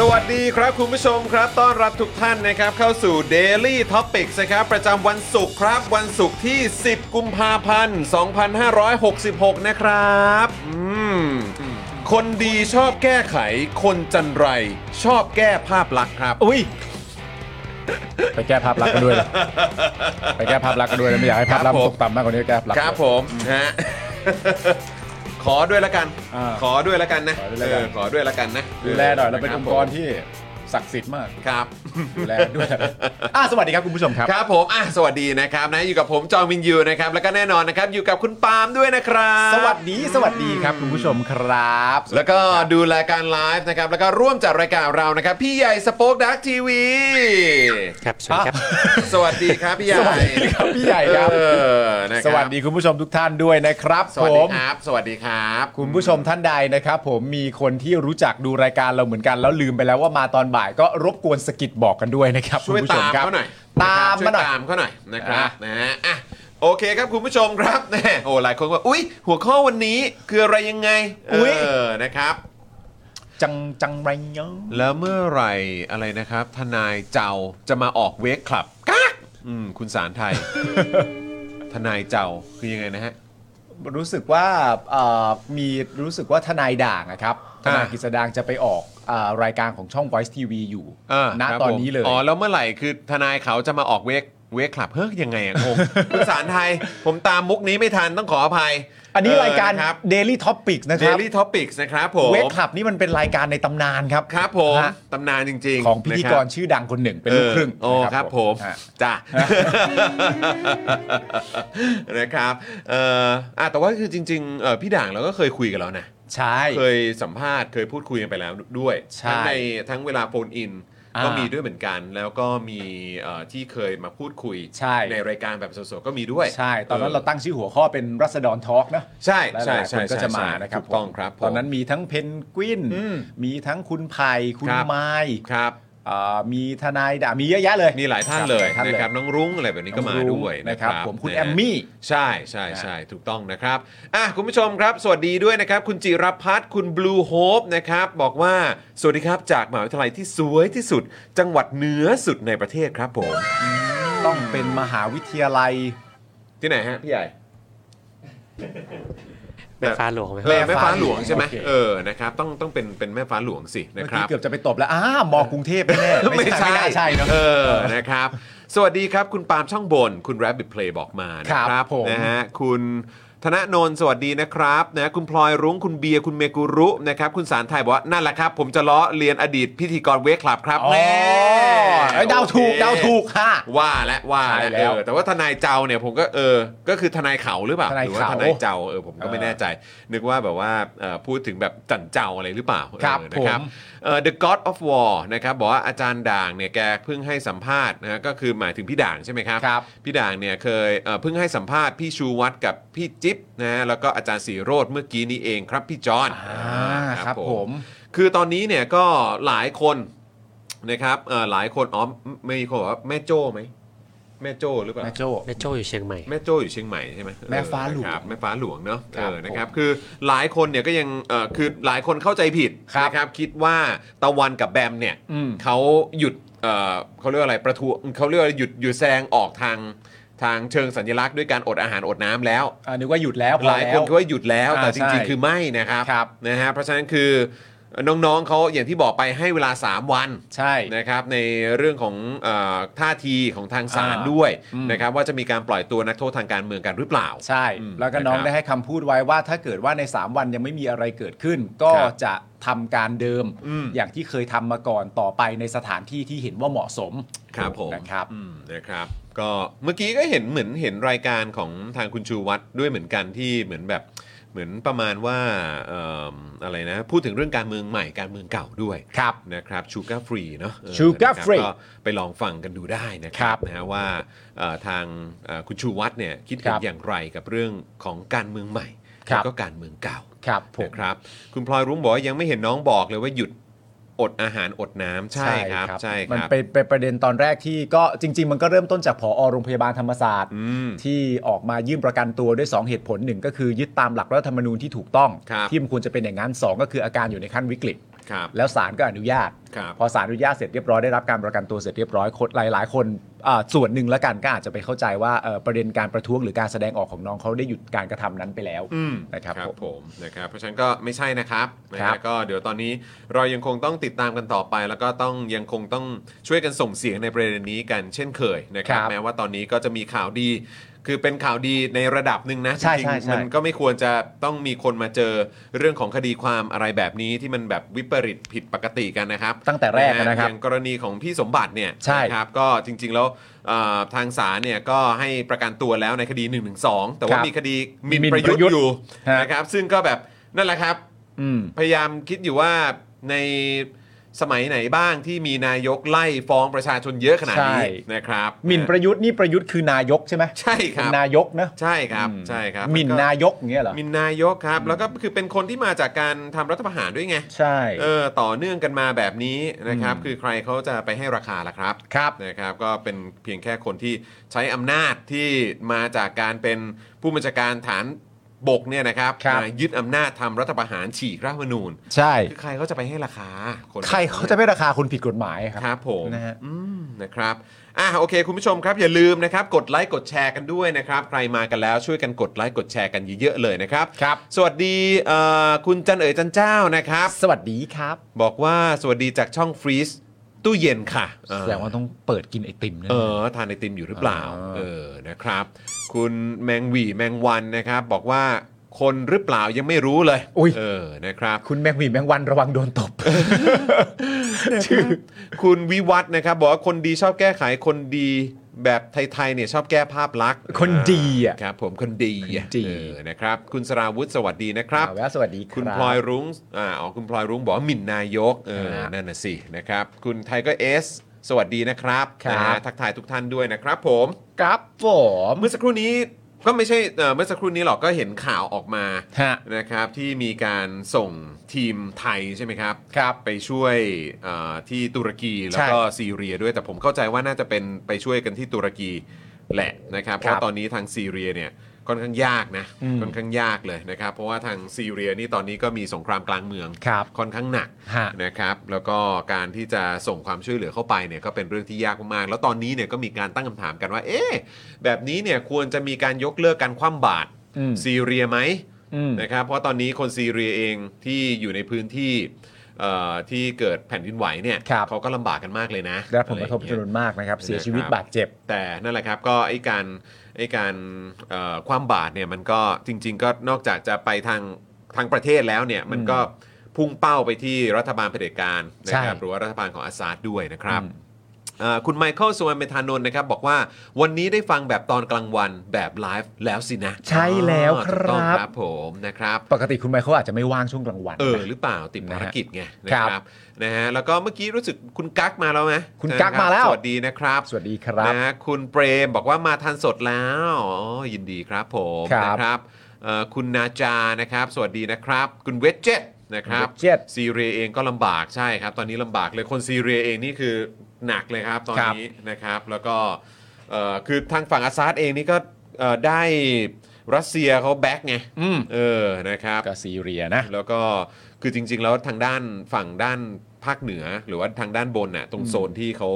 สวัสดีครับคุณผู้ชมครับ ต้อนรับทุกท่านนะครับ เข้าสู่ Daily Topics นะครับ ประจำวันศุกร์ครับ วันศุกร์ที่ 10 กุมภาพันธ์ 2566 นะครับอืมคนดีชอบแก้ไข คนจันไร ชอบแก้ภาพลักษณ์ครับ อุ้ย ไปแก้ภาพลักษณ์กันด้วยเลยไปแก้ภาพลักษณ์กันด้วยเลยไม่อยากให้ภาพลักษณ์มันตกต่ำมากกว่านี้แก้ภาพลักษ ค ณ์ รับผมนะฮะ ขอด้วยละกัน อ่า ขอด้วยละกันนะ ขอด้วย เอ ละกัน อขอด้วยละกันนะ ดูแลหน่อยเราเป็น ค อบ งค์กร ผม ที่ศักดิ์สิทธิ์มาก ครับ ดูแลด้วยอ่ะสวัสดีครับคุณผู้ชมครับ ครับผมอ่ะสวัสดีนะครับนะอยู่กับผมจองวินยูนะครับแล้วก็แน่นอนนะครับอยู่กับคุณปาล์มด้วยนะครับ สวัสดีสวัสดีครับคุณผู้ชมครับ แล้วก็ดูรายการไลฟ์นะครับแล้วก็ร่วมจัดรายการเรานะครับ พี่ใหญ่สป็อคดักทีวี ครับสวัสดีครับ สวัสดีครับพี่ใหญ่ สวัสดีครับพี่ใหญ่ครับ เออนะครับ สวัสดีคุณผู้ชมทุกท่านด้วยนะครับ ส ผ วัสดี ม ครับ สวัสดีครับ คุณผู้ชมท่านใดนะครับ ผมมีคนที่รู้จักดูรายการเราเหมือนกัน แล้วลืมไปแล้วว่ามาตอนบ่ายก็รบกวนสะกิดบอกกันด้วยนะครับ ช่วย คุณผู้ช ตาม ครับ เขาหน่อย ตาม ช่ว มาย หน่อย ตามเขาหน่อยนะครับ อ่ะ นะฮะอ่ะโอเคครับคุณผู้ชมครับ แน่โอ้หลายคนก็ว่าอุ้ยหัวข้อวันนี้คืออะไรยังไงเออนะครับ จังจังไรเงี้ย แล้วเมื่อไหร่อะไรนะครับ ทนายเจ้าจะมาออกเวกคลับกักอืมคุณสารไทย ทนายเจ้าคือยังไงนะฮะ รู้สึกว่าเอ่อมีรู้สึกว่าทนายด่างนะครับท อ่า นายกฤษดางจะไปออกเออรายการของช่อง Voice TV อยู่ เออ ณ ครับ ตอน ผม นี้เลย อ๋อแล้วเมื่อไหร่คือทนายเขาจะมาออกเวกเวกคลับเฮ้ยยังไงอะงง คุณสารไทย ผมตามมุกนี้ไม่ทันต้องขออภัย อันนี้รายการ เออนะครับ Daily Topics นะครับ Daily Topics นะครับผม เวกคลับนี่มันเป็นรายการในตำนานครับ ครับผม ฮะ ตำนานจริงๆ ของพิธีกร นะคบ ชื่อดังคนหนึ่งเป็นลูกครึ่ง เออโอ้ นะครับ ผม ฮะ จ้ะ นะครับเอ่ออ่ะแต่ว่าคือจริงๆเอ่อพี่ด่างเราก็เคยคุยกันแล้วนะ ใช่ เคยสัมภาษณ์เคยพูดคุยกันไปแล้วด้วย ใช่ ทั้งในทั้งเวลาโฟนอิน อ่า ก็มีด้วยเหมือนกัน แล้วก็มีเอ่อที่เคยมาพูดคุย ใช่ รายการแบบสดๆก็มีด้วย ใช่ ตอนนั้น อ เราตั้งชื่อหัวข้อเป็นรัศดรทอล์กนะ ใช่ และห ใช่ ลายๆค ใช่ นก็ ใช่ จะมา ใช่ นะครับ ถูกต้องครับผม ตอนนั้นมีทั้งเพนกวิน อืม มีทั้งคุณไผ่คุณ ครับ ไม้ ครับ อ่ามีทนายด่ามีเยอะแยะเลย มีหลายท่าน ครับ เลย หลายท่านเลย นะครับน้องรุ้งอะไรแบบนี้ก็มา น้องรุ้ง ด้วยนะครับ นะครับผมคุณ นะ แอมมี่ ใช่ใช่ใช่ถูกต้องนะครับอ่ะคุณผู้ชมครับ สวัสดีด้วยนะครับ คุณจิรพัฒน์คุณบลูโฮปนะครับ บอกว่า สวัสดีครับจากมหาวิทยาลัยที่สวยที่สุด จังหวัดเหนือสุดในประเทศครับผม ต้องเป็นมหาวิทยาลัย ที่ไหนฮะพี่ใหญ่ แม่ฟ้าหลวงไหม เออแม่ฟ้าหลวงใช่ไหม โอเค เออนะครับต้องต้องเป็นเป็นแม่ฟ้าหลวงสินะ เมื่อ ค กี้ รับ เกือบจะไปตบแล้วอ้ามอกรุงเทพแน่ๆ ไม่ใช่ ไม่น่าใช่เนาะ เออนะครับ สวัสดีครับคุณปาล์มช่องบน คุณ Rabbit Play บอกมานะค ครั รับบ ผม นะฮะคุณธนนนท์สวัสดีนะครับนะคุณพลอยรุ้งคุณเบียร์คุณเมกุรุนะครับคุณสารไทยบอกว่านั่นแหละครับ ผมจะล้อเรียนอดีตพิธีกรเวกคลับครับ อ๋อ แน่ เอ้ยเดาถูกเดาถูกค่ะ ว่าและว่า ใช่แล้ เอ ว อแต่ว่าทนายเจ้าเนี่ยผมก็เออ ก็คือทนายเขาหรือเปล่า ทนาย หรื เขา ว่าทนายเจ้าเออผมก็ไม่ เออ แน่ใจ นึกว่าแบบว่าเอ่อพูดถึงแบบจันเจ้าอะไรหรือเปล่า ครับ เออนะครับ ผม เอ่อ The God of War นะครับบอกว่าอาจารย์ด่างเนี่ยแกเพิ่งให้สัมภาษณ์นะฮะก็คือหมายถึงพี่ด่างใช่ไหมครับ ครับ พี่ด่างเนี่ยเคยเอ่อเพิ่งให้สัมภาษณ์พี่ชูวัตรกับพี่จิ ลิปนะแล้วก็อาจารย์สีโรดเมื่อกี้นี้เองครับพี่จอนอ่า ครับผม คือตอนนี้เนี่ยก็หลายคนนะครับเอ่อหลายคนอ๋อไม่มีคนบอกว่าแม่โจ้ไหมแม่โจ้หรือเปล่า แม่โจ แม่โจ้อยู่เชียงใหม่ แม่โจ้อยู่เชียงใหม่ใช่ไหม แม่ฟ้าหลวง เออนะครับแม่ฟ้าหลวงเนาะเอครับ อนะครับคือหลายคนเนี่ยก็ยังเออคือหลายคนเข้าใจผิด ครับ นะครับคิดว่าตะวันกับแบมเนี่ย อืม เขาหยุดเออเขาเรียกว่าอะไรประท้วงเขาเรียกว่าหยุดหยุดแสดงออกทางทางเชิงสัญลักษณ์ด้วยการอดอาหารอดน้ำแล้ว ่านึกว่าหยุดแล้วพอ หลายคน แว ก็ว่าหยุดแล้วแต่ อ่า จ ใช่ ริงๆ คือไม่นะครับ ครับ นะฮะเพราะฉะนั้นคือน้องๆเขาอย่างที่บอกไปให้เวลา 3 วัน ใช่ นะครับในเรื่องของเออท่าทีของทางศาล อ่า ด้วย อืม นะครับว่าจะมีการปล่อยตัวนักโทษทางการเมืองกันหรือเปล่า ใช่ อืม แล้วก็น้อง นะครับ ได้ให้คำพูดไว้ว่าถ้าเกิดว่าใน 3 วันยังไม่มีอะไรเกิดขึ้น ก็ ครับ จะทำการเดิม อืม อย่างที่เคยทำมาก่อนต่อไปในสถานที่ที่เห็นว่าเหมาะสม ครับผม นะครับ อืมนะครับ ก็เมื่อกี้ก็เห็นเหมือนเห็นรายการของทางคุณชูวัตรด้วยเหมือนกันที่เหมือนแบบเหมือนประมาณว่าเอิ่มอะไรนะพูดถึงเรื่องการเมืองใหม่การเมืองเก่าด้วย ครับ นะครับชูการ์ฟรีเนาะเออ Sugar นะครับ Free ก็ไปลองฟังกันดูได้นะค ครั รับบ นะฮะว่าเอ่อทางเอ่อคุณชูวัตรเนี่ยคิดเห็ คน รับ อย่างไรกับเรื่องของการเมืองใหม่ ครับ แล้วก็การเมืองเก่า ครับผม นะครับคุณพลอยรุ้งบอกว่ายังไม่เห็นน้องบอกเลยว่าหยุดอดอาหารอดน้ำใช่ครับใช่ค มัน รับ เป็นเป็นประเด็นตอนแรกที่ก็จริง ๆ มันก็เริ่มต้นจากผอโรงพยาบาลธรรมศาสตร์ อืม ที่ออกมายื่นประกันตัวด้วย 2 เหตุผลหนึ่งก็คือยึดตามหลักรัฐธรรมนูญที่ถูกต้อง ครับ ที่มันควรจะเป็นอย่างนั้นสองก็คืออาการอยู่ในขั้นวิกฤต ครับ แล้วศาลก็อนุญาต ครับ พอศาลอนุญาตเสร็จเรียบร้อยได้รับการประกันตัวเสร็จเรียบร้อยคนหลายหลายๆคนอ่าส่วนหนึ่งละกันก็อาจจะไปเข้าใจว่าเอ่อประเด็นการประท้วงหรือการแสดงออกของน้องเขาได้หยุดการกระทำนั้นไปแล้ว อืม นะครับผม ผมนะครับเพราะฉะนั้นก็ไม่ใช่นะครับนะ ครั ฮะ บ ก็เดี๋ยวตอนนี้เรายังคงต้องติดตามกันต่อไป แล้วก็ต้องยังคงต้องช่วยกันส่งเสียงในประเด็นนี้กันเช่นเคยนะครับ ครับ แม้ว่าตอนนี้ก็จะมีข่าวดี คือเป็นข่าวดีในระดับหนึ่งนะ ใช่ จริ ใช่ งๆใช่มันก็ไม่ควรจะต้องมีคนมาเจอเรื่องของคดีความอะไรแบบนี้ที่มันแบบวิปริตผิดปกติกันนะครับ ตั้งแต่แรกนะครัอบย่างกรณีของพี่สมบัติเนี่ย ใช่ นะครับก็จริงๆแล้วเอ่อทางศาลเนี่ยก็ให้ประกันตัวแล้วในคดี1นึแต่ว่า ครับ มีคดีหมิน หมิ่น ประยุท ประยุทธ์ ธ์อยู่ ฮะ นะครับซึ่งก็แบบนั่นแหละครับ อืม พยายามคิดอยู่ว่าในสมัยไหนบ้างที่มีนายกไล่ฟ้องประชาชนเยอะขนาดนี้ ใช่ นะครับ หมิ่นประยุทธ์นี่ประยุทธ์คือนายกใช่ไหม ใช่ครับ นายกนะ ใช่ครับใช่ครับ หมิ่น แล้วก็ นายกอย่างเงี้ยเหรอ หมินนายกครับ แล้วก็คือเป็นคนที่มาจากการทำรัฐประหารด้วยไง ใช่ เออต่อเนื่องกันมาแบบนี้นะครับ อืม คือใครเขาจะไปให้ราคาล่ะครับ ครับ นะครับ ก็เป็นเพียงแค่คนที่ใช้อำนาจที่มาจากการเป็นผู้บัญชาการฐานบกเนี่ยนะครับ ครับ มายึดอำนาจทำรัฐประหารฉีกรัฐธรรมนูญ ใช่ คือใครเขาจะไปให้ราคาคน ใครเขาจะไม่ราคาคนผิดกฎหมายค ค รั รับ บผม นะฮะ อืมนะครับอ่ะโอเค คุณผู้ชมครับอย่าลืมนะครับ กดไลค์กดแชร์กันด้วยนะครับ ใครมากันแล้วช่วยกันกดไลค์กดแชร์กันเยอะๆเลยนะครับ ครับ สวัสดีเอ่อคุณจันเอ๋ยจันเจ้านะครับ สวัสดีครับ บอกว่าสวัสดีจากช่องฟรีซตู้เย็นค่ะเออ แสดงว่าต้องเปิดกินไอติมนะ เออทานไอติมอยู่หรือเปล่า อ่า เออนะครับ คุณแมงหวีแมงวันนะครับ บอกว่าคนหรือเปล่ายังไม่รู้เลย อุ้ย เออนะครับ คุณแมงหวีแมงวันระวังโดนตบ ชื่อคุณวิวัฒน์นะครับ บอกว่าคนดีชอบแก้ไขคนดีแบบไทยๆเนี่ยชอบแก้ภาพลักษณ์ คนดีอ่ะ ครับผมคนดีอะ คนดี เออนะครับ คุณสราวุธสวัสดีนะครับ เอาแล้วสวัสดีรับ คุณพลอยรุ้งอ่าอ๋อคุณพลอยรุ้งบอกว่าหมิ่นนายก เออ ครับ นั่นน่ะสินะครับ คุณไทเกอร์เอส สวัสดีนะครับ ครับ นะฮะทักทายทุกท่านด้วยนะครับผม ครับผม เมื่อสักครู่นี้ก็ไม่ใช่เอ่อเมื่อสักครู่นี้หรอกก็เห็นข่าวออกมา ฮะ นะครับที่มีการส่งทีมไทยใช่ไหมครับ ครับ ไปช่วยเอ่อที่ตุรกีแล้ว ใช่ ก็ซีเรียด้วยแต่ผมเข้าใจว่าน่าจะเป็นไปช่วยกันที่ตุรกีแหละนะครับเพราะตอนนี้ทางซีเรียเนี่ยค่อนข้างยากนะ อืม ค่อนข้างยากเลยนะครับเพราะว่าทางซีเรียนี่ตอนนี้ก็มีสงครามกลางเมือง ครับ ค่อนข้างหนัก ฮะ นะครับแล้วก็การที่จะส่งความช่วยเหลือเข้าไปเนี่ยก็เป็นเรื่องที่ยากมากๆแล้วตอนนี้เนี่ยก็มีการตั้งคำถามกันว่า เอ๊ะ แบบนี้เนี่ยควรจะมีการยกเลิกการคว่ำบาตร อืม ซีเรียไหม อืม นะครับเพราะตอนนี้คนซีเรียเองที่อยู่ในพื้นที่เอ่อที่เกิดแผ่นดินไหวเนี่ย ครับ เขาก็ลำบากกันมากเลยนะ ได้รับผลกระทบ อไอย่ง จำ เงี้ย นวนมากนะครับ เสียชีวิต นะครับ บาดเจ็บ แต่นั่นแหละครับก็ไอ้การไอ้การเอ่อความบาดเนี่ยมันก็จริง ๆ ก็นอกจากจะไปทางทางประเทศแล้วเนี่ยมันก็พุ่งเป้าไปที่รัฐบาลเผด็จการนะครับ ใช่ หรือว่ารัฐบาลของอาซาดด้วยนะครับ อืม เอ่อคุณไมเคิลสุวรรณเมธานนท์นะครับ บอกว่าวันนี้ได้ฟังแบบตอนกลางวันแบบไลฟ์แล้วสินะ ใช่แล้วค ถูก ร ต้อง ับ ครับผมนะครับ ปกติคุณไมเคิลอาจจะไม่ว่างช่วงกลางวัน เออ นะ หรือเปล่าติดภารกิจไงนะค ครั รับบ นะฮะแล้วก็เมื่อกี้รู้สึกคุณกั๊กมาแล้วไหม คุณกั๊กมาแล้ว สวัสดีนะครับ สวัสดีครับ นะคุณเปรมบอกว่ามาทันสดแล้วอ๋อยินดีครับผม ครับ นะครับ เอ่อคุณนาจานะครับ สวัสดีนะครับ คุณเวจเจตนะครับ Widget ซีเรียเองก็ลำบากใช่ครับ ตอนนี้ลำบากเลยคนซีเรียเองนี่คือหนักเลยครับตอนนี้นะครับ แล้วก็เอ่อคือทางฝั่งอาซาดเองนี่ก็เอ่อได้รัสเซียเขาแบ็กไง อืม เออนะครับ ก็ซีเรียนะ แล้วก็คือจริง ๆ แล้วทางด้านฝั่งด้านภาคเหนือ หรือว่าทางด้านบนน่ะตรงโซนที่เขา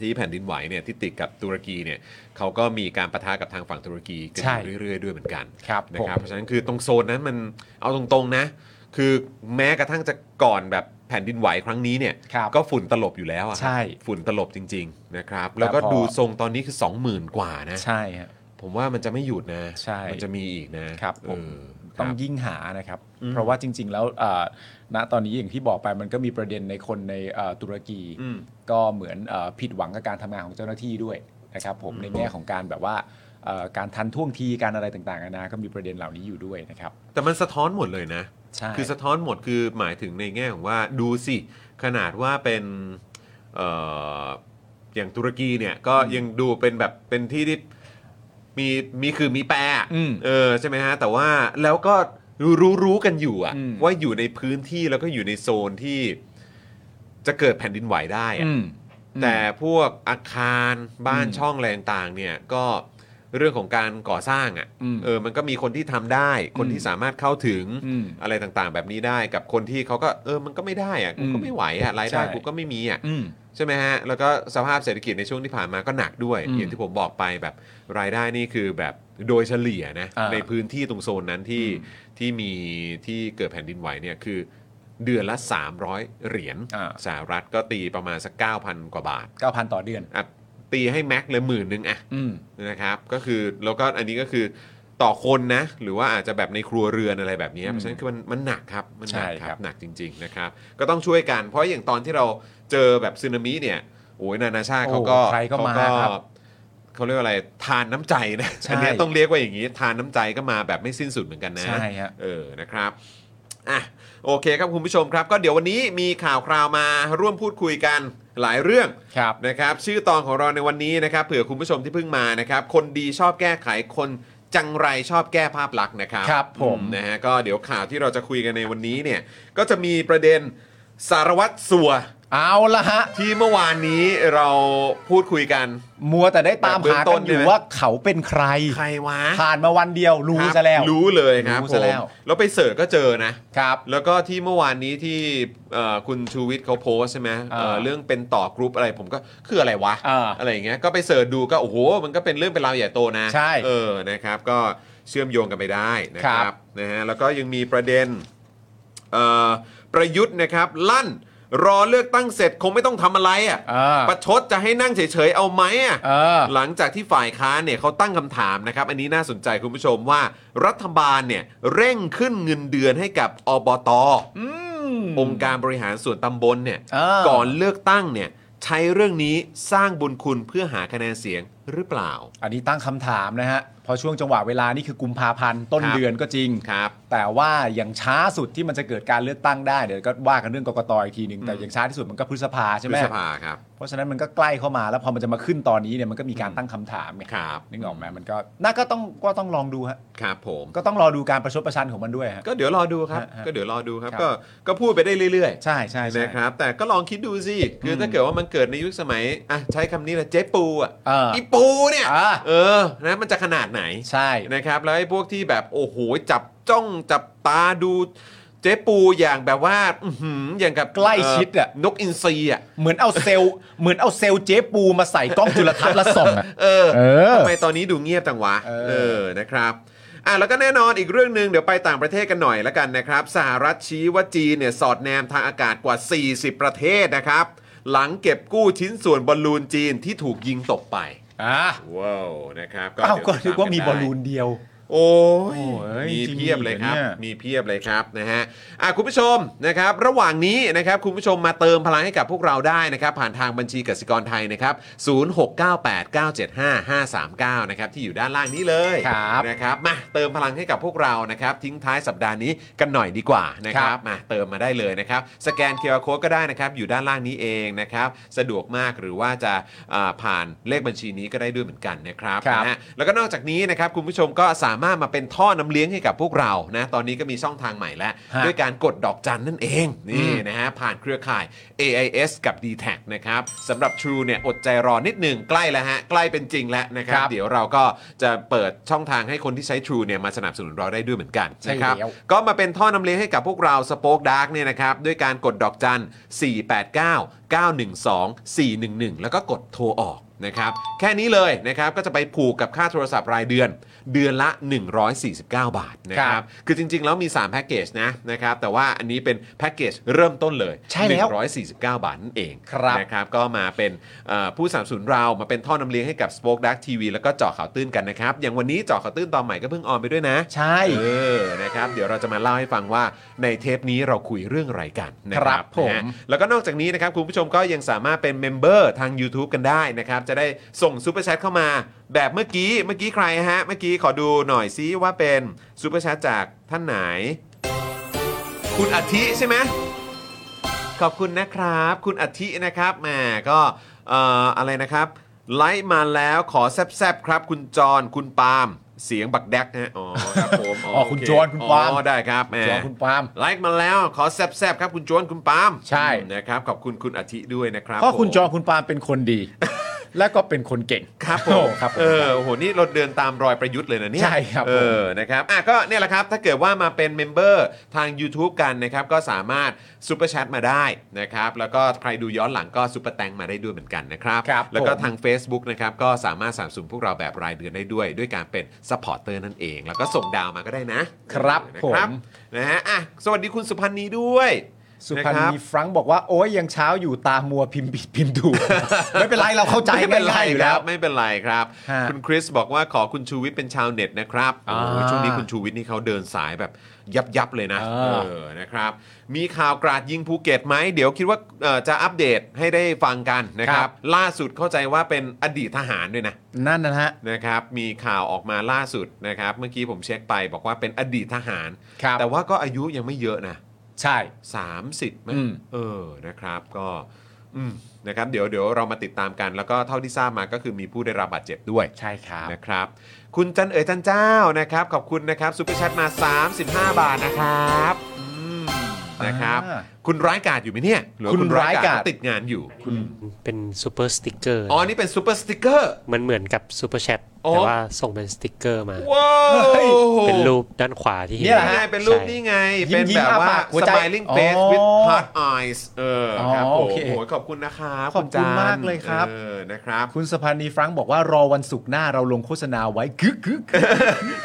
ที่แผ่นดินไหวเนี่ยที่ติดกับตุรกีเนี่ยเขาก็มีการประทะกับทางฝั่งตุรกีกันอใช่ยู่เรื่อย ๆ ด้วยเหมือนกัน ครับ นะ ผม ครับเพราะฉะนั้นคือตรงโซนนั้นมันเอาตรงๆนะ คือแม้กระทั่งจะก่อนแบบแผ่นดินไหวครั้งนี้เนี่ย ครับ ก็ฝุ่นตลบอยู่แล้วอะครับ ใช่ ฝุ่นตลบจริง ๆ นะครับ แล้วก็ แต่พอ ดูทรงตอนนี้คือ 20,000 กว่านะ ใช่ฮะ ผมว่ามันจะไม่หยุดนะ ใช่ มัจะมีอีกนะครับ ผม เออค ต้ รั อง บ ยิ่งหานะครับ เพราะว่าจริง ๆ แล้วเอ่อณตอนนี้อย่างที่บอกไปมันก็มีประเด็นในคนในเอ่อตุรกี อืม ก็เหมือนเอ่อผิดหวังกับการทำงานของเจ้าหน้าที่ด้วยนะครับผมในแง่ของการแบบว่าเอ่อการทันท่วงทีการอะไรต่างๆนานาก็มีประเด็นเหล่านี้อยู่ด้วยนะครับ แต่มันสะท้อนหมดเลยนะ ใช่ คือสะท้อนหมดคือหมายถึงในแง่ของว่าดูสิ ขนาดว่าเป็นเอ่ออย่างตุรกีเนี่ยก็ยังดูเป็นแบบเป็นที่ที่มีมีคือมีแปรอะ อืม เออใช่ไหมฮะ แต่ว่าแล้วก็รู้รู้รู้กันอยู่อะ อืม ว่าอยู่ในพื้นที่แล้วก็อยู่ในโซนที่จะเกิดแผ่นดินไหวได้อะ แต่พวกอาคารบ้าน อืม ช่องแรงต่างเนี่ยก็เรื่องของการก่อสร้างอะ่ะ อืม เออมันก็มีคนที่ทำได้ คนที่สามารถเข้าถึง อืม อะไรต่างๆ แบบนี้ได้กับคนที่เขาก็เออมันก็ไม่ได้อะ่ะกูก็ อืม ไม่ไหวอะ่ะรายได้ ใช่ กูก็ไม่มีอะ่ะ อืม ใช่ไหมฮะแล้วก็สภาพเศรษฐกิจในช่วงที่ผ่านมาก็หนักด้วย อืม อย่างที่ผมบอกไปแบบรายได้นี่คือแบบโดยเฉลี่ยนะ อ่า ในพื้นที่ตรงโซนนั้นที่ที่มีที่เกิดแผ่นดินไหวเนี่ยคือเดือนละ 300 เหรียญ อ่า สหรัฐก็ตีประมาณสัก9,000 กว่าบาท เก้าพันต่อเดือน อ่ะตีให้แม็กเลยหมื่นหนึ่งอะ อืม นะครับก็คือแล้วก็อันนี้ก็คือต่อคนนะ หรือว่าอาจจะแบบในครัวเรือนอะไรแบบนี้เพราะฉะนั้นคือมันมันหนักครับมันหนัก ใช่ ค ครั รับบ หนักจริง ๆนะครับ ก็ต้องช่วยกัน เพราะอย่างตอนที่เราเจอแบบซึนามิเนี่ยโอ้ยนานาชาติเขาก็ โอ้ใครก็มา เข ครับ เขาเรียกว่าอะไรทานน้ำใจนะ ใช่ อันเนี้ยต้องเรียกว่าอย่างนี้ ทานน้ำใจก็มาแบบไม่สิ้นสุดเหมือนกันนะ ใช่ฮะ เออนะครับอ่ะโอเคครับคุณผู้ชมครับ ก็เดี๋ยววันนี้มีข่าวคราวมาร่วมพูดคุยกันหลายเรื่อง ครับ นะครับชื่อตอนของเราในวันนี้นะครับเผื่อคุณผู้ชมที่เพิ่งมานะครับคนดีชอบแก้ไขคนจังไรชอบแก้ภาพลักษณ์นะครับ ครับผม นะฮะก็เดี๋ยวข่าวที่เราจะคุยกันในวันนี้เนี่ยก็จะมีประเด็นสารวัตรสัว เอาละฮะ ที่เมื่อวานนี้เราพูดคุยกัน มัวแต่ได้ตามแบบหาเบื้องต้ กัน น เนี่ อยู่ ย ว่าเขาเป็นใคร ใครวะ ผ่านมาวันเดียวรู้ ครับ ซะแล้ว รู้เลยครับผรู้ซะ ม แล้ว แล้วไปเสิร์ชก็เจอนะ ครับ แล้วก็ที่เมื่อวานนี้ที่เอ่อคุณชูวิทย์เขาโพสต์ใช่ไหมเอ่อ อ่า เรื่องเป็นต่อกรุ๊ปอะไรผมก็คืออะไรวะ อ่า ไรอย่างเงี้ยก็ไปเสิร์ชดูก็โอ้โหมันก็เป็นเรื่องเป็นราวใหญ่โตนะ ใช่ เออนะครับก็เชื่อมโยงกันไปได้นะค ครั รับบ นะฮะแล้วก็ยังมีประเด็นเอ่อประยุทธ์นะครับลั่นรอเลือกตั้งเสร็จคงไม่ต้องทำอะไรอ่ะ อ่า ประชดจะให้นั่งเฉยๆเอาไหมอ่ะ เออ หลังจากที่ฝ่ายค้านเนี่ยเขาตั้งคำถามนะครับ อันนี้น่าสนใจคุณผู้ชมว่ารัฐบาลเนี่ยเร่งขึ้นเงินเดือนให้กับอบตอองค์การบริหารส่วนตำบลเนี่ย อ่า ก่อนเลือกตั้งเนี่ยใช้เรื่องนี้สร้างบุญคุณเพื่อหาคะแนนเสียงหรือเปล่า อันนี้ตั้งคำถามนะฮะเพอช่วงจังหวะเวลานี่คือกุมภาพันธ์ต้น ครับ เดือนก็จริง ครับ แต่ว่าอย่างช้าสุดที่มันจะเกิดการเลือกตั้งได้เดี๋ยวก็ว่ากันเรื่องกกตอีกทีหนึ่งแต่อย่างช้าที่สุดมันก็พฤษภาใช่ไหม พฤษภาครับ เพราะฉะนั้นมันก็ใกล้เข้ามาแล้วพอมันจะมาขึ้นตอนนี้เนี่ยมันก็มีการตั้งคำถามไง ครับ นึกออกไหมมันก็น่าก็ต้องก็ต้องลองดูฮะ ครับผม ก็ต้องรอดูการประชดประชันของมันด้วยฮะ ก็เดี๋ยวรอดูครับ ฮะฮะ ก็เดี๋ยวรอดูครับ ครับ ก็ก็พูดไปได้เรื่อยๆ ใช่ใช่ใช่ นะครับ แต่ก็ลองคิดดูสิคือถ้าเกิดว่ามันเกิดในยุคสมัยอ่ะใช้คำนี้แหละเจ๊ปูอ่ะ เออ อีปูเนี่ย อ่า เออนะมันจะขนาดไหน ใช่ นะครับแล้วไอ้พวกที่แบบโอ้โหจับจ้องจับตาดูเจ๊ปูอย่างแบบว่าอื้อหืออย่างกับ ใกล้ชิดอ่ะ เอ่อนกอินทรีอ่ะ เหมือนเอาเซลล์เหมือนเอาเซลล์เจ๊ปูมาใส่กล้องจุลทรรศน์และส่องอะ เออ เออ ทำไมตอนนี้ดูเงียบจังวะ เออ นะครับอ่ะแล้วก็แน่นอนอีกเรื่องหนึ่งเดี๋ยวไปต่างประเทศกันหน่อยละกันนะครับ สหรัฐชี้ว่าจีนเนี่ยสอดแนมทางอากาศกว่า 40 ประเทศนะครับ หลังเก็บกู้ชิ้นส่วนบอลลูนจีนที่ถูกยิงตกไป อ่ะ ว้าวนะครับ อ้าวก็ เดี๋ นึ ยติดตกว่ามี ได้ บอลลูนเดียว โอ้ย โอ้ย มี จริง เพียบเลยครับ เหรอเนี่ย มีเพียบเลยครับนะฮะอ่ะคุณผู้ชมนะครับ ระหว่างนี้นะครับคุณผู้ชมมาเติมพลังให้กับพวกเราได้นะครับ ผ่านทางบัญชีกสิกรไทยนะครับ 0698975539 นะครับที่อยู่ด้านล่างนี้เลย ครับ นะครับมาเติมพลังให้กับพวกเรานะครับ ทิ้งท้ายสัปดาห์นี้กันหน่อยดีกว่านะครับ มาเติมมาได้เลยนะครับ สแกน QR Code ก็ได้นะครับ อยู่ด้านล่างนี้เองนะครับ สะดวกมากหรือว่าจะอ่าผ่านเลขบัญชีนี้ก็ได้ด้วยเหมือนกันนะครับ ครับ นะฮะ แล้วก็นอกจากนี้นะครับ คุณผู้ชมก็สา ามารถมาเป็นท่อน้ำเลี้ยงให้กับพวกเรานะตอนนี้ก็มีช่องทางใหม่แล้ว ฮะ ด้วยการกดดอกจันนั่นเองนี่นะฮะผ่านเครือข่าย AIS กับ d t แทนะครับสำหรับ True เนี่ยอดใจรอนิดหนึ่งใกล้แล้วฮะใกล้เป็นจริงแล้วนะครับ เดี๋ยวเราก็จะเปิดช่องทางให้คนที่ใช้ True เนี่ยมาสนับสนุนเราได้ด้วยเหมือนกันนะครับ ใช่แล้ว ก็มาเป็นท่อนำเลี้ยงให้กับพวกเราสป็อคดาร์กเนี่ยนะครับ ด้วยการกดดอกจัน 489 912 411 แล้วก็กดโทรออกนะครับ แค่นี้เลยนะครับ ก็จะไปผูกกับค่าโทรศัพท์รายเดือน เดือนละ 149 บาทนะค ครั รับ บ คือจริง ๆ แล้วมี 3 แพ็กเกจนะนะครับ แต่ว่าอันนี้เป็นแพ็กเกจเริ่มต้นเลย ใช่แล้ว 149 บาทนั่นเอง ครับ นะครับ ก็มาเป็นเอ่อผู้สนับสนุนเรามาเป็นท่อนำเลี้ยงให้กับ Spoke Dark TV แล้วก็เจาะข่าวตื้นกันนะครับ อย่างวันนี้เจาะข่าวตื้นตอนใหม่ก็เพิ่งออนไปด้วยนะ ใช่ เออ นะครับ เดี๋ยวเราจะมาเล่าให้ฟังว่าในเทปนี้เราคุยเรื่องอะไรกันนะค ครั รับบ ผม นะฮะแล้วก็นอกจากนี้นะครับคุณผู้ชมก็ยังสามารถเป็นเมมเบอร์ทาง YouTube กันได้นะครับ จะได้ส่งซูเปอร์แชทเข้ามา แบบเมื่อกี้ เมื่อกี้ใครฮะ เมื่อกี้ขอดูหน่อยซิว่าเป็นซูเปอร์แชทจากท่านไหน คุณอาทิใช่ไหม ขอบคุณนะครับ คุณอาทินะครับแหมก็เอ่ออะไรนะครับ ไลค์มาแล้วขอแซบๆครับ คุณจอนคุณปาล์มเสียงบักแดกนะฮะอ๋อครับผม อ๋อคุณจอนคุณปาล์ม อ๋อได้ครับแหม จอคุณปาล์ม ไลค์มาแล้วขอแซบๆครับคุณจวนคุณปาล์ม ใช่ นะครับขอบคุณคุณอาทิด้วยนะครับ เพราะคุณ ผม จอคุณปาล์มเป็นคน ดี และก็เป็นคนเก่ง ครับผ โอ้ ม ครับผม เออโอ้โหนี่เราเดินตามรอยประยุทธ์เลยนะเนี่ย ใช่ครับผม เออนะครับอ่ะก็เนี่ยแหละครับถ้าเกิดว่ามาเป็นเมมเบอร์ทาง YouTube กันนะครับก็สามารถซูเปอร์แชทมาได้นะครับแล้วก็ใครดูย้อนหลังก็ซูเปอร์แตงมาได้ด้วยเหมือนกันนะครับ ครับ แล้วก็ ผม ทาง Facebook นะครับก็สามารถสนับสนุนพวกเราแบบรายเดือนได้ด้วย ด้วยการเป็นซัพพอร์เตอร์นั่นเอง แล้วก็ส่งดาวมาก็ได้นะครับ นะ ผ ครับ ม นะฮะอ่ะสวัสดีคุณสุพันธ์นีด้วย สุพัน นะครับ ธ์มีฟรังก์บอกว่าโอ้ยยังเช้าอยู่ตามัวพิมพ์ผิดพิมพ์ ถูก ไม่เป็นไรเราเข้าใจ ไม่เป็นไร ง่ายๆอยู่ ค แล้ รั ว บไม่เป็นไรครับ ฮะ คุณคริสบอกว่าขอคุณชูวิทย์เป็นชาวเน็ตนะครับโอ้โห อ่า ช่วงนี้คุณชูวิทย์นี่เขาเดินสายแบบยับยับๆเลยนะ อ่า เออนะครับ มีข่าวกราดยิงภูเก็ตไหม เดี๋ยวคิดว่าเอ่อจะอัปเดตให้ได้ฟังกันนะครับ ล่าสุดเข้าใจว่าเป็นอดีตทหารด้วยนะ นั่นนะฮะ นะครับ มีข่าวออกมาล่าสุดนะครับ เมื่อกี้ผมเช็คไปบอกว่าเป็นอดีตทหาร ครับ แต่ว่าก็อายุยังไม่เยอะนะ ใช่ 30ไหม อืม เออนะครับก็อืมนะครับเดี๋ยวเดี๋ยวเรามาติดตามกันแล้วก็เท่าที่ทราบมาก็คือมีผู้ได้รับบาดเจ็บด้วย ใช่ครับ นะครับ คุณจันเอ๋ยจันเจ้านะครับ ขอบคุณนะครับซุปเปอร์แชทมา 35 บาทนะครับอืมนะครับ อ่า คุณร้ายกาจอยู่ไหมเนี่ยหรือว่ คุณร้ายกาจ ติดงานอยู่ เป็นซูเปอร์สติกเกอร์ อ๋อนี่เป็นซูเปอร์สติกเกอร์ มันเหมือนกับซูเปอร์แชท อ๋อ แต่ว่าส่งเป็นสติกเกอร์มา ว้าว เป็นรูปด้านขวาที่เห็น เนี่ยเหรอ นี่ ฮะ ไงเป็นรูปนี่ไง ยิ้ เป็น มๆ แบบว่า อ้าปากหัวใจ smiling face with hard eyes เออครับ อ๋อ ผมโอเค โอ้โหขอบคุณนะครับ ขอบคุณ จัน มากเลยครับ เออนะครับ คุณสพันธ์นีฟรังก์บอกว่ารอวันศุกร์หน้าเราลงโฆษณาไว้คึกคึก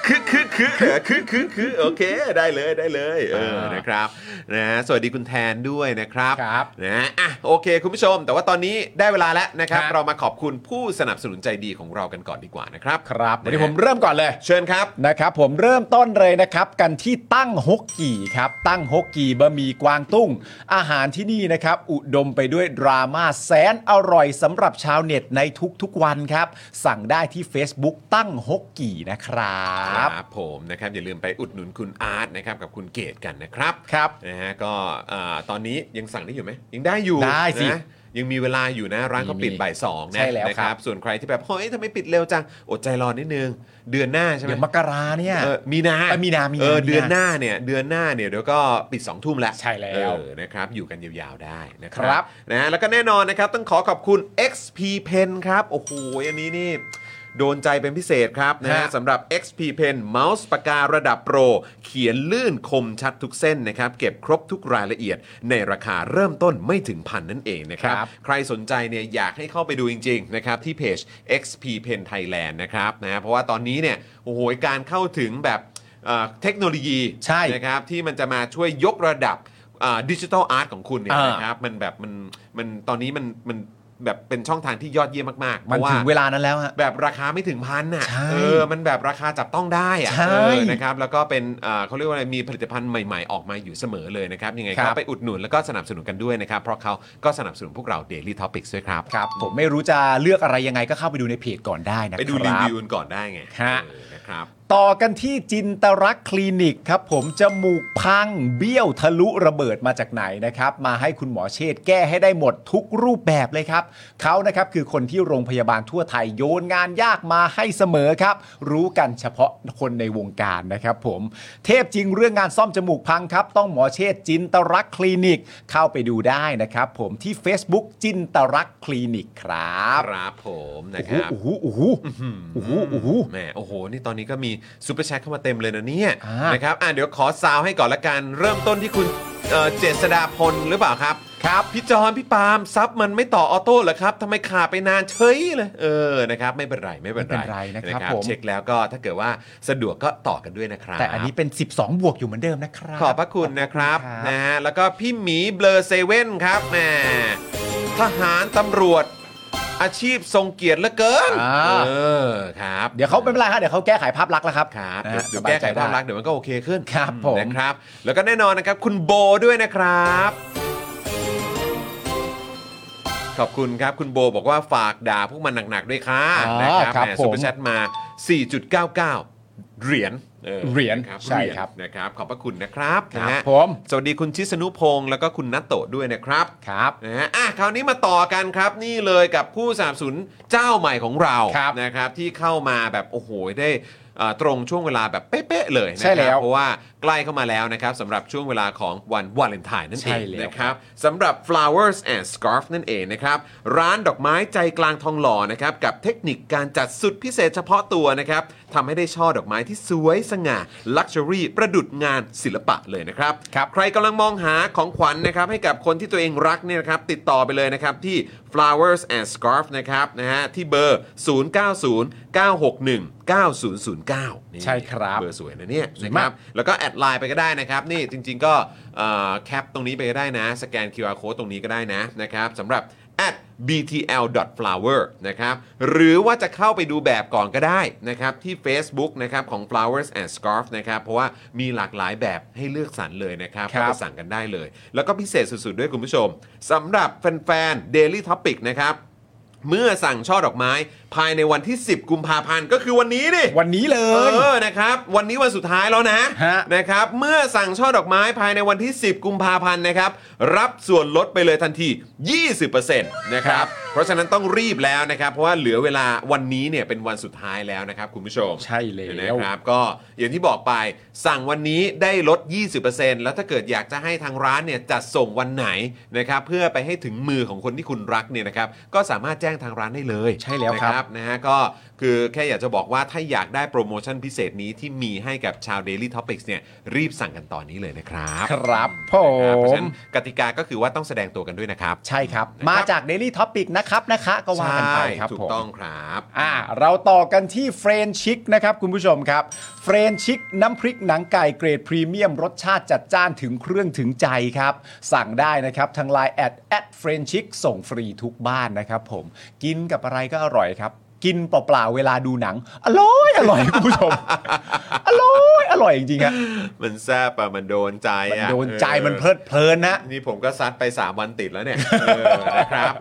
คือคือคือคือคือคือคือโอเคได้เลยได้เลยเออ อ่าน นะครับนะสวัสดีคุณแทนด้วยนะครับ ครับ นะอ่ะโอเค คุณผู้ชม แต่ว่าตอนนี้ได้เวลาแล้วนะครับ ครับ เรามาขอบคุณผู้สนับสนุนใจดีของเรากันก่อนดีกว่านะครับ ครับวันนี้ ะ ผมเริ่มก่อนเลย เชิญครับ นะครับผมเริ่มต้นเลยนะครับกันที่ตั้งฮกกี่ครับตั้งฮกกี่บะหมี่กวางตุ้ง อาหารที่นี่นะครับอุดมไปด้วยดราม่าแสนอร่อยสำหรับชาวเน็ตในทุกๆวันครับ สั่งได้ที่ Facebook ตั้งฮกกี่นะครับ ครับผมนะครับอย่าลืมไปอุดหนุนคุณอาร์ตนะครับกับคุณเกตกันนะครับ ครับ นะฮะก็เอ่อตอนนี้ยังสั่งได้อยู่ไหมยังได้อยู่ ได้สิ นะยังมีเวลาอยู่นะร้านเขาปิด มี บ่ายสองนะ ใช่แล้ว นะครับ ส่วนใครที่แบบเฮ้ยทำไมปิดเร็วจังอดใจรอนิดนึง เดือนหน้าใช่ไหม เดี๋ยวมกราเนี่ย เออมีนา เออมีนามีนา เออ มีนา เดือนหน้าเนี่ยเดือนหน้าเนี่ยเดี๋ยวก็ปิด2องทุ่มแล้ว ใช่แล้ว เออนะครับอยู่กันยาวๆได้นะค ครั รับ นะฮะแล้วก็แน่นอนนะครับต้องขอขอบคุณ XP Pen ครับโอ้โหอันนี้นี่โดนใจเป็นพิเศษครับ นะฮะ ฮะ สำหรับ XP Pen เมาส์ปากการะดับโปร เขียนลื่นคมชัดทุกเส้นนะครับ เก็บครบทุกรายละเอียด ในราคาเริ่มต้นไม่ถึงพันนั่นเองนะครับ ครับ ใครสนใจเนี่ยอยากให้เข้าไปดูจริงๆนะครับที่เพจ XP Pen Thailand นะครับนะเพราะว่าตอนนี้เนี่ยโอ้โหการเข้าถึงแบบเอ่อเทคโนโลยี ใช่ นะครับที่มันจะมาช่วยยกระดับดิจิทัลอาร์ตของคุณเนี่ย อ่าน นะครับมันแบบมันมันตอนนี้มันมันแบบเป็นช่องทางที่ยอดเยี่ยมมากๆเพ มัน ราะว่า ถึงเวลานั้นแล้วฮะ แบบราคาไม่ถึงพันน่ะ ใช่ เออ มันแบบราคาจับต้องได้อะ ใช่ เออนะครับ แล้วก็เป็นเอ่อเขาเรียกว่าอะไร มีผลิตภัณฑ์ใหม่ๆ ออกมาอยู่เสมอเลยนะครับ ยังไง ค ก็ รับ ไปอุดหนุนแล้วก็สนับสนุนกันด้วยนะครับ เพราะเขาก็สนับสนุนพวกเรา Daily Topics ด้วยครับ ครับผมไม่รู้จะเลือกอะไรยังไงก็เข้าไปดูในเพจก่อนได้นะครั ไป บ ดูรีวิวกันก่อนได้ไง ฮะ เออนะครับ ต่อกันที่จินตรักษณ์คลินิกครับผมจมูกพังเบี้ยวทะลุระเบิดมาจากไหนนะครับ มาให้คุณหมอเชษฐ์แก้ให้ได้หมดทุกรูปแบบเลยครับ เขานะครับคือคนที่โรงพยาบาลทั่วไทยโยนงานยากมาให้เสมอครับ รู้กันเฉพาะคนในวงการนะครับผม เทพจริงเรื่องงานซ่อมจมูกพังครับ ต้องหมอเชษฐ์จินตรักษณ์คลินิก เข้าไปดูได้นะครับผมที่ Facebook จินตรักษณ์คลินิกครับ ครับผมนะครับ โอ้โหโอ้โหโอ้โหโอ้โห แหมโอ้โห นี่ตอนนี้ก็มีซูเปอร์แชทเข้ามาเต็มเลยนะเนี่ย อ่าน นะครับอ่ะเดี๋ยวขอซาวให้ก่อนละกัน เริ่มต้นที่คุณเอ่อเจษดาพลหรือเปล่าครับ ครับ พี่จอนพี่ปาล์มซับมันไม่ต่อออโต้เหรอครับทำไมขาดไปนานเฉยเลย เออนะครับ ไม่เป็นไรไม่เป็นไร ไม่เป็นไรนะครับผม เช็คแล้วก็ถ้าเกิดว่าสะดวกก็ต่อกันด้วยนะครับ แต่อันนี้เป็น 12 บวกอยู่เหมือนเดิมนะครับ ขอบพระคุณนะครับ ขอบคุณครับ นะฮะแล้วก็พี่หมีเบลอเซเว่นครับแหมทหารตำรวจ อาชีพทรงเกียรติเหลือเกิน อ่า เออครับ เดี๋ยวเขาไม่เป็นไรฮะเดี๋ยวเขาแก้ไขภาพลักษณ์แล้วครับ ครับ นะ เดี๋ยว ฮะ เดี๋ยว สบ แก้ ย ไข ใจด้ ภาพลักษณ์เดี๋ยวมันก็โอเคขึ้น ครับผม นะครับ แล้วก็แน่นอนนะครับ คุณโบด้วยนะครับ ขอบคุณครับ คุณโบบอกว่าฝากด่าพวกมันหนัก ๆ ด้วยค่ะ อ่าน นะครับ ครับ แหม ผม ซุปเปอร์แชทมา 4.99 เหรียญออ เหรียญ ะครับ ใช่ เหยญ ครับ นะครับ ขอบพระคุณนะครับ ครับ นะฮะ ผม สวัสดีคุณชิสนุพงศ์แล้วก็คุณนัตโตะด้วยนะครับ ครับ นะฮะอ่ะคราวนี้มาต่อกันครับ นี่เลยกับผู้สนับสนุนเจ้าใหม่ของเรา ครับ นะครับ ที่เข้ามาแบบโอ้โหได้เอ่อตรงช่วงเวลาแบบเป๊ะๆเลยนะ ใช่ ค แล้ รั ว เพราะว่าใกล้เข้ามาแล้วนะครับสำหรับช่วงเวลาของวันวาเลนไทน์นั่นเอง ใช่แล้ว นะครับสำหรับ flowers and scarf นั่นเองนะครับ ร้านดอกไม้ใจกลางทองหล่อนะครับกับเทคนิคการจัดสุดพิเศษเฉพาะตัวนะครับทำให้ได้ช่อดอกไม้ที่สวยสง่า luxury ประดุจงานศิลปะเลยนะครับ ครับ ใครกำลังมองหาของขวัญนะครับให้กับคนที่ตัวเองรักเนี่ยนะครับติดต่อไปเลยนะครับที่ flowers and scarf นะครับนะฮะที่เบอร์ 0909619009นี่ ใช่ครับ เบอร์สวยนะเนี่ย สวนะยค มารักบแล้วก็แอดไลน์ไปก็ได้นะครับนี่จริงๆก็เอ่อแคปตรงนี้ไปก็ได้นะ สแกน QR code ตรงนี้ก็ได้นะนะครับสำหรับ at btl.flower นะครับหรือว่าจะเข้าไปดูแบบก่อนก็ได้นะครับที่ Facebook นะครับของ flowers and scarf นะครับเพราะว่ามีหลากหลายแบบให้เลือกสรรเลยนะครับ ครับ ก็ไปสั่งกันได้เลย แล้วก็พิเศษสุดๆด้วยคุณผู้ชมสำหรับแฟนๆ Daily Topic นะครับเมื่อสั่งช่อดอกไม้ภายในวันที่ 10 กุมภาพันธ์ก็คือวันนี้ดิ วันนี้เลย เออ นะครับ วันนี้วันสุดท้ายแล้วนะ ฮะ นะครับ เมื่อสั่งช่อดอกไม้ภายในวันที่ 10 กุมภาพันธ์นะครับ รับส่วนลดไปเลยทันที 20%นะค ค รั รับ บ เพราะฉะนั้นต้องรีบแล้วนะครับ เพราะว่าเหลือเวลาวันนี้เนี่ยเป็นวันสุดท้ายแล้วนะครับคุณผู้ชม ใช่แล้ว นะครับ ก็อย่างที่บอกไปสั่งวันนี้ได้ลด 20%แล้วถ้าเกิดอยากจะให้ทางร้านเนี่ยจัดส่งวันไหนนะครับ เพื่อไปให้ถึงมือของคนที่คุณรักเนี่ยนะครับ ก็สามารถแจ้งทางร้านได้เลย ใช่แล้วครับ นะ นะฮะก็คือแค่อยากจะบอกว่าถ้าอยากได้โปรโมชั่นพิเศษนี้ที่มีให้กับชาว Daily Topics เนี่ยรีบสั่งกันตอนนี้เลยนะครับ ครับผ นะครับเพราะฉะ ม นั้นกติกาก็คือว่าต้องแสดงตัวกันด้วยนะครับ ใช่ครับ มาจาก Daily Topic นะครับนะคะ ก็ว่ากันไปครับ ใช่ถู ผ ก ม ต้องครับ อ่าเราต่อกันที่เฟรนชิกนะครับคุณผู้ชมครับเฟรนชิกน้ำพริกหนังไก่เกรดพรีเมียมรสชาติจัดจ้านถึงเครื่องถึงใจครับ สั่งได้นะครับทางไลน์แอดแอดเฟรนชิกส่งฟรีทุกบ้านนะครับผมกินกับอะไรก็อร่อยครับ กินเปล่าๆเวลาดูหนัง อร่อย อร่อยคุณผู้ชม อร่อย อร่อยจริงๆฮะ มันแซบอะมันโดนใจ มัน อะ โดนใจ ออ มันเพลิดเพลินนะ นี่ผมก็ซัดไป 3 วันติด แล้วเนี่ยเออนะครับ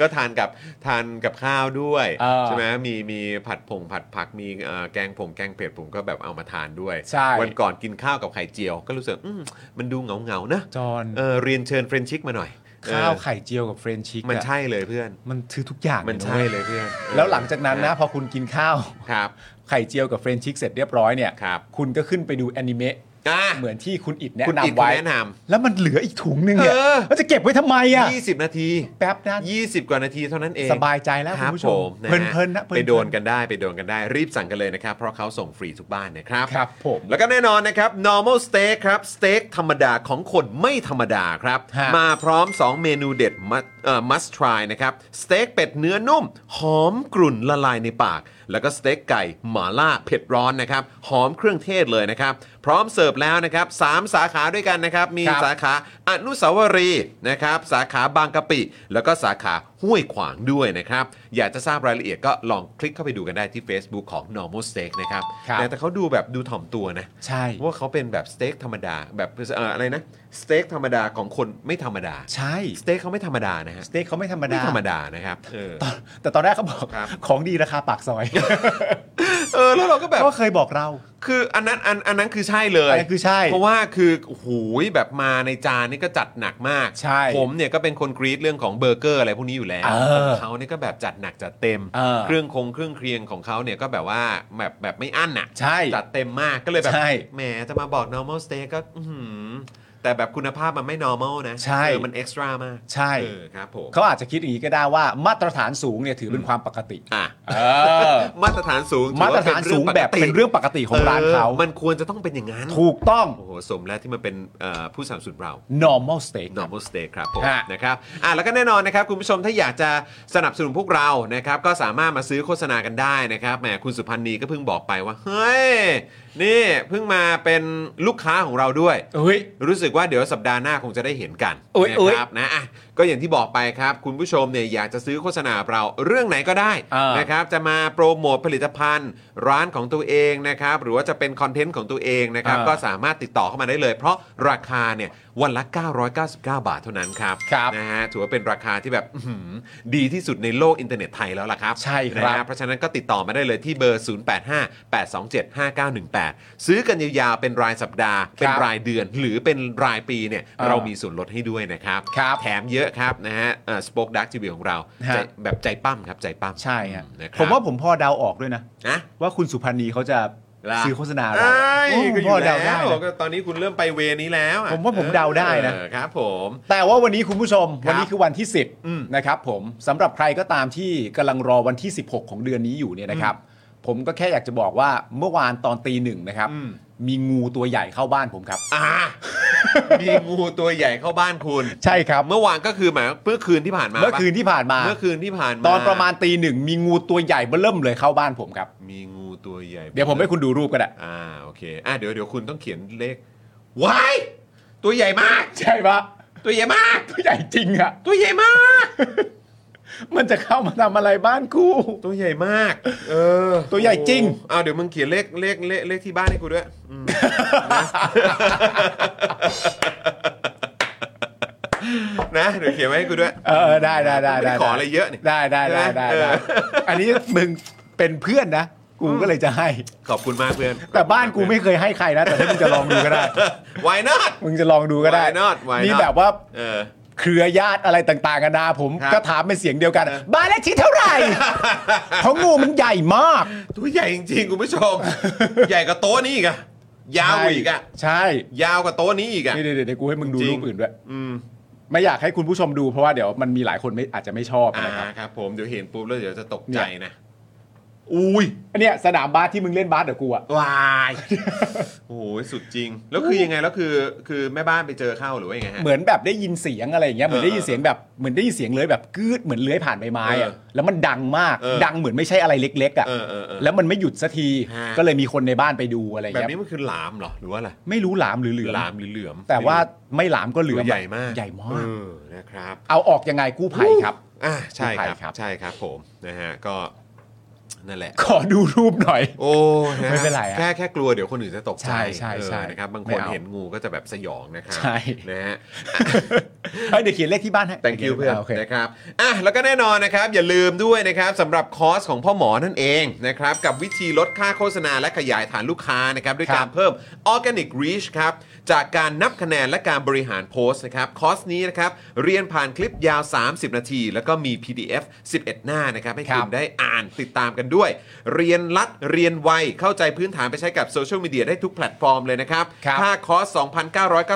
ก็ทานกับทานกับข้าวด้วย เออ ใช่ไหมมีมีผัดผงผัดผักมีเอ่อแกงผงแกงเผ็ดผมก็แบบเอามาทานด้วย ใช่ วันก่อนกินข้าวกับไข่เจียว ก็รู้สึกอืมมันดูเหงาเงาๆนะ จอน เออเรียนเชิญเฟรนชิกมาหน่อยเออ ข้าวไข่เจียวกับเฟรนชิก มันใช่เลยเพื่อน มันคือทุกอย่าง มัน เยะ ใช่ ว้ย เลยเพื่อน แล้วหลังจากนั้นนะพอคุณกินข้าว ครับ ไข่เจียวกับเฟรนชิกเสร็จเรียบร้อยเนี่ย ครับ คุณก็ขึ้นไปดูแอนิเมะ อ่ะ เหมือนที่คุณอิดแนะ คุณอิฐ นำไว้ แนะนำ แล้วมันเหลืออีกถุงหนึงเนี่ย เออ มันจะเก็บไว้ทำไมอ่ะ ยี่สิบนาที แป๊บนะ 20 กว่านาทีเท่านั้นเอง สบายใจแล้ว รับ คุณผู้ชม นะ เพลิ ฮะ นๆนะเพลินๆ ไปโดนกันได้ไปโดนกันได้รีบสั่งกันเลยนะครับ เพราะเขาส่งฟรีทุกบ้านนะครับ ครับผม แล้วก็แน่นอนนะครับ normal steak ครับสเต็กธรรมดาของคนไม่ธรรมดาครับ ฮะ มาพร้อม 2 เมนูเด็ด must- เอ่อ must try นะครับสเต็กเป็ดเนื้อนุ่ม หอมกลุ่นละลายในปาก แล้วก็สเต็กไก่หมาล่าเผ็ดร้อนนะครับหอมเครื่องเทศเลยนะครับพร้อมเสิร์ฟแล้วนะครับสามสาขาด้วยกันนะครับมี ครับ สา สาขาอนุสาวรีย์นะครับสาขาบางกะปิ แล้วก็สาขาห้วยขวางด้วยนะครับ อยากจะทราบรายละเอียดก็ลองคลิกเข้าไปดูกันได้ที่ Facebook ของ Normal Steak นะครับ ครับ แต่แต่เขาดูแบบดูถ่อมตัวนะ ใช่ ว่าเขาเป็นแบบสเต็กธรรมดาแบบเอ่ออะไรนะสเต็กธรรมดาของคนไม่ธรรมดา ใช่ สเต็กเขาไม่ธรรมดานะฮะ สเต็กเขาไม่ธรรมดา ไม่ธรรมดานะครับเออ แต่ตอนแรกเขาบอก ครับ ของดีราคาปากซอย อแล้วเราก็แบบ ก็เคยบอกเรา คืออันนั้นอันอันนั้นคือใช่เลย อันนั้นคือใช่ เพราะว่าคือโอ้โหูยแบบมาในจานนี่ก็จัดหนักมาก ใช่ ผมเนี่ยก็เป็นคนกรีดเรื่องของเบอร์เกอร์อะไรพวกนี้อยู่แล้ว เออ เขาเนี่ยก็แบบจัดหนักจัดเต็ม เออ เครื่องคงเครื่องเคียงของเขาเนี่ยก็แบบว่าแบบแบบไม่อั้นอ่ะ ใช่ จัดเต็มมากก็เลยแบบ ใช่ แหมจะมาบอก normal steak ก็อื้อหือแต่แบบคุณภาพมันไม่ normal นะ ใช่ เออมัน extra มาก ใช่ เออครับผม เขาอาจจะคิดอย่างนี้ก็ได้ว่ามาตรฐานสูงเนี่ยถือเป็นความปกติ อ่ะ เออ มาตรฐานสูงถือ มาตร ว่ ฐานสูงแบบเป็นเรื่องปกติของร้านเขา ออมันควรจะต้องเป็นอย่างนั้น ถูกต้อง โอ้โห สมแล้วที่มันเป็นเอ่อผู้สนับสนุนเรา normal steak normal steak ครับผม ฮะ นะครับอ่ะแล้วก็แน่นอนนะครับ คุณผู้ชมถ้าอยากจะสนับสนุนพวกเรานะครับ ก็สามารถมาซื้อโฆษณากันได้นะครับแหมคุณสุพันธ์นีก็เพิ่งบอกไปว่า เฮ้ย นี่เพิ่งมาเป็นลูกค้าของเราด้วย เฮ้ย รู้สึกว่าเดี๋ยวสัปดาห์หน้าคงจะได้เห็นกัน โอ้ย นะ โอ้ย ครับนะอ่ะก็อย่างที่บอกไปครับ คุณผู้ชมเนี่ยอยากจะซื้อโฆษณาเราเรื่องไหนก็ได้ อ่าน นะครับจะมาโปรโมทผลิตภัณฑ์ ร้านของตัวเองนะครับ หรือว่าจะเป็นคอนเทนต์ของตัวเองนะครับ อ่า ก็สามารถติดต่อเข้ามาได้เลย เพราะราคาเนี่ยวันละ 999 บาทเท่านั้นครับ ครับ นะฮะถือว่าเป็นราคาที่แบบอื้อหือดีที่สุดในโลกอินเทอร์เน็ตไทยแล้วล่ะครับ ใช่ครับ นะฮะ เพราะฉะนั้นก็ติดต่อมาได้เลยที่เบอร์ 0858275918 ซื้อกันยาวๆ เป็นรายสัปดาห์ เป็นรายเดือน หรือเป็นรายปีเนี่ย เออ เรามีส่วนลดให้ด้วยนะครับ ครับ แถมเยอะครับนะฮะสป็อคดักทีวีของเรา ฮะ ใจแบบใจปั้มครับ ใจปั้ม ใช่ฮะ อืนะครับ ผมว่าผมพอเดาออกด้วยนะ นะ ว่าคุณสุพันธ์นีเขาจะ ล่ะ ซื้อโฆษณา ไอ อะไร ้ โอ้ ก็อ พอยู่ เดา แล้ ได้ ว นะ ก็ตอนนี้คุณเริ่มไปเวนี้แล้วอะ ผมว่าผมเดาได้นะ เออครับผม แต่ว่าวันนี้คุณผู้ชม ครับ วันนี้คือวันที่ อืม 10นะครับผมสำหรับใครก็ตามที่กำลังรอวันที่ 16 ของเดือนนี้อยู่เนี่ยนะครับ ผมก็แค่อยากจะบอกว่าเมื่อวานตอนตีหนึ่งนะครับ อืม มีงูตัวใหญ่เข้าบ้านผมครับ อ่า มีงูตัวใหญ่เข้าบ้านคุณ ใช่ครับ เมื่อวานก็คือหมายเมื่อคืนที่ผ่านมาปะ เมื่อคืนที่ผ่านมา เมื่อคืนที่ผ่านมา ตอนประมาณตีหนึ่งมีงูตัวใหญ่เบ้อเริ่มเลยเข้าบ้านผมครับ มีงูตัวใหญ่ เดี๋ยวผมให้คุณดูรูปก็ได้ อ่าโอเคอ่าเดี๋ยวเดี๋ยวคุณต้องเขียนเลขว้ายตัวใหญ่มาก ใช่ปะ ตัวใหญ่มาก ตัวใหญ่จริงอะ ตัวใหญ่มาก มันจะเข้ามาทำอะไรบ้านกู ตัวใหญ่มาก เออ ตัวใหญ่จริง โอ้อ้าวเดี๋ยวมึงเขียนเลขเลขเลขเลขที่บ้านให้กูด้วยอืมนะนะเดี๋ยวเขียนไว้ให้กูด้วย เออได้ได้ได้ ม่ ได้ ขออะไรเยอะนี่ ได้ได้ได้ได้ เออ ได้อันนี้มึงเป็นเพื่อนนะ กูก็เลยจะให้ ขอบคุณมากเพื่อน แต่บ้านกูไม่เคยให้ใครนะ แต่ถ้ามึงจะลองดูก็ ได้ ไวนัด มึงจะลองดูก็ได้ Why not? Why not? นี่แบบว่า เออ เครือญาติอะไรต่างๆกันานาผม ครับ ก็ถามเป็นเสียงเดียวกัน เออ บ้านเลขที่เท่าไหร่ เพราะงูมันใหญ่มาก ตัวใหญ่จริงๆคุณผู้ชม ใหญ่กว่าโต๊ะนี้อีกอะยาวกว่าอีกอะ ใช่ ยาวกว่าโต๊ะนี้อีกอะ นี่เดี๋ยวเดี๋ยวกูให้มึงดูรูปอื่นด้วย อืม ไม่อยากให้คุณผู้ชมดูเพราะว่าเดี๋ยวมันมีหลายคนไม่อาจจะไม่ชอบ อ่า นะครับ ครับผมเดี๋ยวเห็นปุ๊บแล้วเดี๋ยวจะตกใจนะ อุ้ยเนี่ยสนามบาสที่มึงเล่นบาสเดี๋ยวกูอะ วาย โอ้โหสุดจริง แล้วคือยังไงแล้วคือคือแม่บ้านไปเจอเข้าหรือว่ายังไงฮะ เหมือนแบบได้ยินเสียงอะไรอย่างเงี้ยเหมือน เออ ได้ยินเสียงแบบเหมือนได้ยินเสียงเลื้อยแบบกืดเหมือนเลื้อยผ่านใบไม้อะ เออ แล้วมันดังมาก เออ ดังเหมือนไม่ใช่อะไรเล็กๆอะ เออเออเออ แล้วมันไม่หยุดสักที ฮะ ก็เลยมีคนในบ้านไปดูอะไร แบบ เงี้ย นี้มันคือหลามเหรอหรือว่าอะไร ไม่รู้หลามหรือเหลือม หลามหรือเหลือม แต่ว่าไม่หลามก็เห หรื ลื อ อม ใหญ่มาก ใหญ่มาก เออนะครับ เอาออกยังไงกู้ภัยครับ อ่าใช่ค ใช่ รับ ครับ ใช่ครับผมนะฮะก็นั่นแหละ ขอดูรูป หน่อย โอ้ะ ไม่เป็นไรอะ แค่แค่กลัวเดี๋ยวคนอื่นจะตกใจ ใช่ใช่ใช่ เออนะครับบางค ไม่ น เอา เห็นงูก็จะแบบสยองนะครั ใช่ นะฮะ เฮ้ยเดี๋ยวเขียนเลขที่บ้านให้ thank you เพื่อนา โค นะครับอ่ะแล้วก็แน่นอนนะครับ อย่าลืมด้วยนะครับสำหรับคอร์สของพ่อหมอนั่นเองนะครับ กับวิธีลดค่าโฆษณาและขยายฐานลูกค้านะครับ ด้วย ครักาบรเพิ่ม organic reach ครับ จากการนับคะแนนและการบริหารโพสต์นะครับ คอร์สนี้นะครับ เรียนผ่านคลิปยาว 30 นาที แล้วก็มี PDF 11 หน้านะครับ ให้ ครั คุ บ ณได้อ่านติดตามกันด้วย เรียนรัดเรียนไวเข้าใจพื้นฐานไปใช้กับโซเชียลมีเดียได้ทุกแพลตฟอร์มเลยนะครับ ครับ ค่าคอร์ส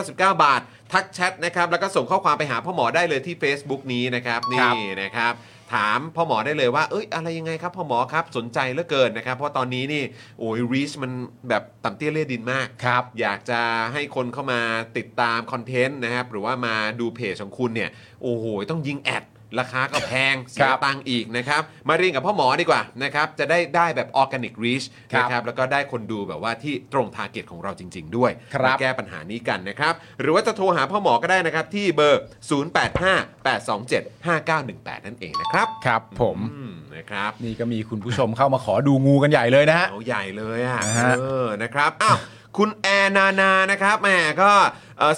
2,999 บาท ทักแชทนะครับ แล้วก็ส่งข้อความไปหาพ่อหมอได้เลยที่ Facebook นี้นะครับ ค นี่ รับ นะครับ ถามพ่อหมอได้เลยว่า เอ้ย อะไรยังไงครับพ่อหมอครับ สนใจเหลือเกินนะครับ เพราะตอนนี้นี่ โอ้ยรีชมันแบบต่ำเตี้ยเลี่ยดินมาก ครับ อยากจะให้คนเข้ามาติดตามคอนเทนต์นะครับ หรือว่ามาดูเพจของคุณเนี่ย โอ้โห ต้องยิงแอด ราคาก็แพงเสี ครั ย บ ตังค์อีกนะครับ มาเรียนกับพ่อหมอดีกว่านะครับ จะได้ได้แบบออร์แกนิกรีช ครับ นะครับ แล้วก็ได้คนดูแบบว่าที่ตรงทาร์เก็ตของเราจริง ๆ ด้วย ครับ มาแก้ปัญหานี้กันนะครับ หรือว่าจะโทรหาพ่อหมอก็ได้นะครับ ที่เบอร์ 0858275918 นั่นเองนะครับ ครับผม อืมนะครับ นี่ก็มีคุณผู้ชมเข้ามาขอดูงูกันใหญ่เลยนะฮะ เอาใหญ่เลยอ่ะ นะฮะ เออนะครับอ้าวคุณแอร์นานานะครับแหมก็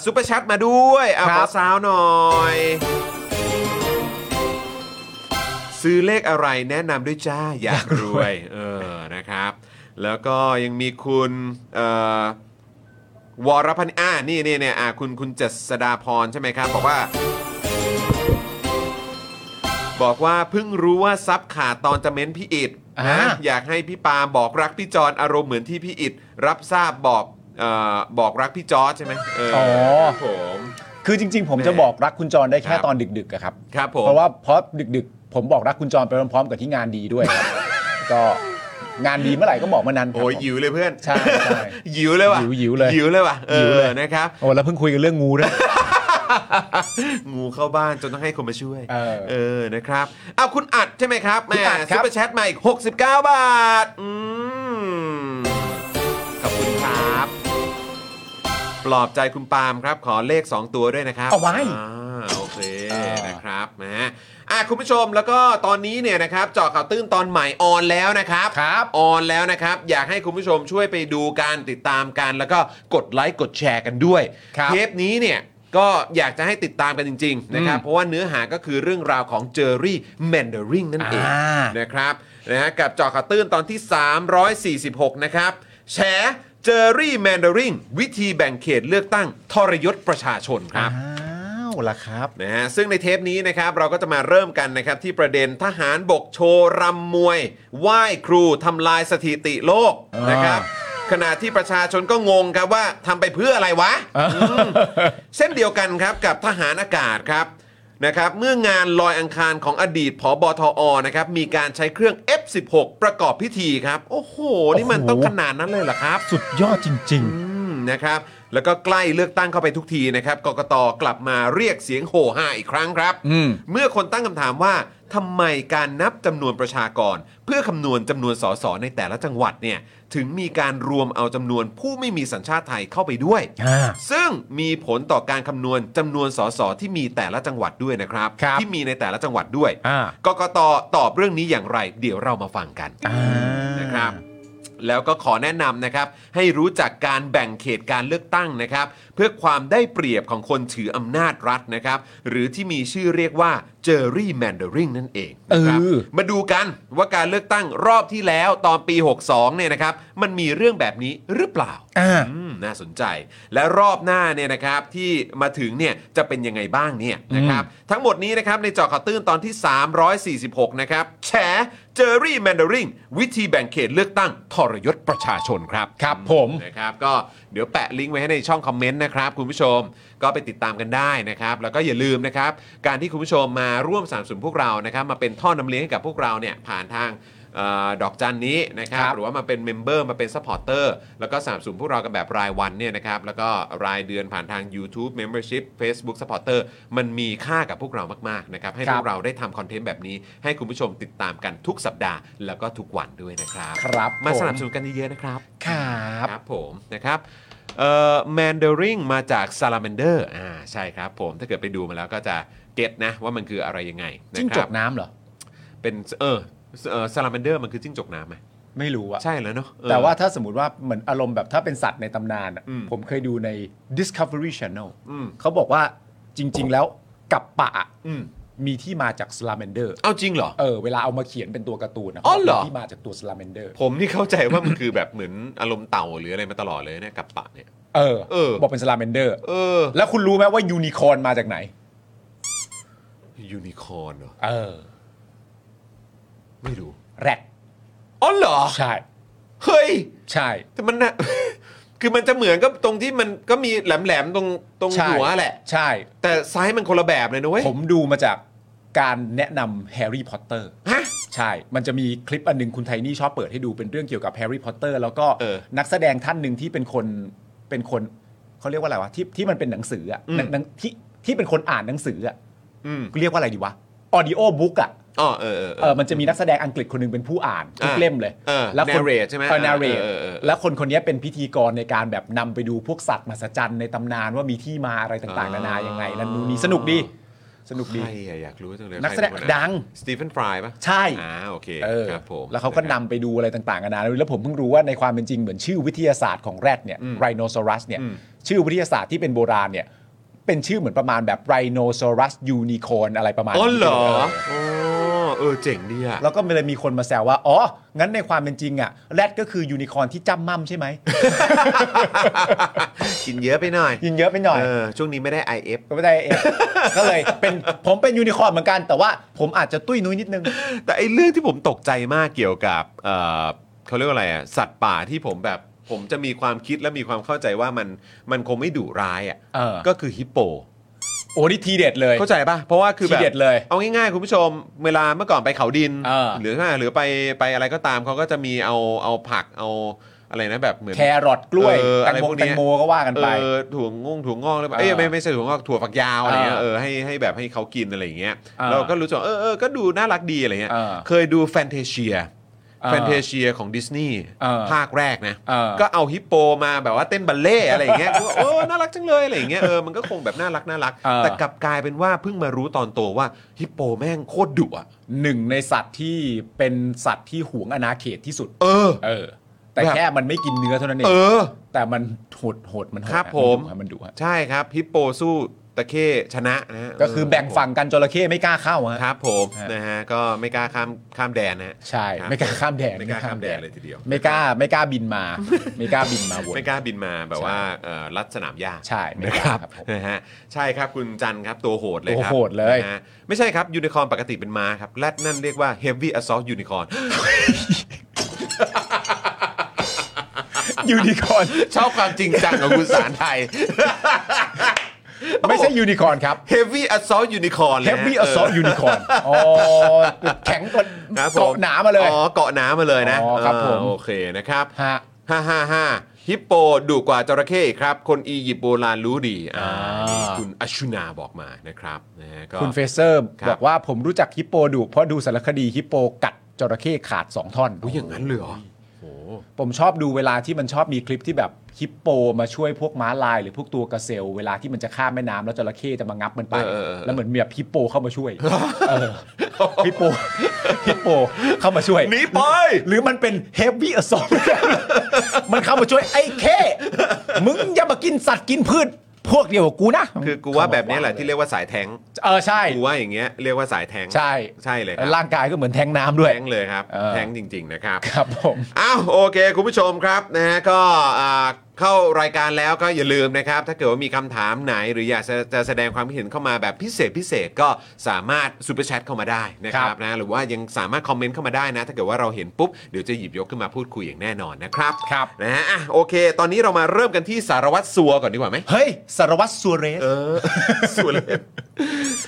ซุปเปอร์ชัดมาด้วยอ่ะ ครั ข บ อซาวหน่อย ซื้อเลขอะไรแนะนำด้วยจ้าอยากรวย เออนะครับ แล้วก็ยังมีคุณเอ่อวรพันธ์อ่านี่นี่เนี่ยอ่าคุณคุณเจษดาพรใช่ไหมครับ บอกว่า บอกว่าเพิ่งรู้ว่าซับขาดตอนจะเม้นพี่อิดนะ อ่า อยากให้พี่ปาบอกรักพี่จอนอารมณ์เหมือนที่พี่อิดรับทราบบอกเอ่อบอกรักพี่จอร์จใช่ไหมเออ อ๋อ ครับผม คือจริง ๆ ผมจะ แน่ บอกรักคุณจรได้แค่ ครับ ตอนดึกๆอะครับ ครับผม เพราะว่าเพราะดึกๆ ผมบอกรักคุณจรไปพร้อมๆ กับที่งานดีด้วย ครับ ก็งานดีเมื่อไหร่ก็บอกเมื่อนั้นครับ โอ้ย ผม หิวเลยเพื่อน ใช่ใช่ หิวเลยว่ะ หิวหิวเลย หิวเลยว่ะเอ หิว อ เลย นะครับ โอ้แล้วเพิ่งคุยกันเรื่องงูด้วย งูเข้าบ้านจนต้องให้คนมาช่วย เออ เออนะครับเอาวคุณอัดใช่ไหมครับแห คุณอัดค ซุ รั ป บ เปอร์แชทมาอีก 69 บาท อืมขอบคุณครับ ปลอบใจคุณปาล์มครับ ขอเลข 2 ตัวด้วยนะครับ เอาไว้ อ่าโอเค อ่าน นะครับนะฮะอ่ะคุณผู้ชมแล้วก็ตอนนี้เนี่ยนะครับเจาะข่าวตื้นตอนใหม่ออนแล้วนะครับ ครับ ออนแล้วนะครับ อยากให้คุณผู้ชมช่วยไปดูการติดตามกัน แล้วก็กดไลค์กดแชร์กันด้วย ครับ เทปนี้เนี่ยก็อยากจะให้ติดตามกันจริง ๆ นะครับ เพราะว่าเนื้อหาก็คือเรื่องราวของเจอรี่แมนเดอริงนั่นเอง อ่า นะครับนะฮะกับเจอข่าวตื้นตอนที่ 346 นะครับแฉเจอรี่แมนเดอริงวิธีแบ่งเขตเลือกตั้งทรยศประชาชนครับ อ้าวล่ะครับ นะฮะซึ่งในเทปนี้นะครับเราก็จะมาเริ่มกันนะครับที่ประเด็นทหารบกโชว์รำมวยไหว้ครูทำลายสถิติโลก อ่าน นะครับขณะที่ประชาชนก็งงครับว่าทำไปเพื่ออะไรวะ อ่า มเช่นเดียวกันครับกับทหารอากาศครับนะครับเมื่องานลอยอังคารของอดีตผบทอนะครับมีการใช้เครื่อง F16 ประกอบพิธีครับ โอ้โห นี่มันต้องขนาดนั้นเลยเหรอครับ สุดยอดจริง อืมนะครับแล้วก็ใกล้เลือกตั้งเข้าไปทุกทีนะครับกกตกลับมาเรียกเสียงโห่ห้าอีกครั้งครับ อืม เมื่อคนตั้งคำถามว่าทำไมการนับจำนวนประชากร เพื่อคำนวณจำนวนสสในแต่ละจังหวัดเนี่ยถึงมีการรวมเอาจำนวนผู้ไม่มีสัญชาติไทยเข้าไปด้วย ๆอ่า ซึ่งมีผลต่อการคำนวณจำนวนสสที่มีแต่ละจังหวัดด้วยนะครับ ครับ ที่มีในแต่ละจังหวัดด้วย อ่าก กตตอบเรื่องนี้อย่างไร เดี๋ยวเรามาฟังกัน อ่าน นะครับ แล้วก็ขอแนะนำนะครับ ให้รู้จักการแบ่งเขตการเลือกตั้งนะครับ เพื่อความได้เปรียบของคนถืออำนาจรัฐนะครับ หรือที่มีชื่อเรียกว่าเจอรี่แมนเดอริงนั่นเองนะครับ เออ มาดูกันว่าการเลือกตั้งรอบที่แล้วตอนปี 62เนี่ยนะครับ มันมีเรื่องแบบนี้หรือเปล่า อ่า อืมน่าสนใจและรอบหน้าเนี่ยนะครับที่มาถึงเนี่ยจะเป็นยังไงบ้างเนี่ยนะครับทั้งหมดนี้นะครับในเจอข่าวตื้นตอนที่ 346 นะครับแฉเจอรี่แมนดาริงวิธีแบ่งเขตเลือกตั้งทรยศประชาชนครับ ครับผม นะครับก็เดี๋ยวแปะลิงก์ไว้ให้ในช่องคอมเมนต์นะครับคุณผู้ชมก็ไปติดตามกันได้นะครับ แล้วก็อย่าลืมนะครับการที่คุณผู้ชมมาร่วมสามสนุนพวกเรานะครับมาเป็นท่อนำเลี้ยงให้กับพวกเราเนี่ยผ่านทางเออดอกจันนี้นะครับ ครับ หรือว่ามาเป็นเมมเบอร์มาเป็นซัพพอร์เตอร์แล้วก็สนับสนุนพวกเรากันแบบรายวันเนี่ยนะครับแล้วก็รายเดือนผ่านทาง YouTube Membership Facebook Supporter มันมีค่ากับพวกเรามาก ๆ นะครับ ให้ ครั พ บ วกเราได้ทำคอนเทนต์แบบนี้ ให้คุณผู้ชมติดตามกันทุกสัปดาห์ แล้วก็ทุกวันด้วยนะครับ ครับ มา ผ สนับสนุนกันเยอะ ๆ นะครับ ครับ ครับผมนะครับเอ่อแมนเดอริงมาจากซาลา m มนเดอร์อ่าใช่ครับผมถ้าเกิดไปดูมาแล้วก็จะเก็ตนะว่ามันคืออะไรยังไงนะ จิ้ง ค จ รับ กน้ำเหรอ เป็นเออเออซาลา m มนเดอร์มันคือจิ้งจกน้ำไหม ไม่รู้อะ ใช่แล้วเนาะเออ แต่ว่าถ้าสมมติว่าเหมือนอารมณ์แบบถ้าเป็นสัตว์ในตำนานอะ อืม ผมเคยดูใน Discovery Channel อืม เขาบอกว่าจริง ๆ แล้วกับปะอะ อืม มีที่มาจากสลาเมนเดอร์ เอาจริงเหรอ เออเวลาเอามาเขียนเป็นตัวการ์ตูนนะ อ๋อเหรอ ที่มาจากตัวสลาเมนเดอร์ ผมนี่เข้าใจว่ามันคือแบบเหมือนอารมณ์เต่าหรืออะไรมาตลอดเลยเนี่ยกับปะเนี่ย เออ เออ บอกเป็นสลาเมนเดอร์ เออ แล้วคุณรู้ไหมว่ายูนิคอร์นมาจากไหน ยูนิคอร์นเหรอ เออ ไม่รู้ แรด อ๋อเหรอ ใช่ เฮ้ย ใช่ แต่มันนะ คือมันจะเหมือนกับตรงที่มันก็มีแหลมๆ ตรงตรง ใช่ หัวแหละ ใช่ แต่ไซส์มันคนละแบบเลยนะเว้ย ผมดูมาจากการแนะนำแฮร์รี่พอตเตอร์ ฮะ ใช่ มันจะมีคลิปอันหนึงคุณไทนี่ชอบเปิดให้ดูเป็นเรื่องเกี่ยวกับแฮร์รี่พอตเตอร์แล้วก็ เออ นักแสดงท่านหนึ่งที่เป็นคนเป็นคนเขาเรียกว่าอะไรวะที่ที่มันเป็นหนังสืออะ อืม หนังหนังที่ที่เป็นคนอ่านหนังสืออะ อืม เรียกว่าอะไรดีวะออดิโอบุ๊กอะ อ๋อเออเออเอ เอ อ อมันจะมีนักแสดงอังกฤษคนหนึงเป็นผู้อ่านทุก อ่า เล่มเลย เออ คน narrate ใช่ไหม เออนาเรต เออเออเออเออ แล้วคนคนนี้เป็นพิธีกรในการแบบนำไปดูพวกสัตว์มหัศจรรย์ในตำนานว่ามีที่มาอะไรต่างๆนานายังไงนั่นนู่นนี่สนุกดี สนุกดี ใครอะอยากรู้จังเลย นักแสดงดัง สตีเฟนฟรายปะ ใช่ อ่าโอเค เออ ครับผม แล้วเขาะคนก็ำ รับ ไปดูอะไรต่างๆกันานาแล้วผมเพิ่งรู้ว่าในความเป็นจริงเหมือนชื่อวิทยาศาสตร์ของแรดเนี่ยไรโนซอรัสเนี่ย อืม ชื่อวิทยาศาสตร์ที่เป็นโบราณเนี่ย เป็นชื่อเหมือนประมาณแบบไรโนซอรัสยูนิคอนอะไรประมาณ อ๋อ นี้ เหรอ เ อ๋อเออเจ๋งดีอ่ะ แล้วก็ เลยมีคนมาแซวว่า อ๋อ งั้นในความเป็นจริงอ่ะแรดก็คือยูนิคอร์นที่จ้ำม่ำใช่ไหม กินเยอะไปหน่อย ยิงเยอะไปหน่อย เออช่วงนี้ไม่ได้ IF ก็ไม่ได้เอง ก็เลยเป็นผมเป็นยูนิคอร์นเหมือนกัน แต่ว่าผมอาจจะตุ้ยนุ้ยนิดนึง แต่ไอ้เรื่องที่ผมตกใจมากเกี่ยวกับเอ่อเขาเรียกว่าอะไรอ่ะสัตว์ป่าที่ผมแบบผมจะมีความคิดและมีความเข้าใจว่ามันมันคงไม่ดุร้ายอ่ะ เออ ก็คือฮิปโป โอ้นี่ทีเด็ดเลย เข้าใจป่ะ เพราะว่าคือแบ ที บ เด็ดเลย เอาง่ายๆ คุณผู้ชม เวลาเมื่อก่อนไปเขาดิน เออ หรือถ้าหรือไปไปอะไรก็ตามเขาก็จะมีเอาเอาผักเอาอะไรนะแบบเหมือน แครอทกล้วย เออ แตงโม อะไรพวกเนี้ แต ย งโมก็ว่ากันไป เออถั่วงงถั่วงอกหรือเปล่าเอ้ย เออ ไม่ไม่ใช่ถั่วงอกถั่วฝักยาวอะไรเงี้ย เออ เออให้ให้แบบให้เขากินอะไรอย่างเงี้ย เออ เราก็รู้สึกว่าเออเออก็ดูน่ารักดีอะไรเงี้ย เออ เคยดูแฟนเทเชีย เออ แฟนเทเชียของดิสนีย์ เออ ภาคแรกนะ เออ ก็เอาฮิปโปมาแบบว่าเต้นบัลเล่ต์อะไร อย่างเงี้ยก็โอ้น่ารักจังเลยอะไรอย่างเงี้ยเออมันก็คงแบบน่ารักน่ารัก เออ แต่กลับกลายเป็นว่าเพิ่งมารู้ตอนโตว่าฮิปโปแม่งโคตรดุอะ หนึ่งในสัตว์ที่เป็นสัตว์ที่หวงอาณาเขตที่สุด เออ เออ แต่ ครับ แค่มันไม่กินเนื้อเท่านั้นเอ เอง อ แต่มันโหดโหดมันโหด ครับ อะ ผม นดุอะมันดุอะ ใช่ครับฮิปโปสู้ตะเข้ชนะนะฮะ ก็คือแบ่งฝั่งกันจระเข้ไม่กล้าเข้าฮะ ครับผม ฮะ นะฮะก็ไม่กล้าข้ามข้ามแดนนะฮะ ใช่ ครับ ไม่กล้าข้ามแดน ไม่กล้าข้ามแดนเลยทีเดียว ไม่กล้าไม่กล้าบิน มา ไม่กล้าบินมาวน ไม่กล้าบินมาแบบว่าเอ่อรัดสนามหญ้า ใช่ไม่ นะ ก ค ล้า รับ ครับผม นะฮะใช่ครับคุณจันทร์ครับตัวโหดเลยครับ ตัวโหดเลย นะฮะไม่ใช่ครับยูนิคอร์นปกติเป็นม้าครับแรดนั่นเรียกว่า heavy assault unicorn ยูนิค อร์น ชอบความจริงจังของคุณสารไทย ไม่ใช่ยูนิคอร์นครับ heavy assault unicorn เฮ เลย ฟ นะ วี่อสอยูนิคอนอ๋อแข็งกว่า ครับผ เกาะหนามาเลย อ๋อเกาะหนามาเลยนะ อ๋อครับผม เออโอเคนะครับ ฮะ ฮ่าฮ่าฮ่าฮิปโปดุกว่าจระเข้อีกครับ คนอียิปต์โบราณรู้ดีอ่า อ่านี่ คุณอัชชุนาบอกมานะครับนะฮะก็ คุณเฟเซอร์ ครับ บอกว่าผมรู้จักฮิปโปดุเพราะดูสารคดีฮิปโปกัดจระเข้ขาด 2 ท่อน อุ๊ยอย่างนั้นเลยเหรอ ผมชอบดูเวลาที่มันชอบมีคลิปที่แบบฮิปโปมาช่วยพวกม้าลาย หรือพวกตัวกระเซลเวลาที่มันจะข้ามแม่น้ำแล้วจระเข้จะมางับมันไป แล้วเหมือนมีแบบฮิปโปเข้ามาช่วยเออฮิปโปฮิปโปเข้ามาช่วย หนีไป หรือมันเป็นเฮฟวี่อสอมมันเข้ามาช่วยไอ้เคมึงอย่ามากินสัตว์กินพืช พวกเดียวกับกูนะ คือกูว่าแบบนี้แหละที่เรียกว่าสายแทง เออใช่ กูว่าอย่างเงี้ยเรียกว่าสายแทง ใช่ ใช่เลยครับ ร่างกายก็เหมือนแทงน้ำด้ว แท ย งเลยครับ เออ แทงจริง ๆ นะครับ ครับผม อ้าวโอเค คุณผู้ชมครับนะฮะก็อ่าเข้ารายการแล้วก็อย่าลืมนะครับ ถ้าเกิดว่ามีคำถามไหน หรืออยากจะจะแสดงความคิดเห็นเข้ามาแบบพิเศษพิเศษก็สามารถซูเปอร์แชทเข้ามาได้นะครับ ครับ นะหรือว่ายังสามารถคอมเมนต์เข้ามาได้นะ ถ้าเกิดว่าเราเห็นปุ๊บ เดี๋ยวจะหยิบยกขึ้นมาพูดคุยอย่างแน่นอนนะครับ ครับ นะฮะอ่ะโอเค ตอนนี้เรามาเริ่มกันที่สารวัตรสัวก่อนดีกว่าไหม เฮ้ย สารวัตรซัวเรส เออสัวเลย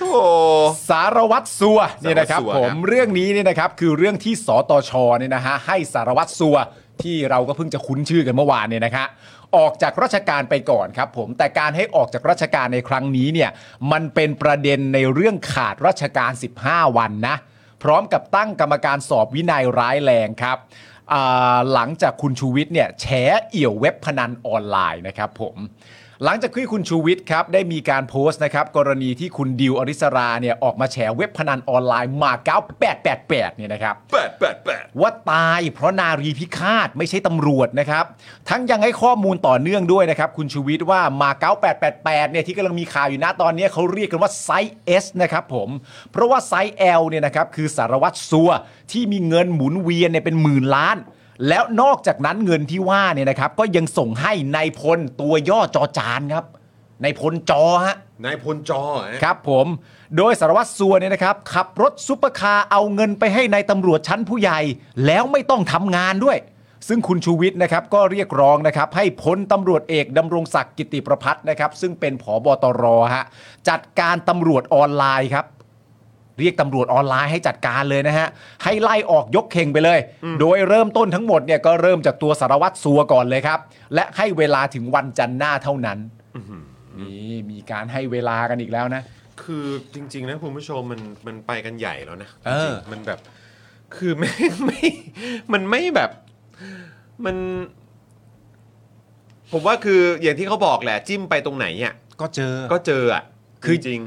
โอ้ สารวัตรสัวเนี่ยนะครับ สารวัตรสัว ผคมรับ เรื่องนี้เนี่ยนะครับคือเรื่องที่สตชเนี่ยนะฮะให้สารวัตรสัวที่เราก็เพิ่งจะคุ้นชื่อกันเมื่อวานเนี่ยนะฮะออกจากราชการไปก่อนครับผมแต่การให้ออกจากราชการในครั้งนี้เนี่ยมันเป็นประเด็นในเรื่องขาดราชการ 15 วันนะ พร้อมกับตั้งกรรมการสอบวินัยร้ายแรงครับอ่าหลังจากคุณชูวิทย์เนี่ยแฉเอี่ยวเว็บพนันออนไลน์นะครับผม หลังจากที่คุณชูวิทย์ครับได้มีการโพสต์นะครับกรณีที่คุณดิวอริสราเนี่ยออกมาแฉเว็บพนันออนไลน์มาเก๊า888เนี่ยนะครับ ว่าตายเพราะนารีพิฆาตไม่ใช่ตำรวจนะครับ ทั้งยังให้ข้อมูลต่อเนื่องด้วยนะครับ คุณชูวิทย์ว่ามาเก๊า888เนี่ยที่กำลังมีข่าวอยู่นะตอนนี้เขาเรียกกันว่าไซส์ S นะครับผม เพราะว่าไซส์ L เนี่ยนะครับคือสารวัตรสัวที่มีเงินหมุนเวียนเนี่ยเป็นหมื่นล้าน แล้วนอกจากนั้นเงินที่ว่าเนี่ยนะครับก็ยังส่งให้ในายพลตัวย่อจอจานครับในายพลจอฮะ นายพลจอเหรอฮะ ครับผม โดยสารวัตรสัวเนี่ยนะครับ ขับรถซุปเปอร์คาร์เอาเงินไปให้ในายตำรวจชั้นผู้ใหญ่ แล้วไม่ต้องทำงานด้วย ซึ่งคุณชูวิทย์นะครับก็เรียกร้องนะครับ ให้พลตำรวจเอกดำรงศักดิ์กิติประพัฒน์นะครับ ซึ่งเป็นผอบตรฮะจัดการตำรวจออนไลน์ครับ เรียกตำรวจออนไลน์ให้จัดการเลยนะฮะ ให้ไล่ออกยกเข่งไปเลย โดยเริ่มต้นทั้งหมดเนี่ยก็เริ่มจากตัวสารวัตรสัวก่อนเลยครับ และให้เวลาถึงวันจันทร์หน้าเท่านั้นนี่มีการให้เวลากันอีกแล้วนะ คือจริง ๆ นะคุณผู้ชมมันมันไปกันใหญ่แล้วนะ เออ จริงๆมันแบบ คือไม่ ไม่มันไม่แบบมัน ผมว่าคืออย่างที่เขาบอกแหละ จิ้มไปตรงไหนอ่ะ ก็เจอ ก็เจออ่ะ คือ จริง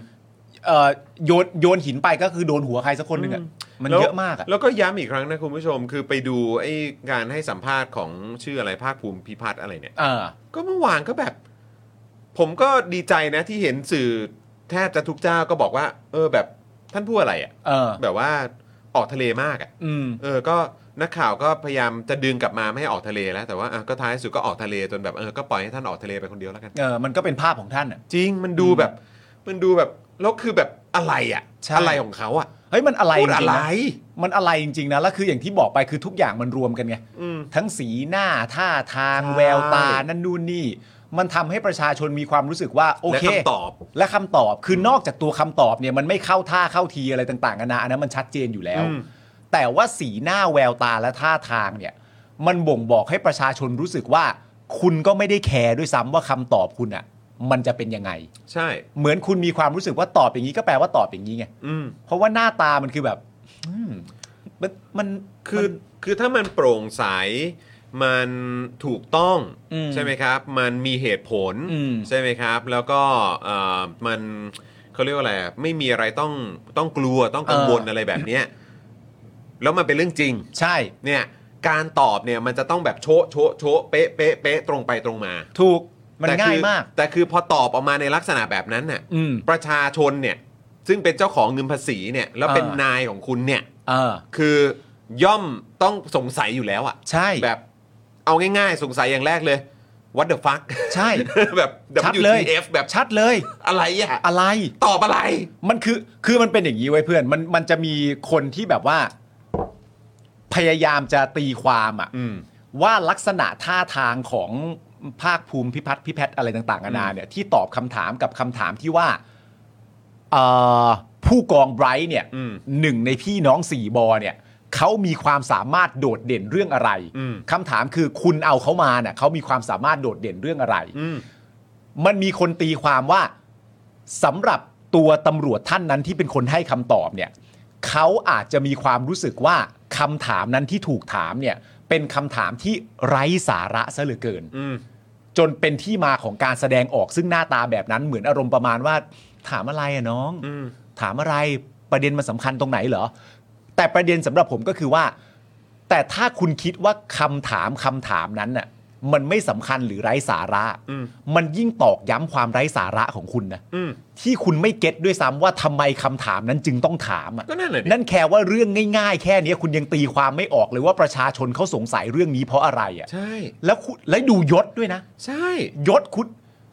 เอ่อโยนโยนหินไปก็คือโดนหัวใครสักคนหนึ่งอ่ะ ๆ มัน แล้ว เยอะมากอ่ะ แล้วก็ย้ำอีกครั้งนะคุณผู้ชม คือไปดูไอ้การให้สัมภาษณ์ของชื่ออะไรภาคภูมิพิพัฒน์อะไรเนี่ย เออ ก็เมื่อวานก็แบบ ผมก็ดีใจนะที่เห็นสื่อแทบจะทุกเจ้าก็บอกว่า เออแบบท่านพูดอะไรอะ เออ แบบว่าออกทะเลมากอะ อืม เออก็นักข่าวก็พยายามจะดึงกลับมาไม่ให้ออกทะเลแล้ว แต่ว่าอ่ะก็ท้ายสุดก็ออกทะเลจนแบบเออก็ปล่อยให้ท่านออกทะเลไปคนเดียวแล้วกัน เออ มันก็เป็นภาพของท่านอ่ะ จริงมันดูแบบมันดูแบบแล้วคือแบบอะไรอะ ใช่ อะไรของเขาอะ เฮ้ย มันอะไรจ พูดอะ ริง ไร ๆนะ มันอะไรจริงๆนะ แล้วคืออย่างที่บอกไปคือทุกอย่างมันรวมกันไง อืม ทั้งสีหน้าท่าทาง ใช่ แววตา นั่นนู่นนี่ มันทำให้ประชาชนมีความรู้สึกว่า โอเค และคำตอบ และคำตอบคือนอกจากตัวคำตอบเนี่ยมันไม่เข้าท่าเข้าทีอะไรต่างๆกันานาอันนั้นมันชัดเจนอยู่แล้ว แต่ว่าสีหน้าแววตาและท่าทางเนี่ย มันบ่งบอกให้ประชาชนรู้สึกว่า คุณก็ไม่ได้แคร์ด้วยซ้ำว่าคำตอบคุณอะ่ะ มันจะเป็นยังไง ใช่ เหมือนคุณมีความรู้สึกว่าตอบอย่างนี้ก็แปลว่าตอบอย่างนี้ไง อืม เพราะว่าหน้าตามันคือแบบ อืมมันมัน คือ มัน คือถ้ามันโปร่งใส มันถูกต้อง อืม ใช่ไหมครับ มันมีเหตุผล อืม ใช่ไหมครับ แล้วก็เอ่อมันเขาเรียกว่าอะไรอะไม่มีอะไรต้องต้องกลัวต้องกังวล เอออ อะไรแบบเนี้ยแล้วมันเป็นเรื่องจริง ใช่ เนี่ย การตอบเนี่ยมันจะต้องแบบโชะโชะโชะเป๊ะเป๊ะเป๊ะตรงไปตรงมา ถูกมัน แต่ ง่า คื ย อ มาก แต่คือพอตอบออกมาในลักษณะแบบนั้นน่ะ อืม ประชาชนเนี่ย ซึ่งเป็นเจ้าของเงินภาษีเนี่ยแล้วเป็น เออ นายของคุณเนี่ย เออ คือย่อมต้องสงสัยอยู่แล้วอะ ใช่ แบบเอาง่ายๆ สงสัยอย่างแรกเลย what the fuck ใช่ แบบ ชัดเลย WTF แบบ ชัดเลย อะไรอะ อะไร ตอบอะไร มันคือคือมันเป็นอย่างนี้ไว้ยเพื่อนมันมันจะมีคนที่แบบว่า พยายามจะตีความอะ อืม ว่าลักษณะท่าทางของภาคภูมิพิพัฒน์พิแพทย์อะไรต่างๆนานาเนี่ยที่ตอบคำถามกับคำถามที่ว่าเอ่อผู้กองไบรท์เนี่ย อืม หนึ่งในพี่น้องสี่บอเนี่ยเขามีความสามารถโดดเด่นเรื่องอะไร อืม คำถามคือคุณเอาเขามาเนี่ยเขามีความสามารถโดดเด่นเรื่องอะไร อืม มันมีคนตีความว่าสำหรับตัวตำรวจท่านนั้นที่เป็นคนให้คำตอบเนี่ยเขาอาจจะมีความรู้สึกว่าคำถามนั้นที่ถูกถามเนี่ยเป็นคำถามที่ไร้สาระซะเหลือเกิน อืม จนเป็นที่มาของการแสดงออกซึ่งหน้าตาแบบนั้นเหมือนอารมณ์ประมาณว่า ถามอะไรอะน้อง อืม ถามอะไรประเด็นมันสำคัญตรงไหนเหรอ แต่ประเด็นสำหรับผมก็คือว่า แต่ถ้าคุณคิดว่าคำถามคำถามนั้นน่ะมันไม่สำคัญหรือไร้สาระ อืม มันยิ่งตอกย้ำความไร้สาระของคุณนะ อืม ที่คุณไม่เก็ตด้วยซ้ำว่าทำไมคำถามนั้นจึงต้องถามอ่ะ ก็นั่นแหละดิ นั่นแค่ว่าเรื่องง่ายๆ แค่เนี้ยคุณยังตีความไม่ออกเลยว่าประชาชนเขาสงสัยเรื่องนี้เพราะอะไรอ่ะ ใช่ แล้วคุณแล้วดูยศด้วยนะ ใช่ ยศคุณ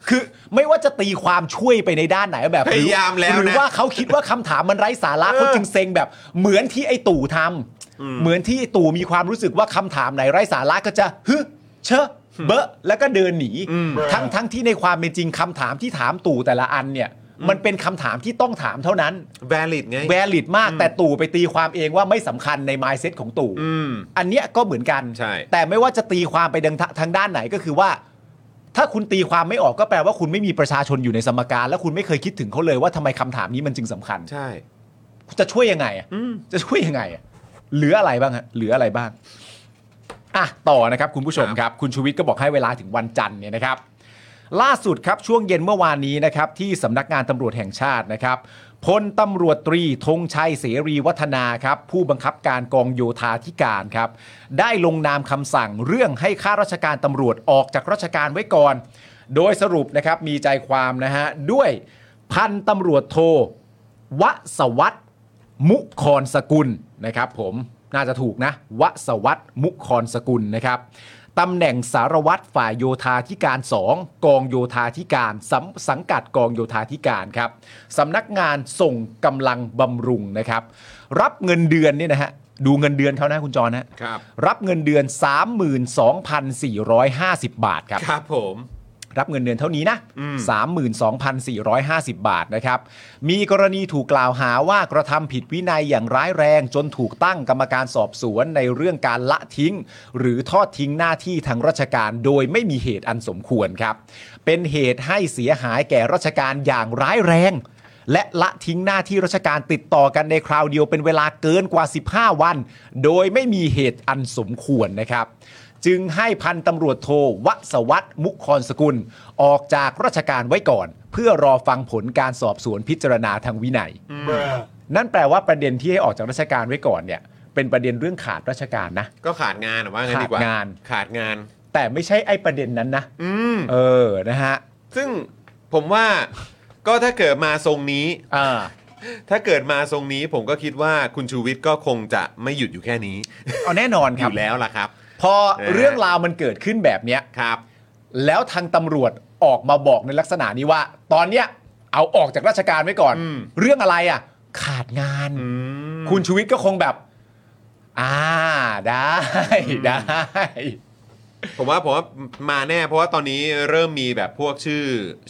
คือไม่ว่าจะตีความช่วยไปในด้านไหนแบบ พยายามแล้วนะ หรือว่าเขาคิดว่าคำถามมันไร้สาระ เออ เขาจึงเซ็งแบบ เหมือนที่ไอ้ตู่ทำเหมือนที่ไอ้ตู่มีความรู้สึกว่าคำถามไหนไร้สาระก็จะฮึเชอะเบอะแล้วก็เดินหนี อืม ทั้งทั้งที่ในความเป็นจริงคำถามที่ถามตู่แต่ละอันเนี่ย มันเป็นคำถามที่ต้องถามเท่านั้น valid ไง แวลิดมากแต่ตู่ไปตีความเองว่าไม่สำคัญในมายเซ็ตของตู่ อืม อันเนี้ยก็เหมือนกัน ใช่ แต่ไม่ว่าจะตีความไปทางทางด้านไหนก็คือว่า ถ้าคุณตีความไม่ออกก็แปลว่าคุณไม่มีประชาชนอยู่ในสมการ และคุณไม่เคยคิดถึงเขาเลยว่าทำไมคำถามนี้มันจึงสำคัญ ใช่ จะช่วยยังไงอะจะช่วยยังไงอะเหลืออะไรบ้างฮะเหลืออะไรบ้างอ่ะต่อนะครับคุณผู้ชมครับ คุณชูวิทย์ก็บอกให้เวลาถึงวันจันทร์เนี่ยนะครับ ล่าสุดครับช่วงเย็นเมื่อวานนี้นะครับ ที่สำนักงานตำรวจแห่งชาตินะครับพลตำรวจตรีธงชัยเสรีวัฒนาครับ ผู้บังคับการกองโยธาธิการครับ ได้ลงนามคำสั่งเรื่องให้ข้าราชการตำรวจออกจากราชการไว้ก่อน โดยสรุปนะครับมีใจความนะฮะด้วยพันตำรวจโทวสวัต มุคอนสกุลนะครับผมน่าจะถูกนะวสวัตมุคอนสกุลนะครับตำแหน่งสารวัตรฝ่ายโยธาธิการ 2 กองโยธาธิการสำสังกัดกองโยธาธิการครับสำนักงานส่งกำลังบำรุงนะครับ รับเงินเดือนเนี่ยนะฮะดูเงินเดือนเขานะคุณจรนะครับ รับเงินเดือน 32,450 บาทครับ ครับผม รับเงินเดือนเท่านี้นะ 32,450 บาทนะครับ มีกรณีถูกกล่าวหาว่ากระทำผิดวินัยอย่างร้ายแรง จนถูกตั้งกรรมการสอบสวนในเรื่องการละทิ้ง หรือทอดทิ้งหน้าที่ทางราชการโดยไม่มีเหตุอันสมควรครับ เป็นเหตุให้เสียหายแก่ราชการอย่างร้ายแรง และละทิ้งหน้าที่ราชการติดต่อกันในคราวเดียวเป็นเวลาเกินกว่า 15 วัน โดยไม่มีเหตุอันสมควรนะครับ จึงให้พันตำรวจโทวสวัตมุคอนสกุล ออกจากราชการไว้ก่อน เพื่อรอฟังผลการสอบสวนพิจารณาทางวินัย นั่นแปลว่าประเด็นที่ให้ออกจากราชการไว้ก่อนเนี่ย เป็นประเด็นเรื่องขาดราชการนะ ก็ขาดงานหรือว่างั้นดีกว่า ขาดงาน ขาดงาน แต่ไม่ใช่ไอ้ประเด็นนั้นนะ อืม เออนะฮะ ซึ่ง ผมว่าก็ถ้าเกิดมาทรงนี้ อ่า ถ้าเกิดมาทรงนี้ผมก็คิดว่าคุณชูวิทย์ก็คงจะไม่หยุดอยู่แค่นี้ เอาแน่นอน อ ครับ ยู่แล้วล่ะครับ พอเรื่องราวมันเกิดขึ้นแบบเนี้ย ครับ แล้วทางตำรวจออกมาบอกในลักษณะนี้ว่า ตอนเนี้ยเอาออกจากราชการไว้ก่อน อืม เรื่องอะไรอ่ะ ขาดงาน อืม คุณชูวิทย์ก็คงแบบ อ่าได้ได้ ผมว่าผมว่ามาแน่ เพราะว่าตอนนี้เริ่มมีแบบพวกชื่อ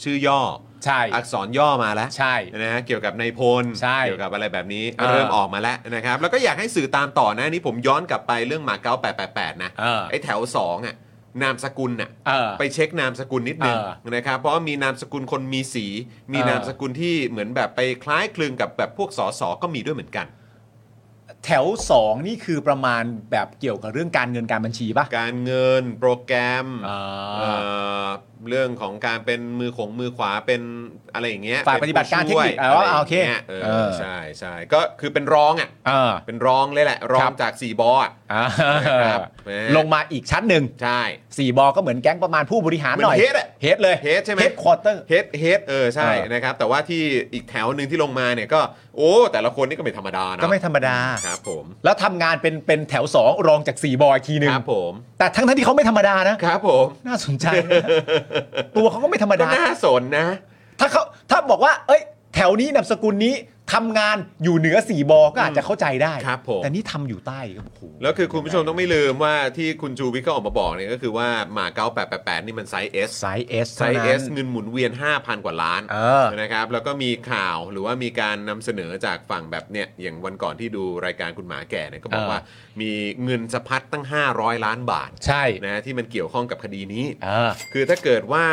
ชื่อย่อ ใช่ อักษรย่อมาแล้ว ใช่ นะฮะเกี่ยวกับในายพล ใช่ เกี่ยวกับอะไรแบบนี้ เออ เริ่มออกมาแล้วนะครับ แล้วก็อยากให้สื่อตามต่อนะอันนี่ผมย้อนกลับไปเรื่องหมาเก๊า888 นะ เออ ไอ้แถว 2 อ่ะ นามสกุลอ่ะ เออ ไปเช็คนามสกุลนิดนึง เออ นะครับ เพราะว่ามีนามสกุลคนมีสี มี เออ นามสกุลที่เหมือนแบบไปคล้ายคลึงกับแบบพวกสสก็มีด้วยเหมือนกัน แถวสองนี่คือประมาณแบบเกี่ยวกับเรื่องการเงินการบัญชีป่ะ การเงินโปรแกรม อ่า เอ่อเรื่องของการเป็นมือของมือขวาเป็นอะไรอย่างเงี้ย ฝ่ายปฏิบัติการเทคนิค ป็นผู้ช่วย อ๋ออ่าโอเค ะไรย่างงี้ยเออ เออ ใช่ใช่ก็คือเป็นรองอ่ะ เออ เป็นรองเลยแหละ รอ ครั ง บ จากสี่บออ่ะ อ่า ครับแหม ลงมาอีกชั้นหนึ่ง ใช่ สี่บอก็เหมือนแก๊งประมาณผู้บริหารหน่อย เหมือน head อะ เฮดเลย เฮดใช่ไหม เฮดควอเตอร์ เฮดเฮดเออใช่ เออ นะครับ แต่ว่าที่อีกแถวหนึ่งที่ลงมาเนี่ยก็ โอ้แต่ละคนนี่ก็ไม่ธรรมดานะ ก็ไม่ธรรมดา ครับผม แล้วทำงานเป็นเป็นแถวสองรองจากสี่บออีกทีหนึ่ง ครับผม แต่ทั้งทั้งที่เขาไม่ธรรมดานะ ครับผม น่าส นใจนะตัวเขาก็ไม่ธรรม ก็ ดา น่าสนนะ ถ้าเขาถ้าบอกว่า เอ้ย แถวนี้นามสกุลนี้ทำงานอยู่เหนือสี่บอก็อาจจะเข้าใจได้ ครับผม แต่นี่ทำอยู่ใต้ก็โอ้โห แล้วคือคุณผู้ชมต้องไม่ลืมว่าที่คุณจูวิทย์ก็ออกมาบอกเนี่ยก็คือว่าหมาเก้าแปดแปดแปดนี่มันไซส์เอส ไซส์เอส ไซส์เอสเงินหมุนเวียน 5,000 กว่าล้าน เออ นะครับแล้วก็มีข่าวหรือว่ามีการนำเสนอจากฝั่งแบบเนี่ยอย่างวันก่อนที่ดูรายการคุณหมาแก่เนี่ยก็บอก เออ ว่ามีเงินสะพัดตั้ง 500 ล้านบาท ใช่ นะที่มันเกี่ยวข้องกับคดีนี้ เออ คือถ้าเกิดว่า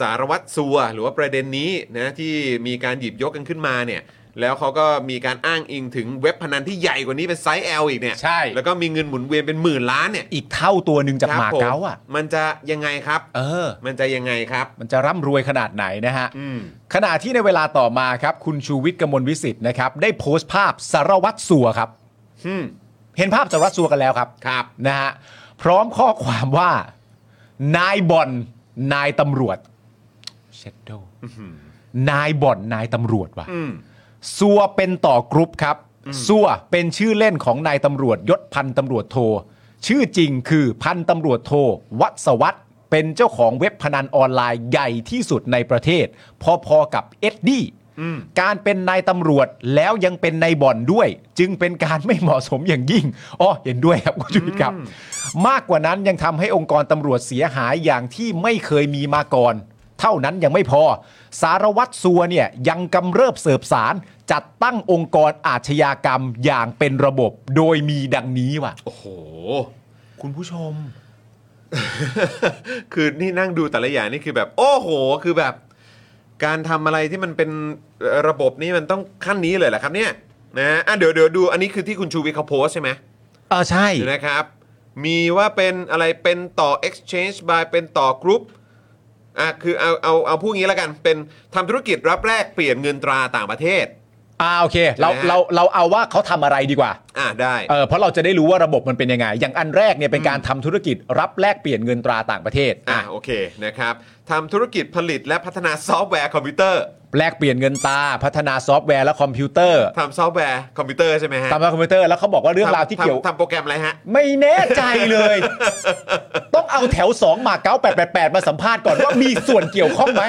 สารวัตรสัวหรือว่าประเด็นนี้นะที่มีการหยิบยกกันขึ้นมาเนี่ยแล้วเขาก็มีการอ้างอิงถึงเว็บพนันที่ใหญ่กว่านี้เป็นไซส์ L อีกเนี่ย ใช่ แล้วก็มีเงินหมุนเวียนเป็นหมื่นล้านเนี่ย อีกเท่าตัวหนึ่งจาก ครับ หมา ผ เก๊าอ่ะ มันจะยังไงครับ เออ มันจะยังไงครับ มันจะร่ำรวยขนาดไหนนะฮะ อืม ขณะที่ในเวลาต่อมาครับ คุณชูวิทย์กมลวิสิทธิ์นะครับ ได้โพสต์ภาพสารวัตรสัวครับ อืม เห็นภาพสารวัตรสัวกันแล้วครับ ครับ นะฮะพร้อมข้อความว่า นายบ่อนนายตำรวจเชดโดนายบ่อนนายตำรวจว่ะ อืม สัวเป็นต่อกรุ๊ปครับสัวเป็นชื่อเล่นของนายตำรวจยศพันตำรวจโท ชื่อจริงคือพันตำรวจโท วัศวัตรเป็นเจ้าของเว็บพนันออนไลน์ใหญ่ที่สุดในประเทศ พอๆกับเอ็ดดี้ อืม การเป็นนายตำรวจแล้วยังเป็นนายบ่อนด้วย จึงเป็นการไม่เหมาะสมอย่างยิ่งอ๋อเห็นด้วยครับคุณชูวิทย์ครับ มากกว่านั้นยังทำให้องค์กรตำรวจเสียหายอย่างที่ไม่เคยมีมาก่อน เท่านั้นยังไม่พอ สารวัตรสัวเนี่ยยังกำเริบเสิบสาร จัดตั้งองค์กรอาชญากรรมอย่างเป็นระบบ โดยมีดังนี้ว่ะ โอ้โห คุณผู้ชม คือนี่นั่งดูแต่ละอย่างนี่คือแบบ โอ้โห คือแบบ การทำอะไรที่มันเป็นระบบนี่มันต้องขั้นนี้เลยเหรอครับเนี่ยนะฮะอ่ะเดี๋ยวเดี๋ยวดู อันนี้คือที่คุณชูวิทย์เขาโพสต์ใช่ไหม เออใช่ นะครับ มีว่าเป็นอะไรเป็นต่อ exchange by เป็นต่อกรุ๊ปอ่ะคือเอาเอาเอาพูดงี้แล้วกัน เป็นทำธุรกิจรับแรกเปลี่ยนเงินตราต่างประเทศ อ่าโอเคเรา ใช่ไหมฮะ เราเราเอาว่าเขาทำอะไรดีกว่า อ่ะได้ เออเพราะเราจะได้รู้ว่าระบบมันเป็นยังไง อย่างอันแรกเนี่ยเป็นการทำธุรกิจรับแลกเปลี่ยนเงินตราต่างประเทศ อ่ะ อ่ะ โอเคนะครับทำธุรกิจผลิตและพัฒนาซอฟต์แวร์คอมพิวเตอร์ แลกเปลี่ยนเงินตราพัฒนาซอฟต์แวร์และคอมพิวเตอร์ ทำซอฟต์แวร์คอมพิวเตอร์ใช่ไหมฮะ ตามมาคอมพิวเตอร์แล้วเขาบอกว่าเรื่องราวที่เกี่ยว ทำทำโปรแกรมอะไรฮะ ไม่แน่ใจเลย ต้องเอาแถว 2 หมาเก้า888 มาสัมภาษณ์ก่อนว่ามีส่วนเกี่ยว ข้องไหม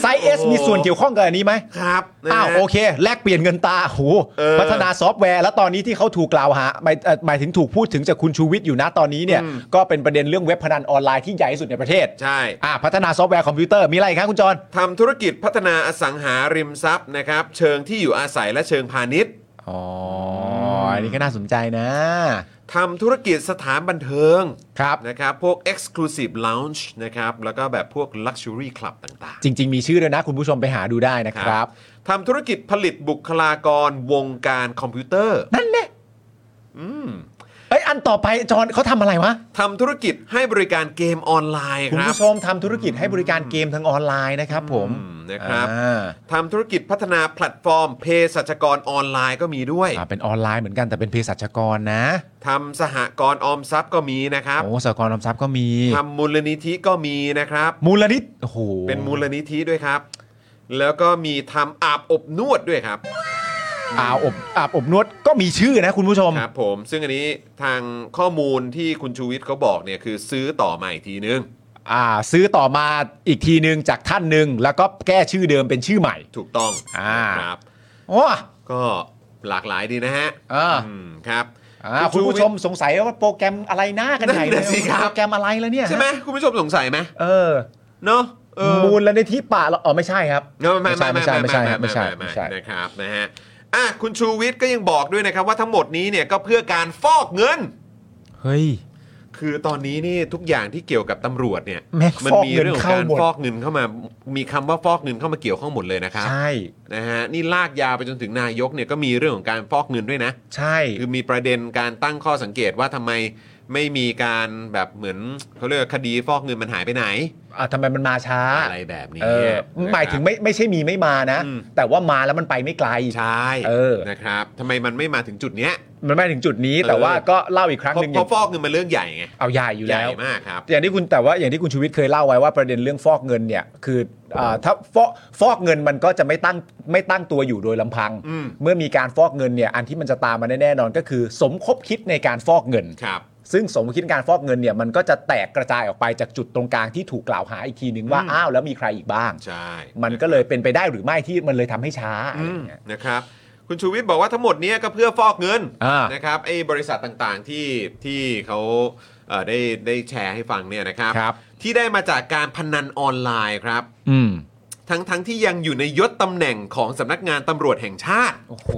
ไซเอส โอ้โห มีส่วนเกี่ยวข้องกับอันนี้ไหม ครับนะฮะ อ้าวโอเค แลกเปลี่ยนเงินตราโห เออ พัฒนาซอฟต์แวร์ แล้วตอนนี้ที่เขาถูกกล่าวหาหมายเอ่อหมายถึงถูกพูดถึงจากคุณชูวิทย์อยู่นะตอนนี้เนี่ย อืม ก็เป็นประเด็นเรื่องเว็บพนันออนไลน์ที่ใหญ่ที่สุดในประเทศ ใช่ อ่าพัฒนาซอฟต์แวร์คอมพิวเตอร์มีอะไรอีกครับคุณจร ทำธุรกิจพัฒนาอสังหาริมทรัพย์นะครับ เชิงที่อยู่อาศัยและเชิงพาณิชย์ อ๋ออันนี้ก็น่าสนใจนะ ทำธุรกิจสถานบันเทิง ครับ นะครับ พวก Exclusive Lounge นะครับ แล้วก็แบบพวก Luxury Club ต่าง จริง ๆ มีชื่อด้วยนะ คุณผู้ชมไปหาดูได้นะ ๆ ครับ ทำธุรกิจผลิตบุคลากรวงการคอมพิวเตอร์ นั่นเนี่ย อืม เอ้ยอันต่อไปจอนเขาทำอะไรวะ ทำธุรกิจให้บริการเกมออนไลน์ คุ ค ณ รับ ผู้ชมทำธุรกิจให้บริการเกมทางออนไลน์นะครับผม อืมนะครับ อ่า ทำธุรกิจพัฒนาแพลตฟอร์มเพศสัจกรออนไลน์ก็มีด้วย อ่าเป็นออนไลน์เหมือนกันแต่เป็นเภสัชกรนะ ทำสหกรณ์ออมทรัพย์ก็มีนะครับ โอ้สหกรณ์ออมทรัพย์ก็มี ทำมูลนิธิก็มีนะครับ มูลนิธิโอ้โห เป็นมูลนิธิด้วยครับ แล้วก็มีทำอาบอบนวดด้วยครับ อาบอบอาบอบนวดก็มีชื่อนะคุณผู้ชม ครับผม ซึ่งอันนี้ทางข้อมูลที่คุณชูวิทย์เขาบอกเนี่ยคือซื้อต่อมาอีกทีนึง อ่าซื้อต่อมาอีกทีหนึ่งจากท่านหนึ่งแล้วก็แก้ชื่อเดิมเป็นชื่อใหม่ ถูกต้อง อ่า ครับ โอ้ ก็หลากหลายดีนะฮะ อ่า อืมครับ อ่าคุณผู้ชมสงสัยว่าโปรแกรมอะไรหน้ากันใหญ่ นั่นเลย น่ะสิครับ โปรแกรมอะไรแล้วเนี่ย ใช่ไหมคุณผู้ชมสงสัยไหม เออ เนาะเออ มูลนิธิป่าเหรออ๋อไม่ใช่ครับ ไม่ไม่ไม่ ใช่ ไม่ ไม่ใช่ ไม่ ไม่ใช่ ไม่ ไม่ใช่ นะครับนะฮะอ่ะคุณชูวิทย์ก็ยังบอกด้วยนะครับว่าทั้งหมดนี้เนี่ยก็เพื่อการฟอกเงิน เฮ้ย คือตอนนี้นี่ทุกอย่างที่เกี่ยวกับตำรวจเนี่ย แม่ง มั ฟอก มี เงิน เรื่องของ เข้า การ หมด ฟอกเงินเข้ามามีคำว่าฟอกเงินเข้ามาเกี่ยวข้องหมดเลยนะครับ ใช่ นะฮะนี่ลากยาวไปจนถึงนายกเนี่ยก็มีเรื่องของการฟอกเงินด้วยนะ ใช่ คือมีประเด็นการตั้งข้อสังเกตว่าทำไมไม่มีการแบบเหมือนเขาเรียกว่าคดีฟอกเงินมันหายไปไหน อ่ะทำไมมันมาช้า อะไรแบบนี้ เอนะอครับ หมายถึงไม่ไม่ใช่มีไม่มานะ อืม แต่ว่ามาแล้วมันไปไม่ไกล ใช่ เออ นะครับทำไมมันไม่มาถึงจุดเนี้ย มันไม่ถึงจุดนี้แต่ว่าก็เล่าอีกครั้ง เพ ห ราะ นึ่งอ เพราะฟย่างอกเงินมันเรื่องใหญ่ไง เอาใหญ่อยู่ ใหญ่ แล้ว มากครับ อย่างที่คุณแต่ว่าอย่างที่คุณชูวิทย์เคยเล่าไว้ว่าประเด็นเรื่องฟอกเงินเนี่ยคืออาถ้าฟอกฟอกเงินมันก็จะไม่ตั้งไม่ตั้งตัวอยู่โดยลำพัง อืม เมื่อมีการฟอกเงินเนี่ยอันที่มันจะตามมาแน่ๆนอนก็คือ สมคบคิดในการฟอกเงิน ครับ ซึ่งสมคบคิดการฟอกเงินเนี่ยมันก็จะแตกกระจายออกไปจากจุดตรงกลางที่ถูกกล่าวหาอีกทีนึงว่าอ้าวแล้วมีใครอีกบ้าง ใช่ มันก็เลยเป็นไปได้หรือไม่ที่มันเลยทำให้ช้าอะไร อื อ ม ย่างเงี้ย นะครับ คุณชูวิทย์บอกว่าทั้งหมดเนี้ยก็เพื่อฟอกเงิน อ่า นะครับไอ้บริษัทต่างๆที่ที่เขาเอ่อได้ได้แชร์ให้ฟังเนี่ยนะครับ ครับ ที่ได้มาจากการพนันออนไลน์ครับ อืม ทั้งทั้งที่ยังอยู่ในยศตำแหน่งของสำนักงานตำรวจแห่งชาติ โอ้โห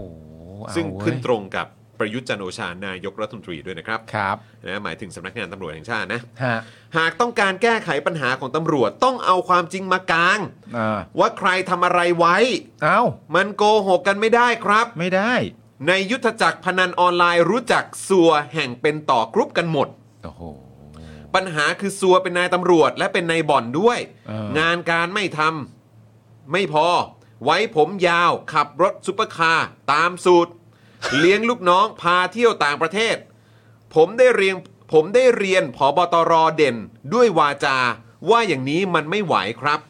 เอา ซึ่ง เว้ย ขึ้นตรงกับประยุทธ์จันทร์โอชานายกรัฐมนตรีด้วยนะครับ ครับ นะหมายถึงสำนักงานตำรวจแห่งชาตินะ ฮะ หากต้องการแก้ไขปัญหาของตำรวจต้องเอาความจริงมากลาง อ่า ว่าใครทำอะไรไว้ เอ้า มันโกหกกันไม่ได้ครับ ไม่ได้ ในยุทธจักรพนันออนไลน์รู้จักสัวแห่งเป็นต่อกรุ๊ปกันหมด โอ้โห ปัญหาคือสัวเป็นนายตำรวจและเป็นนายบ่อนด้วย เออ งานการไม่ทำไม่พอ ไว้ผมยาวขับรถซุปเปอร์คาร์ตามสูตร เลี้ยงลูกน้องพาเที่ยวต่างประเทศ ผมได้เรียนผมได้เรียนผอบตรเด่นด้วยวาจา ว่าอย่างนี้มันไม่ไหวครับ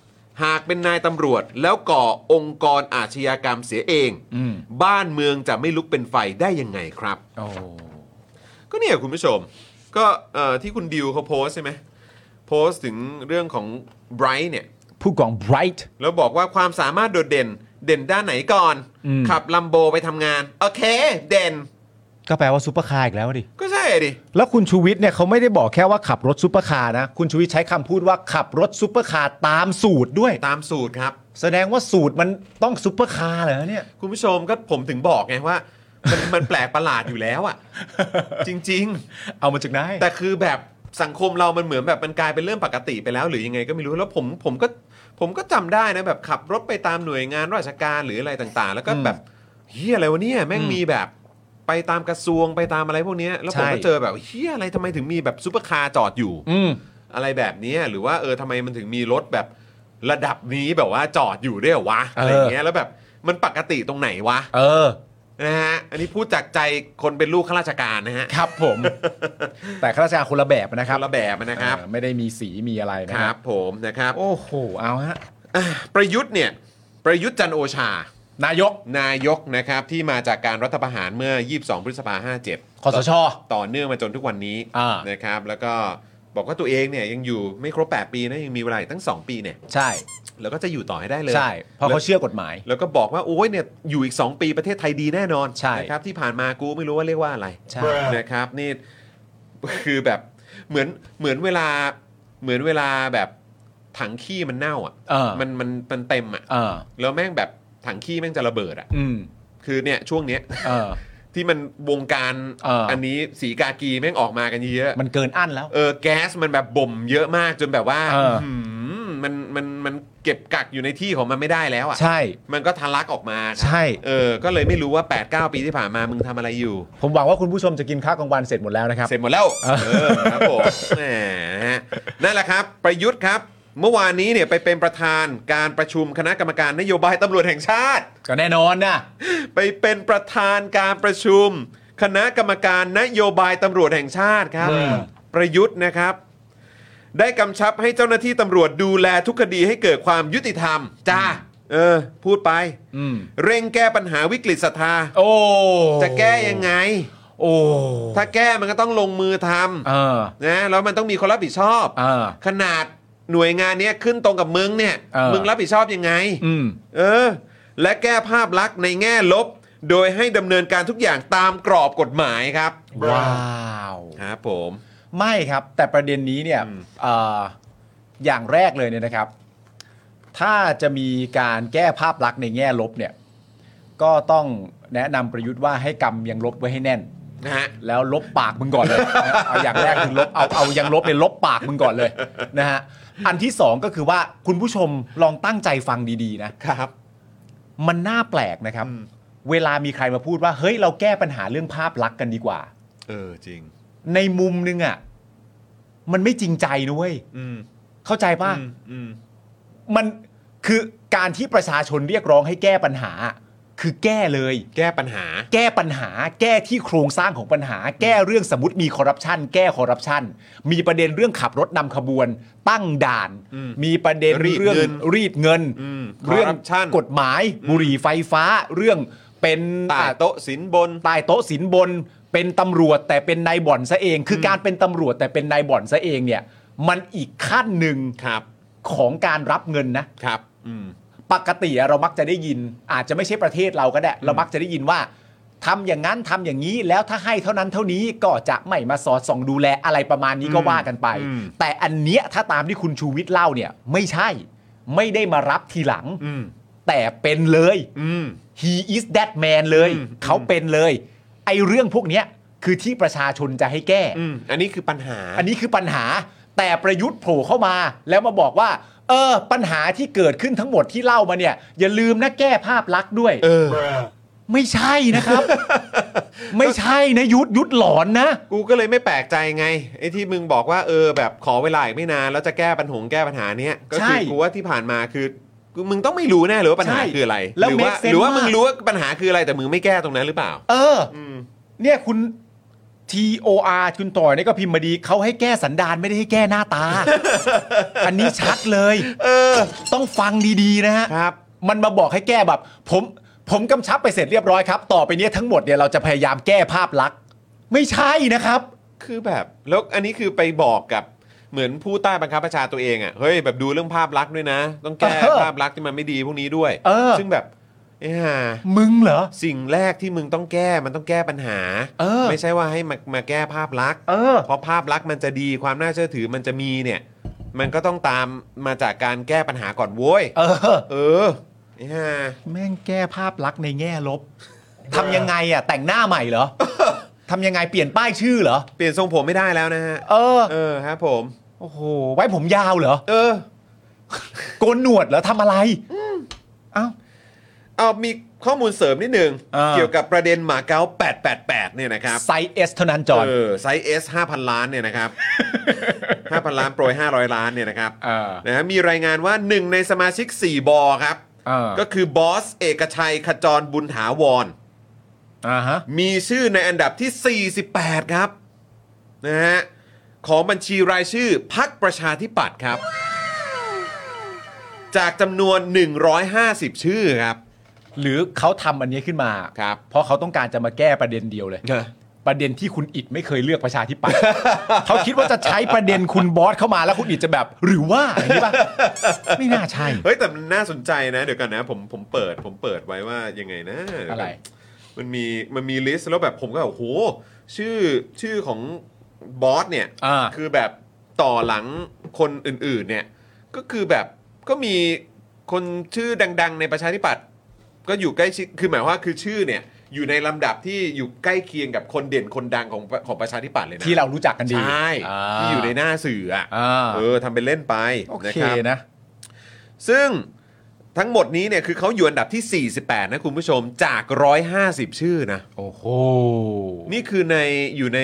หากเป็นนายตำรวจแล้วก่อองค์กรอาชญากรรมเสียเอง อืม บ้านเมืองจะไม่ลุกเป็นไฟได้ยังไงครับ โอ้ ก็เนี่ยคุณผู้ชม ก็เอ่อที่คุณดิวเขาโพสต์ใช่ไหมโพสต์ถึงเรื่องของไบรท์เนี่ย ผู้กอง Bright แล้วบอกว่าความสามารถโดดเด่น เด่นด้านไหนก่อน อืม ขับลัมโบไปทำงาน โอเค เด่น ก็แปลว่าซูเปอร์คาร์อีกแล้วดิ ก็ใช่ดิ แล้วคุณชูวิทย์เนี่ยเขาไม่ได้บอกแค่ว่าขับรถซูเปอร์คาร์นะ คุณชูวิทย์ใช้คำพูดว่าขับรถซูเปอร์คาร์ตามสูตรด้วย ตามสูตรครับ แสดงว่าสูตรมันต้องซูเปอร์คาร์เหรอเนี่ย คุณผู้ชมก็ผมถึงบอกไงว่า มันมันแปลกประหลาดอยู่แล้วอะจริง เอามาจากไหน ๆ แต่คือแบบสังคมเรามันเหมือนแบบมันกลายเป็นเรื่องปกติไปแล้ว หรือยังไงก็ไม่รู้แล้วผมผมก็ผมก็จำได้นะแบบขับรถไปตามหน่วยงานราชการหรืออะไรต่าง ๆ แล้วก็แบบเฮียอะไรวะเนี่ยแม่งมีแบบไปตามกระทรวงไปตามอะไรพวกเนี้ยแล้วผมก็เจอแบบเฮียอะไรทำไมถึงมีแบบซุปเปอร์คาร์จอดอยู่ อืม อะไรแบบนี้หรือว่าเออทำไมมันถึงมีรถแบบระดับนี้แบบว่าจอดอยู่ด้วยเหรอวะ เอออ อะไรอย่างเงี้ยแล้วแบบมันปกติตรงไหนวะ เออ นะฮะอันนี้พูดจากใจคนเป็นลูกข้าราชการนะฮะ ครับ ผม แต่ข้าราชการคนละแบบนะค ครับ นละแบบนะครับ เออไม่ได้มีสีมีอะไรนะ ค ค รั รั บบ ผมนะครับ โอ้โห เอาฮะ อ่ะประยุทธ์เนี่ยประยุทธ์จันทร์โอชา นายก นายกนะครับที่มาจากการรัฐประหารเมื่อ 22 พฤษภา คอสช 57 ต่อเนื่องมาจนทุกวันนี้ อ่า นะครับ แล้วก็บอกว่าตัวเองเนี่ยยังอยู่ไม่ครบ 8 ปีนะยังมีเวลาอีกตั้ง 2 ปีเนี่ย ใช่ แล้วก็จะอยู่ต่อให้ได้เลย ใช่ เพราะเขาเชื่อกฎหมาย แล้วก็บอกว่าโอ้ยเนี่ยอยู่อีก 2 ปีประเทศไทยดีแน่นอน ใช่ นะครับที่ผ่านมากูไม่รู้ว่าเรียกว่าอะไร ใช่ นะครับนี่ คือแบบเหมือนเหมือนเวลาเหมือนเวลาแบบถังขี้มันเน่าอ่ะ เออ มันมันมันเต็มอ่ะ เออ แล้วแม่งแบบถังขี้แม่งจะระเบิดอ่ะ อืม คือเนี่ยช่วงเนี้ย เออ ที่มันวงการ เอออั นนี้สีกากีแม่งออกมากันเยอะ มันเกินอั้นแล้ว เออแก๊สมันแบบบ่มเยอะมากจนแบบว่า เออ หืมมันมันมัน เก็บกักอยู่ในที่ของมันไม่ได้แล้วอ่ะ ใช่ มันก็ทะลักออกมาครับ ใช่ เออ ก็เลยไม่รู้ว่า 8-9 ปีที่ผ่านมามึงทำอะไรอยู่ ผมหวังว่าคุณผู้ชมจะกินข้าวกลางวันเสร็จหมดแล้วนะครับ เสร็จหมดแล้ว เออครับผมแหมนะฮะนั่นแหละครับ ประยุทธ์ครับ เมื่อวานนี้เนี่ยไปเป็นประธานการประชุมคณะกรรมการนโยบายตำรวจแห่งชาติ ก็แน่นอนนะ ไปเป็นประธานการประชุม คณะกรรมการนโยบายตำรวจแห่งชาติครับ อืม ประยุทธ์นะครับ ได้กำชับให้เจ้าหน้าที่ตำรวจดูแลทุกคดีให้เกิดความยุติธรรม จ้า เออ พูดไป อืม เร่งแก้ปัญหาวิกฤตศรัทธา โอ้ จะแก้ยังไง โอ้ ถ้าแก้มันก็ต้องลงมือท เออ ำนะแล้วมันต้องมีคนรับผิดชอบ เออ ขนาดหน่วยงานเนี้ยขึ้นตรงกับมึงเนี่ย เออ มึงรับผิดชอบยังไง อืม เออ และแก้ภาพลักษณ์ในแง่ลบ โดยให้ดำเนินการทุกอย่างตามกรอบกฎหมายครับ ว้าว ครับผม ไม่ครับ แต่ประเด็นนี้เนี่ย อืม เอ่ออย่างแรกเลยเนี่ยนะครับ ถ้าจะมีการแก้ภาพลักษณ์ในแง่ลบเนี่ย ก็ต้องแนะนำประยุทธ์ว่าให้กำยังลบไว้ให้แน่น นะฮะ แล้วลบปากมึงก่อนเลย เอาอย่างแรกคือลบเอาเอายังลบเนี่ยลบปากมึงก่อนเลย นะฮะอันที่สองก็คือว่าคุณผู้ชมลองตั้งใจฟังดีๆนะ ครับ มันน่าแปลกนะครับ อืม เวลามีใครมาพูดว่า เฮ้ยเราแก้ปัญหาเรื่องภาพลักษณ์กันดีกว่า เออจริง ในมุมนึงอ่ะมันไม่จริงใจนุ้ย อืม เข้าใจป่ะ อืมอืม มันคือการที่ประชาชนเรียกร้องให้แก้ปัญหา คือแก้เลย แก้ปัญหา แก้ปัญหา แก้ที่โครงสร้างของปัญหา แก้เรื่องสมมติมีคอร์รัปชันแก้คอร์รัปชันมีประเด็นเรื่องขับรถนำขบวน ตั้งด่าน อืม มีประเด็น รีด เรื่อง เงิน รีดเงิน อืม เรื่อง corruption กฎหมาย บุหรี่ไฟฟ้า เรื่องเป็น ตายโต๊ะสินบน ใต้โต๊ะสินบน เป็นตำรวจแต่เป็นนายบ่อนซะเอง คืออการเป็นตำรวจแต่เป็นนายบ่อนซะเองเนี่ย มันอีกขั้นหนึ่ง ครับ ของการรับเงินนะ ครับ อืม ปกติอะเรามักจะได้ยิน อาจจะไม่ใช่ประเทศเราก็ได้ เรามักจะได้ยินว่าทำอย่างนั้นทำอย่างนี้แล้วถ้าให้เท่านั้นเท่านี้ก็จะไม่มาสอดส่องดูแลอะไรประมาณนี้ก็ว่ากันไป อืม แต่อันเนี้ยถ้าตามที่คุณชูวิทย์เล่าเนี่ย ไม่ใช่ ไม่ได้มารับทีหลัง อืม แต่เป็นเลย อืม he is that man เลย อืม เขาเป็นเลย ไอ้เรื่องพวกเนี้ยคือที่ประชาชนจะให้แก้ อืมอันนี้คือปัญหา อันนี้คือปัญหาแต่ประยุทธ์โผล่เข้ามา แล้วมาบอกว่า เออ ปัญหาที่เกิดขึ้นทั้งหมดที่เล่ามาเนี่ย อย่าลืมนะแก้ภาพลักษณ์ด้วย เออ ไม่ใช่นะครับ ไม่ใช่นะยุทธยุทธหลอนนะ กูก็เลยไม่แปลกใจไงไอ้ที่มึงบอกว่าเออแบบขอเวลาอีกไม่นานแล้วจะแก้ปัญหงแก้ปัญหาเนี้ยก็ ใช่ คือกูว่าที่ผ่านมาคือกูมึงต้องไม่รู้แน่เลยว่าปัญหา ใช่ คืออะไร แล้ว หรืว่า make ห sense รือว่ามึง มาก รู้ว่าปัญหาคืออะไรแต่มึงไม่แก้ตรงนั้นหรือเปล่า เออ อืม เนี่ยคุณ T O R คุณต่อยเนี่ยก็พิมพ์มาดีเขาให้แก้สันดานไม่ได้ให้แก้หน้า ตา อันนี้ชัดเลย เออ ต้องฟังดีๆนะฮะ ครับ มันมาบอกให้แก้แบบ ผมผมกำชับไปเสร็จเรียบร้อยครับ ต่อไปเนี้ยทั้งหมดเนี่ยเราจะพยายามแก้ภาพลักษณ์ไม่ใช่นะครับ คือแบบแล้วอันนี้คือไปบอกกับเหมือนผู้ใต้บังคับประชาตัวเองอะ่ะเฮ้ยแบบดูเรื่องภาพลักษณ์ด้วยนะ ต้องแก้ เออ ภาพลักษณ์ที่มันไม่ดีพวกนี้ด้วย เออ ซึ่งแบบเอ้ยห่า มึงเหรอ สิ่งแรกที่มึงต้องแก้มันต้องแก้ปัญหา เออ ไม่ใช่ว่าให้มามาแก้ภาพลักษณ์ เออ เพราะภาพลักษณ์มันจะดีความน่าเชื่อถือมันจะมีเนี่ย มันก็ต้องตามมาจากการแก้ปัญหาก่อนโว้ย เออ เออไอ้ห่า แม่งแก้ภาพลักษณ์ในแง่ลบทำยังไงอ่ะแต่งหน้าใหม่เหรอ ทำยังไงเปลี่ยนป้ายชื่อเหรอ เปลี่ยนทรงผมไม่ได้แล้วนะฮะ เออ เออครับผม โอ้โห ไว้ผมยาวเหรอ เออ โกนหนวดเหรอทำอะไรเอ้า เอามีข้อมูลเสริมนิดหนึ่ง เออ เกี่ยวกับประเด็นหมาเก๊า888 เนี่ยนะครับ ไซส์เอสเท่านั้นจอน เออไซส์เอส5,000 ล้านเนี่ย นะครับ 5,000 ล้านโปรย 500 ล้านเนี่ยนะครับ เออ นะฮะมีรายงานว่าหนึ่งในสมาชิก 4 บอครับ เออ ก็คือบอสเอกชัยขจรบุญถาวร อ่าฮะ มีชื่อในอันดับที่ 48 ครับนะฮะของบัญชีรายชื่อพักประชาธิปัตย์ครับ จากจำนวน 150 ชื่อครับ หรือเขาทำอันนี้ขึ้นมา ครับ เพราะเขาต้องการจะมาแก้ประเด็นเดียวเลย ประเด็นที่คุณอิดไม่เคยเลือกประชาธิปัตย์ เขาคิดว่าจะใช้ประเด็นคุณบอสเข้ามาแล้วคุณอิดจะแบบ หรือว่าอย่างนี้ป่ะ ไม่น่าใช่ เฮ้ย แต่มันน่าสนใจนะ เดี๋ยวกันนะ ผมผมเปิดผมเปิดไว้ว่ายังไงนะเดี๋ยวก่น อะไร มันมีมันมีลิสต์แล้วแบบผมก็แบบโอ้โห ชื่อชื่อของบอสเนี่ย อ่า คือแบบต่อหลังคนอื่นๆเนี่ยก็คือแบบก็มีคนชื่อดัง ๆ ในประชาธิปัตย์ก็อยู่ใกล้ชิดคือหมายว่าคือชื่อเนี่ยอยู่ในลำดับที่อยู่ใกล้เคียงกับคนเด่นคนดังของของประชาธิปัตย์เลยนะ ที่เรารู้จักกันดี ใช่ า ที่อยู่ในหน้าสื่ออ่ะ อ่า เออทำเป็นเล่นไป โอเค นะครับ นะ ซึ่งทั้งหมดนี้เนี่ยคือเขาอยู่อันดับที่ 48 นะคุณผู้ชมจาก 150 ชื่อนะ โอ้โห นี่คือในอยู่ใน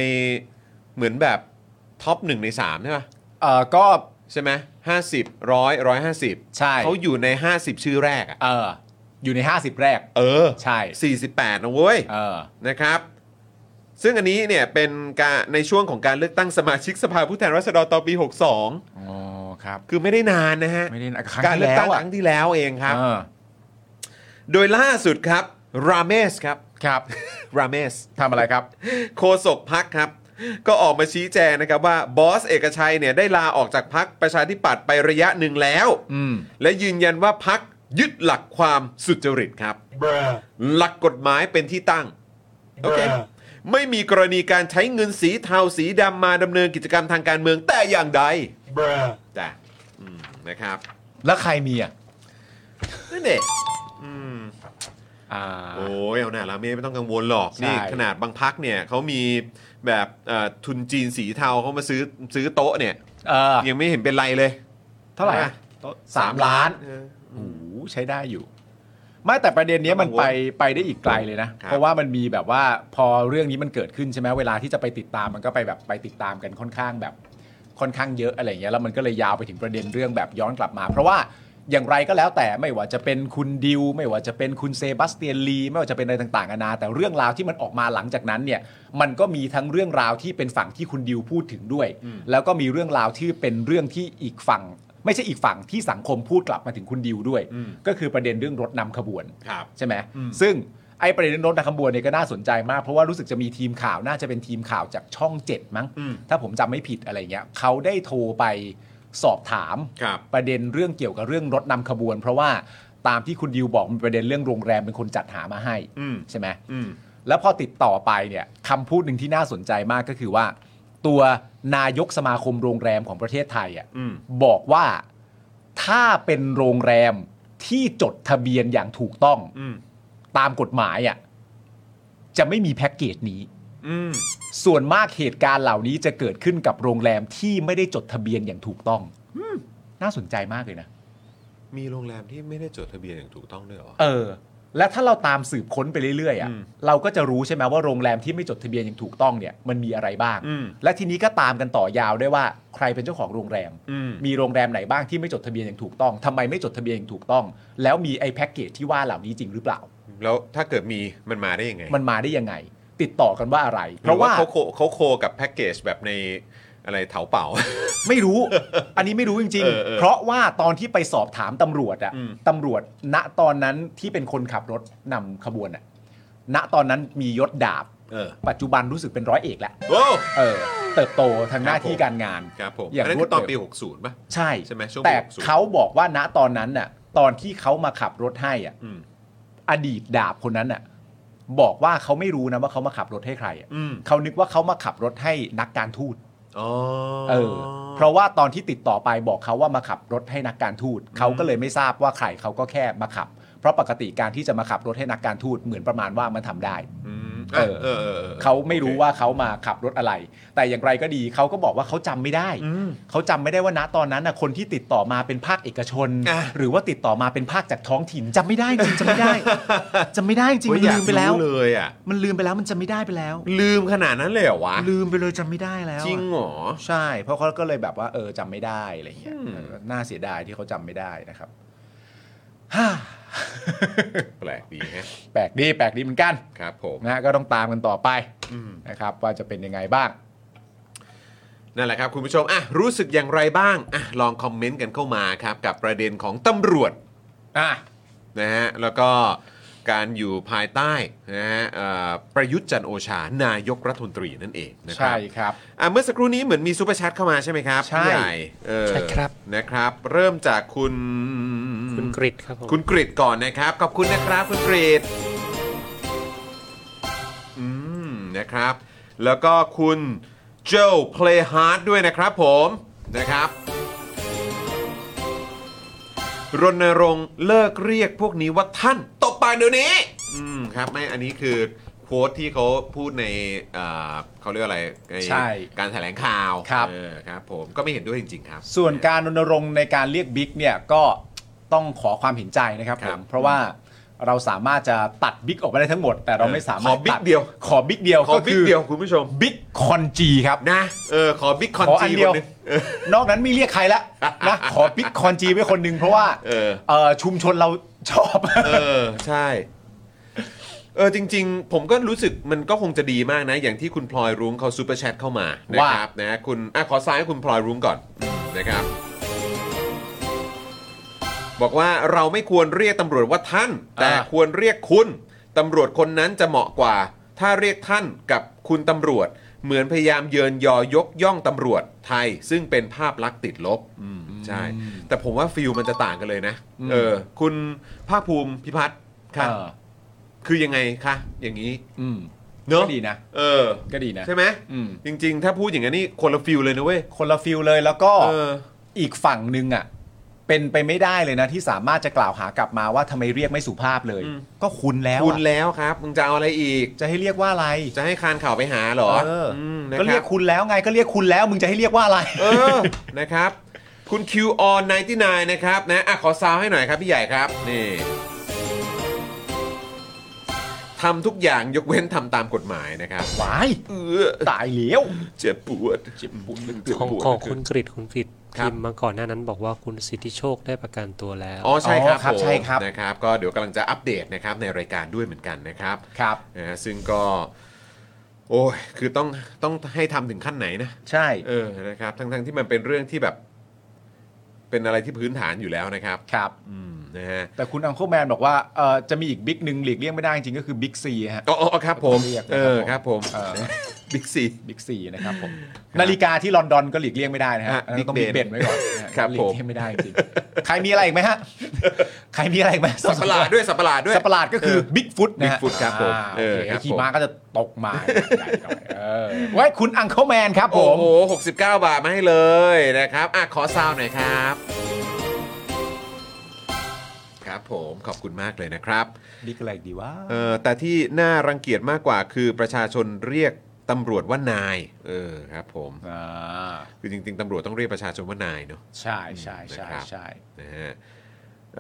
เหมือนแบบท็อปหนึ่งในสามใช่ปะ เอ่อก็ ใช่ไหมห้าสิบร้อยร้อยห้าสิบ ใช่ เขาอยู่ใน 50 ชื่อแรกอะ เอออยู่ใน 50 แรก เออ ใช่ สี่สิบแปดนะเว้ย เออ นะครับ ซึ่งอันนี้เนี่ยเป็นการในช่วงของการเลือกตั้งสมาชิกสภาผู้แทนราษฎรตอนปี 62 อ๋อครับ คือไม่ได้นานนะฮะ ไม่ได้นะครั้ง การ ที่ เลือก แล้ว ตั้งค อ่ะ รั้งที่แล้วเองครับ เออ โดยล่าสุดครับ ราเมสครับ ครับ ราเมส ทำอะไรครับ โฆษกพักครับ ก็ออกมาชี้แจงนะครับว่าบอสเอกชัยเนี่ยได้ลาออกจากพักประชาธิปัตย์ไประยะหนึ่งแล้ว อืม และยืนยันว่าพักยึดหลักความสุจริตครับ หลักกฎหมายเป็นที่ตั้ง โอเค ไม่มีกรณีการใช้เงินสีเทาสีดำมาดำเนินกิจกรรมทางการเมืองแต่อย่างใดจ้ะอืมนะครับ แล้วใครมีอ่ะ นั่นเอง อ่า โอ้ยเอาหน่าลาเม่ไม่ต้องกังวลหรอก ใช่ นี่ขนาดบางพักเนี่ยเขามีแบบเอ่อทุนจีนสีเทาเขามาซื้อซื้อโต๊ะเนี่ย เออ ยังไม่เห็นเป็นไรเลย เท่าไหร่ ใช่ อ่ะ ไหม สามล้าน เออ โอ้โหใช้ได้อยู่ ไม่แต่ประเด็นเนี้ยมันไปไปได้อีกไกลเลยนะ ครับ เพราะว่ามันมีแบบว่าพอเรื่องนี้มันเกิดขึ้นใช่ไหมเวลาที่จะไปติดตามมันก็ไปแบบไปติดตามกันค่อนข้างแบบ ค่อนข้างเยอะอะไรอย่างเงี้ยแล้วมันก็เลยยาวไปถึงประเด็นเรื่องแบบย้อนกลับมา เพราะว่าอย่างไรก็แล้วแต่ไม่ว่าจะเป็นคุณดิว ไม่ว่าจะเป็นคุณเซบาสเตียนลีไม่ว่าจะเป็นอะไรต่างๆนานาแต่เรื่องราวที่มันออกมาหลังจากนั้นเนี่ยมันก็มีทั้งเรื่องราวที่เป็นฝั่งที่คุณดิวพูดถึงด้วย แล้วก็มีเรื่องราวที่เป็นเรื่องที่อีกฝั่ง ไม่ใช่อีกฝั่งที่สังคมพูดกลับมาถึงคุณดิวด้วย อืม ก็คือประเด็นเรื่องรถนำขบวน ครับ ใช่ไหม ซึ่งไอ้ประเด็นรถนำขบวนเนี่ยก็น่าสนใจมาก เพราะว่ารู้สึกจะมีทีมข่าวน่าจะเป็นทีมข่าวจากช่องเจ็ดมั้ง อืม ถ้าผมจำไม่ผิดอะไรเงี้ยเขาได้โทรไปสอบถาม ครับ ประเด็นเรื่องเกี่ยวกับเรื่องรถนำขบวน เพราะว่าตามที่คุณดิวบอกมันประเด็นเรื่องโรงแรมเป็นคนจัดหามาให้ อืม ใช่ไหม อืม แล้วพอติดต่อไปเนี่ยคำพูดหนึ่งที่น่าสนใจมากก็คือว่า ตัวนายกสมาคมโรงแรมของประเทศไทยอ่ะ อืม บอกว่าถ้าเป็นโรงแรมที่จดทะเบียนอย่างถูกต้อง อืม ตามกฎหมายอ่ะจะไม่มีแพ็กเกจนี้ อืม ส่วนมากเหตุการณ์เหล่านี้จะเกิดขึ้นกับโรงแรมที่ไม่ได้จดทะเบียนอย่างถูกต้องน่าสนใจมากเลยนะ มีโรงแรมที่ไม่ได้จดทะเบียนอย่างถูกต้องด้วยเหรอ เออ และถ้าเราตามสืบค้นไปเรื่อยๆ อื อะ่ะ ม เราก็จะรู้ใช่ไหมว่าโรงแรมที่ไม่จดทะเบียนอย่างถูกต้องเนี่ยมันมีอะไรบ้าง อืม และทีนี้ก็ตามกันต่อยาวด้วยว่าใครเป็นเจ้าของโรงแรม อืม มีโรงแรมไหนบ้างที่ไม่จดทะเบียนอย่างถูกต้องทำไมไม่จดทะเบียนอย่างถูกต้อง แล้วมีไอ้แพ็กเกจที่ว่าเหล่านี้จริงหรือเปล่า แล้วถ้าเกิดมีมันมาได้ยังไง มันมาได้ยังไง ติดต่อกันว่าอะไร ห เพราะว่า เขาโคเขาโคกับแพ็กเกจแบบในอะไรเถาเป่า ไม่รู้ อันนี้ไม่รู้จริง เออเออ ๆ เพราะว่าตอนที่ไปสอบถามตำรวจอะ อืม ตำรวจณตอนนั้นที่เป็นคนขับรถนำขบวนอะณตอนนั้นมียศดาบ เออ ปัจจุบันรู้สึกเป็นร้อยเอกแล้ว โอ้ เออ เติบโตทางหน้าที่การงาน ครับผม อย่าง อันนั้น รว คื ด อตอน เร็ว ปี 60ป่ะ ใช่ ใช่ไหมช่วงปี แต่ 60 เขาบอกว่าณตอนนั้นน่ะ ตอนที่เขามาขับรถให้อ่ะ อืม อดีตดาบคนนั้นน่ะ บอกว่าเขาไม่รู้นะว่าเขามาขับรถให้ใครอ่ะ อืม เขานึกว่าเขามาขับรถให้นักการทูต อ๋อ เออ เพราะว่าตอนที่ติดต่อไปบอกเขาว่ามาขับรถให้นักการทูตเขาก็เลยไม่ทราบว่าใครเขาก็แค่มาขับ เพราะปกติการที่จะมาขับรถให้นักการทูตเหมือนประมาณว่ามันทำได้ อืม เออ เออออออ เขาไม่รู้ โอค ว่าเขามาขับรถอะไร แต่อย่างไรก็ดีเขาก็บอกว่าเขาจำไม่ได้ อืม เขาจำไม่ได้ว่าณตอนนั้นนะคนที่ติดต่อมาเป็นภาคเอกชน อ่ะ หรือว่าติดต่อมาเป็นภาคจากท้องถิ่นจำไม่ได้จริงจำไม่ ได้จำไม่ได้จริง เฮ้ย มัน อยา ลื ก มไปแล้ว รู้เลยอ่ะ มันลืมไปแล้วมันจำไม่ได้ไปแล้ว ลืมขนาดนั้นเลยเหรอวะ ลืมไปเลยจำไม่ได้แล้วอะ จริงเหรอ ใช่ เพราะเขาก็เลยแบบว่า เออจำไม่ได้อะไรอย่างเงี้ย อืม เออน่าเสียดายที่เขาจำไม่ได้นะครับ แปลกดีฮะ แปลกดีแปลกดีเหมือนกัน ครับผม นะฮะก็ต้องตามกันต่อไป อืม นะครับ ว่าจะเป็นยังไงบ้าง นั่นแหละครับคุณผู้ชมอ่ะรู้สึกอย่างไรบ้างอ่ะลองคอมเมนต์กันเข้ามาครับกับประเด็นของตำรวจ อ่ะ นะฮะแล้วก็การอยู่ภายใต้นะฮะเอ่อประยุทธ์จันทร์โอชานายกรัฐมนตรีนั่นเองนะครั ใช่ครับ อ่ะเมื่อสักครู่นี้เหมือนมีซูเปอร์แชทเข้ามาใช่ไหมครับ ใช่ พี่ญ่เออ ใช่ครับ นะครับ เริ่มจากคุณ คุณกริดครับผม คุณกริดก่อนนะครับ ขอบคุณนะครับคุณกริดอืมนะครับ แล้วก็คุณโจ Play Hard ด้วยนะครับผมนะครับ รณรงค์เลิกเรียกพวกนี้ว่าท่านตบปากเดี๋ยวนี้ อืมครับไม่อันนี้คือโค้ดที่เขาพูดในเอ่อเขาเรียกอะไรใน ใช่ การแถลงข่าว ครับ เออครับผมก็ไม่เห็นด้วยจริง ๆ ครับ ส่วนการรณรงค์ในการเรียกบิ๊กเนี่ยก็ ต้องขอความเห็นใจนะครับ ค ผ รับ มเพราะว่าเราสามารถจะตัดบิ๊กออกไปได้ทั้งหมด แต่เราไม่สามารถ ขอบิ๊ก ตั เดียว ขอบิ๊กเดียว ขอ ก็ บิ๊ คื ก อ เดียวคุณผู้ชม บิ๊กคอนจีครับ นะเออขอบิ๊กคอน ขออั จี น ค เดีย น ว หนึง นอกนั้นไม่เรียกใคร ละนะขอบิ๊กคอนจีไว้คนหนึ่งเพราะว่า เออ เอ่อชุมชนเราชอบ เออ ใช่ เออจริง ๆ ผมก็รู้สึกมันก็คงจะดีมากนะ อย่างที่คุณพลอยรุ้งเขาซูเปอร์แชทเข้ามานะ ว่า ครับนะคุณอ่ะขอซ้ายคุณพลอยรุ้งก่อนนะครับ บอกว่าเราไม่ควรเรียกตำรวจว่าท่าน แต่ควรเรียกคุณตำรวจคนนั้นจะเหมาะกว่า ถ้าเรียกท่านกับคุณตำรวจ เหมือนพยายามเยินยอยกย่องตำรวจไทย ซึ่งเป็นภาพลักษณ์ติดลบใช่ แต่ผมว่าฟิลมันจะต่างกันเลยนะเออ คุณภาคภูมิพิพัฒน์ค่ะ เออ คือยังไงคะอย่างนี้ อืม เนอะ ก็ดีนะ เออ ก็ดีนะ ใช่ไหม อืม จริง ๆ ถ้าพูดอย่างนั้นนี่คนละฟิลเลยนะเว้ย คนละฟิลเลยแล้วก็ เออ อีกฝั่งหนึ่งอ่ะ เป็นไปไม่ได้เลยนะที่สามารถจะกล่าวหากลับมาว่าทำไมเรียกไม่สุภาพเลย อืม ก็คุณแล้ว คุณ อะ แล้วครับมึงจะเอาอะไรอีก จะให้เรียกว่าอะไร จะให้คานข่าวไปหาเหรอ เอออื มนะ ก็ ค เรี รั ย บ กคุณแล้วไงก็เรียกคุณแล้ว มึงจะให้เรียกว่าอะไร เออ นะครับ คุณ QR 99 นะครับนะอ่ะขอซาวให้หน่อยครับพี่ใหญ่ครับ นี่ทำทุกอย่างยกเว้นทำตามกฎหมายนะครับ หวาย เออ ตายเลี้ยว เจ็บปวดเจ็บปวดเหลือเกิน ของของคุณกริดคุณกริด ครับ พิมพ์มาก่อนหน้านั้นบอกว่าคุณสิทธิโชคได้ประกันตัวแล้ว อ๋อใช่ครับผม ใช่ครับ นะครับ ก็เดี๋ยวกำลังจะอัปเดตนะครับในรายการด้วยเหมือนกันนะครับ ครับ นะฮะซึ่งก็ โอ้ยคือต้องต้องให้ทำถึงขั้นไหนนะ ใช่ เออนะครับ ทั้งๆที่มันเป็นเรื่องที่แบบ เป็นอะไรที่พื้นฐานอยู่แล้วนะครับ ครับ อืมนะฮะ แต่คุณอังโคแมนบอกว่าเอ่อจะมีอีกบิ๊กหนึ่งหลีกเลี่ยงไม่ได้จริงๆก็คือบิ๊กซีฮะ อ๋ออ๋อครับผม เรียกนะครับ เออครับผม เออ บิ๊กซี บิ๊กซีนะครับผมนาฬิกาที่ลอนดอนก็หลีกเลี่ยงไม่ได้นะฮะ ฮะ อันนั้นต้องบิ๊ก Big เบ Ben นไว้ก่อนนะฮะ ครับ หลี ผ ก ม เลี่ยงไม่ได้จริงๆใครมีอะไรอีกไหมฮะใครมีอะไรอีกไหม สับประหลาดด้วยสับประหลาดด้วย สับประหลาดก็คือ เออ บิ๊กฟุตนะฮะ Bigfoot ครับผม อ่า เออ โอเค ครับ ขี่ม้าก็จะตกมาใหญ่หน่อยเออไว้คุณอังโคแมนครับผ โอ้ ม โห69 บาทมาให้เลยนะครับอ่ะขอซาวหน่อยครับ ครับผมขอบคุณมากเลยนะครับ บิ๊กอะไรดีวะ เออแต่ที่น่ารังเกียจมากกว่าคือประชาชนเรียกตำรวจว่านาย เออครับผม อ่า คือจริงๆตำรวจต้องเรียกประชาชนว่านายเนาะ ใช่ใช่ใช่ นะครับ ใช่ นะฮะ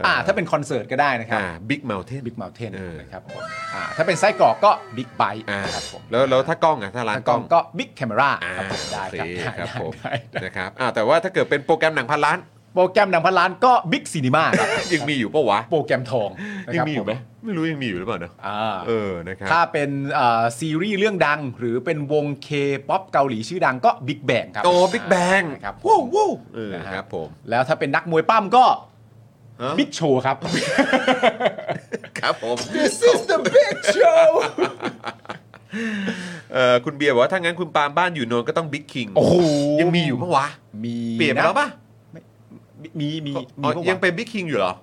อ่าถ้าเป็นคอนเสิร์ตก็ได้นะครับ อ่าบิ๊กเมลเทน บิ๊กเม t เทน เออ นะครับผมอ่าถ้าเป็นไส้กรอกก็บิ๊กไบค์ อ่า ครับผม แล้วแล้วถ้ากล้องอ่ะถ้าร้าน ถ้าก ก ล้ ล้ อ อง งก็บิ๊กแคมรา อ่า ครับผมได้ โอเค ครับคได้รับผม ได้ได้ นะครับอ่าแต่ว่าถ้าเกิดเป็นโปรแกรมหนังพันล้าน โปรแกรมหนังพันล้านก็บิ๊กซีนีมาครับ ยังมีอยู่ปะวะ โปรแกรมทองนะ ยั ครับ งมีอยู่ไหม ผ ไม่รู้ยังมีอยู่หรือเปล่าเนอะ อ่า เออนะครับ ถ้าเป็นอ่าซีรีส์เรื่องดัง หรือเป็นวงเคป๊อปเกาหลีชื่อดังก็บิ๊กแบงครับ โอ้บิ๊กแบง อ่าครับ วู้วู้เออ นะฮะ ครับผม แล้วถ้าเป็นนักมวยปั้มก็ ฮะ บิ๊กโชว์ครับ ครับผม This is the big show เออคุณเบียร์บอกว่าถ้างั้นคุณปาล์มบ้านอยู่นนท์ก็ต้องบิ๊กคิง โอ้โห ยังมีอยู่ปะวะ มี เปลี่ยนไปแล้วปะ มีมีมี อ๋อ ปะวะ ยังเป็นบิ๊กคิงอยู่เหรอ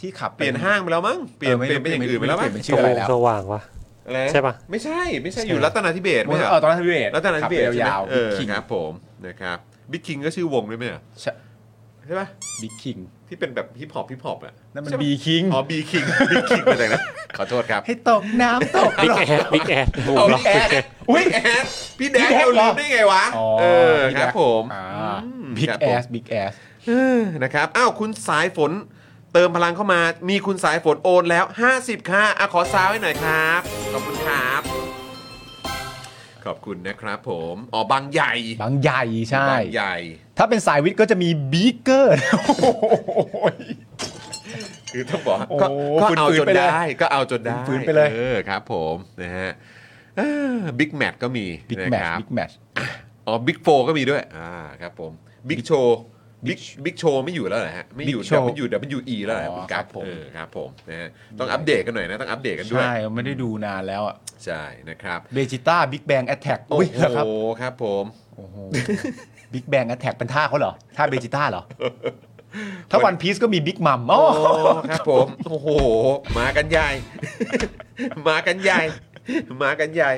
ที่ขับไ เปลี่ยนห้างไปแล้วมั้งเปลี่ยน ไม่ เปลี่ยนเป็นอย่างอื่นไปแล้ว ไม่ มั้ง เปลี่ยนเป็น ส ชื่ออะไร ว่าง แล้ว สว่างวะ อะไร ใช่ปะ ไม่ใช่ไม่ใช่อยู่รัตนาธิเบศไม่ใช่ เออตอนนั้นทวิเบศ รัตนาธิเบศ ขับไปยาว ใช่ไหมเออ ๆคิง ครับผมนะครับบิ๊กคิงก็ชื่อวงด้วยไหมอะใช่ปะ บิ๊กคิง ที่เป็นแบบฮิปฮอปฮิปฮอปอ่ะ นั่นมัน ใช่ไห บีคิง อ๋อบีคิง บีคิงมาจากไหนขอโทษครับ ให้ตกน้ำตก บิ๊กแอดบิ๊กแอดโอ้โห เอา บล็อก พี่แอด อุ๊ อุ้ย ย แอดพี่แดก พี่แดก เรา เหร ลื อ มได้ไงวะเออครับผม บิ๊ก ครับ แอ ผม สบิ๊กแอส เออนะครับอ้าวคุณสายฝนเติมพลังเข้ามามีคุณสายฝนโอนแล้ว 50 ค่ะอ่ะขอซาวให้หน่อยครับ ขอบคุณครับ ขอบคุณนะครับผมอ๋อบางใหญ่ บางใหญ่ใช่ บางใหญ่ ถ้าเป็นสายวิทย์ก็จะมีบีเก อร์ คือต้องบอก โอ้ ก็ก็เอาจน ฝืนๆไปเลย ได้ก็เอาจนได้ ฝืนๆไปเลย เออครับผมนะฮะบิ๊กแมทก็มี บิ๊ก นะ แมท ครับ บิ๊กแมท อ๋อบิ๊กโฟก็มีด้วยอ่าครับผมบิ๊กโชบิ๊กบิ๊กโชไม่อยู่แล้วนะฮะไม่อยู่ Big Show ไม่อยู่ WWE แล้วนะ อ๋อ คุณกัฟ ครับผม เออครับผมนะฮะต้องอัปเดตกันหน่อยนะต้องอัปเดตกันด้วย ใช่ ไม่ได้ดูนานแล้วอ่ะ ใช่นะครับ เบจิต้าบิ๊กแบงแอตแทก โอ้ อุ้ยแล้วครับ โหครับผม โอ้โหบิ๊กแบงแอตแทกเป็นท่าเขาเหรอ ท่าเบจิต้า เหรอ ถ้าวันพีซก็มีบิ๊กมัมอ๋อ โอ้ครับผมโอ้โหมากันใหญ่ มากันใหญ่ มากัน ใหญ่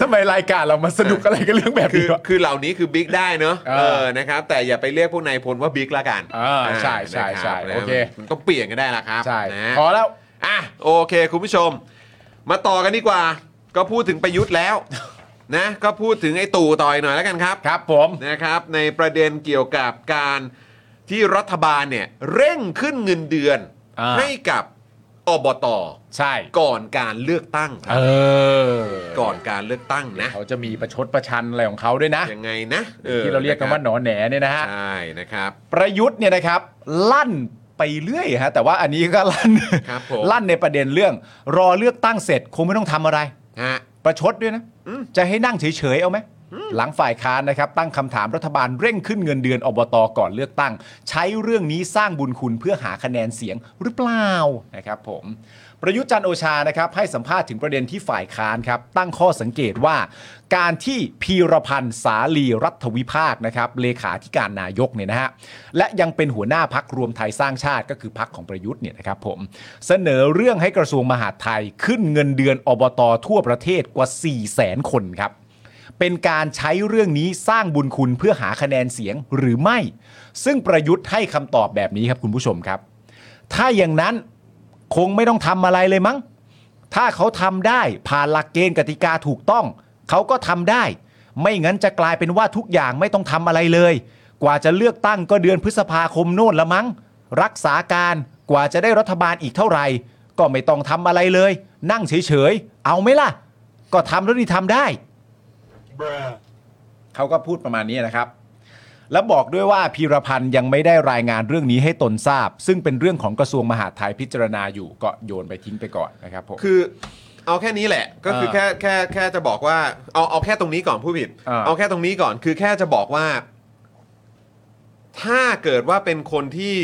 ทำไมรายการเรามาสนุกอะไรกันเรื่องแบบ คือ นี้วะ คือเหล่านี้คือบิ๊กได้เนอะ เออ เออนะครับ แต่อย่าไปเรียกพวกนายพลว่าบิ๊กละกัน เออใช่ใช่ใช่ นะครับนะ โอเค มันต้องเปลี่ยนกันได้ละครับ ใช่ นะ พอแล้ว อ่ะโอเค คุณผู้ชม มาต่อกันดีกว่า ก็พูดถึงประยุทธ์แล้ว นะก็พูดถึงไอ้ตู่ต่อยหน่อยแล้วกันครับ ครับผม นะครับ ในประเด็นเกี่ยวกับการ ที่รัฐบาลเนี่ยเร่งขึ้นเงินเดือน อ่า ให้กับอบต ใช่ ก่อนการเลือกตั้งค เอ รับ อ ก่อนการเลือกตั้งนะ เขาจะมีประชดประชันอะไรของเขาด้วยนะ ยังไงนะออ ที่เราเรียกกันว่าหนอแหนเนี่ยนะฮะ ใช่นะครับ ประยุทธ์เนี่ยนะครับลั่นไปเรื่อยฮะแต่ว่าอันนี้ก็ลั่น ครับผม ลั่นในประเด็นเรื่อง รอเลือกตั้งเสร็จคงไม่ต้องทำอะไร ฮะ ประชดด้วยนะ อืม จะให้นั่งเฉยๆเอาไหม หลังฝ่ายค้านนะครับ ตั้งคำถามรัฐบาลเร่งขึ้นเงินเดือนอบตก่อนเลือกตั้ง ใช้เรื่องนี้สร้างบุญคุณเพื่อหาคะแนนเสียงหรือเปล่านะครับผมประยุทธ์จันทร์โอชานะครับให้สัมภาษณ์ถึงประเด็นที่ฝ่ายค้านครับ ตั้งข้อสังเกตว่า การที่พีรพันธ์สาลีรัฐวิภาคนะครับเลขาธิการนายกเนี่ยนะฮะและยังเป็นหัวหน้าพักรวมไทยสร้างชาติก็คือพักของประยุทธ์เนี่ยนะครับผมเสนอเรื่องให้กระทรวงมหาดไทยขึ้นเงินเดือนอบตทั่วประเทศกว่า 4 0 0 0 0 0 คนครับ เป็นการใช้เรื่องนี้สร้างบุญคุณเพื่อหาคะแนนเสียงหรือไม่ ซึ่งประยุทธ์ให้คำตอบแบบนี้ครับคุณผู้ชมครับ ถ้าอย่างนั้นคงไม่ต้องทำอะไรเลยมั้ง ถ้าเขาทำได้ผ่านหลักเกณฑ์กติกาถูกต้อง เขาก็ทำได้ ไม่งั้นจะกลายเป็นว่าทุกอย่างไม่ต้องทำอะไรเลย กว่าจะเลือกตั้งก็เดือนพฤษภาคมโน่นละมั้ง รักษาการกว่าจะได้รัฐบาลอีกเท่าไหร่ ก็ไม่ต้องทำอะไรเลย นั่งเฉยๆเอาไหมล่ะ ก็ทำแล้วนี่ทำได้ เขาก็พูดประมาณนี้นะครับ แล้วบอกด้วยว่าพีรพันธ์ยังไม่ได้รายงานเรื่องนี้ให้ตนทราบ ซึ่งเป็นเรื่องของกระทรวงมหาดไทยพิจารณาอยู่ก็โยนไปทิ้งไปก่อนนะครับผม คือเอาแค่นี้แหละก็คือ เออ แค่แค่แค่จะบอกว่าเอาเอาแค่ตรงนี้ก่อนผู้ผิด เออ เอาแค่ตรงนี้ก่อนคือแค่จะบอกว่า ถ้าเกิดว่าเป็นคนที่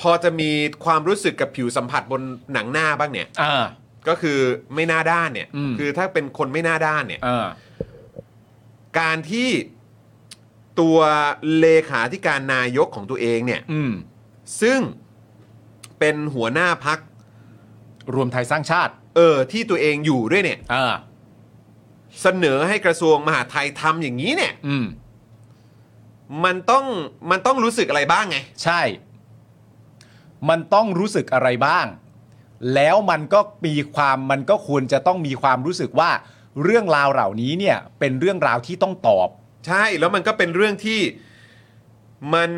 พอจะมีความรู้สึกกับผิวสัมผัสบนหนังหน้าบ้างเนี่ย อ่า ก็คือไม่หน้าด้านเนี่ย อืม คือถ้าเป็นคนไม่หน้าด้านเนี่ย อ่า การที่ตัวเลขาธิการนายกของตัวเองเนี่ย อืม ซึ่งเป็นหัวหน้าพัก รวมไทยสร้างชาติ เออที่ตัวเองอยู่ด้วยเนี่ย อ่า เสนอให้กระทรวงมหาดไทยทำอย่างนี้เนี่ย อืม มันต้องมันต้องรู้สึกอะไรบ้างไง ใช่ มันต้องรู้สึกอะไรบ้าง แล้วมันก็มีความมันก็ควรจะต้องมีความรู้สึกว่า เรื่องราวเหล่านี้เนี่ย เป็นเรื่องราวที่ต้องตอบ ใช่แล้วมันก็เป็นเรื่องที่มัน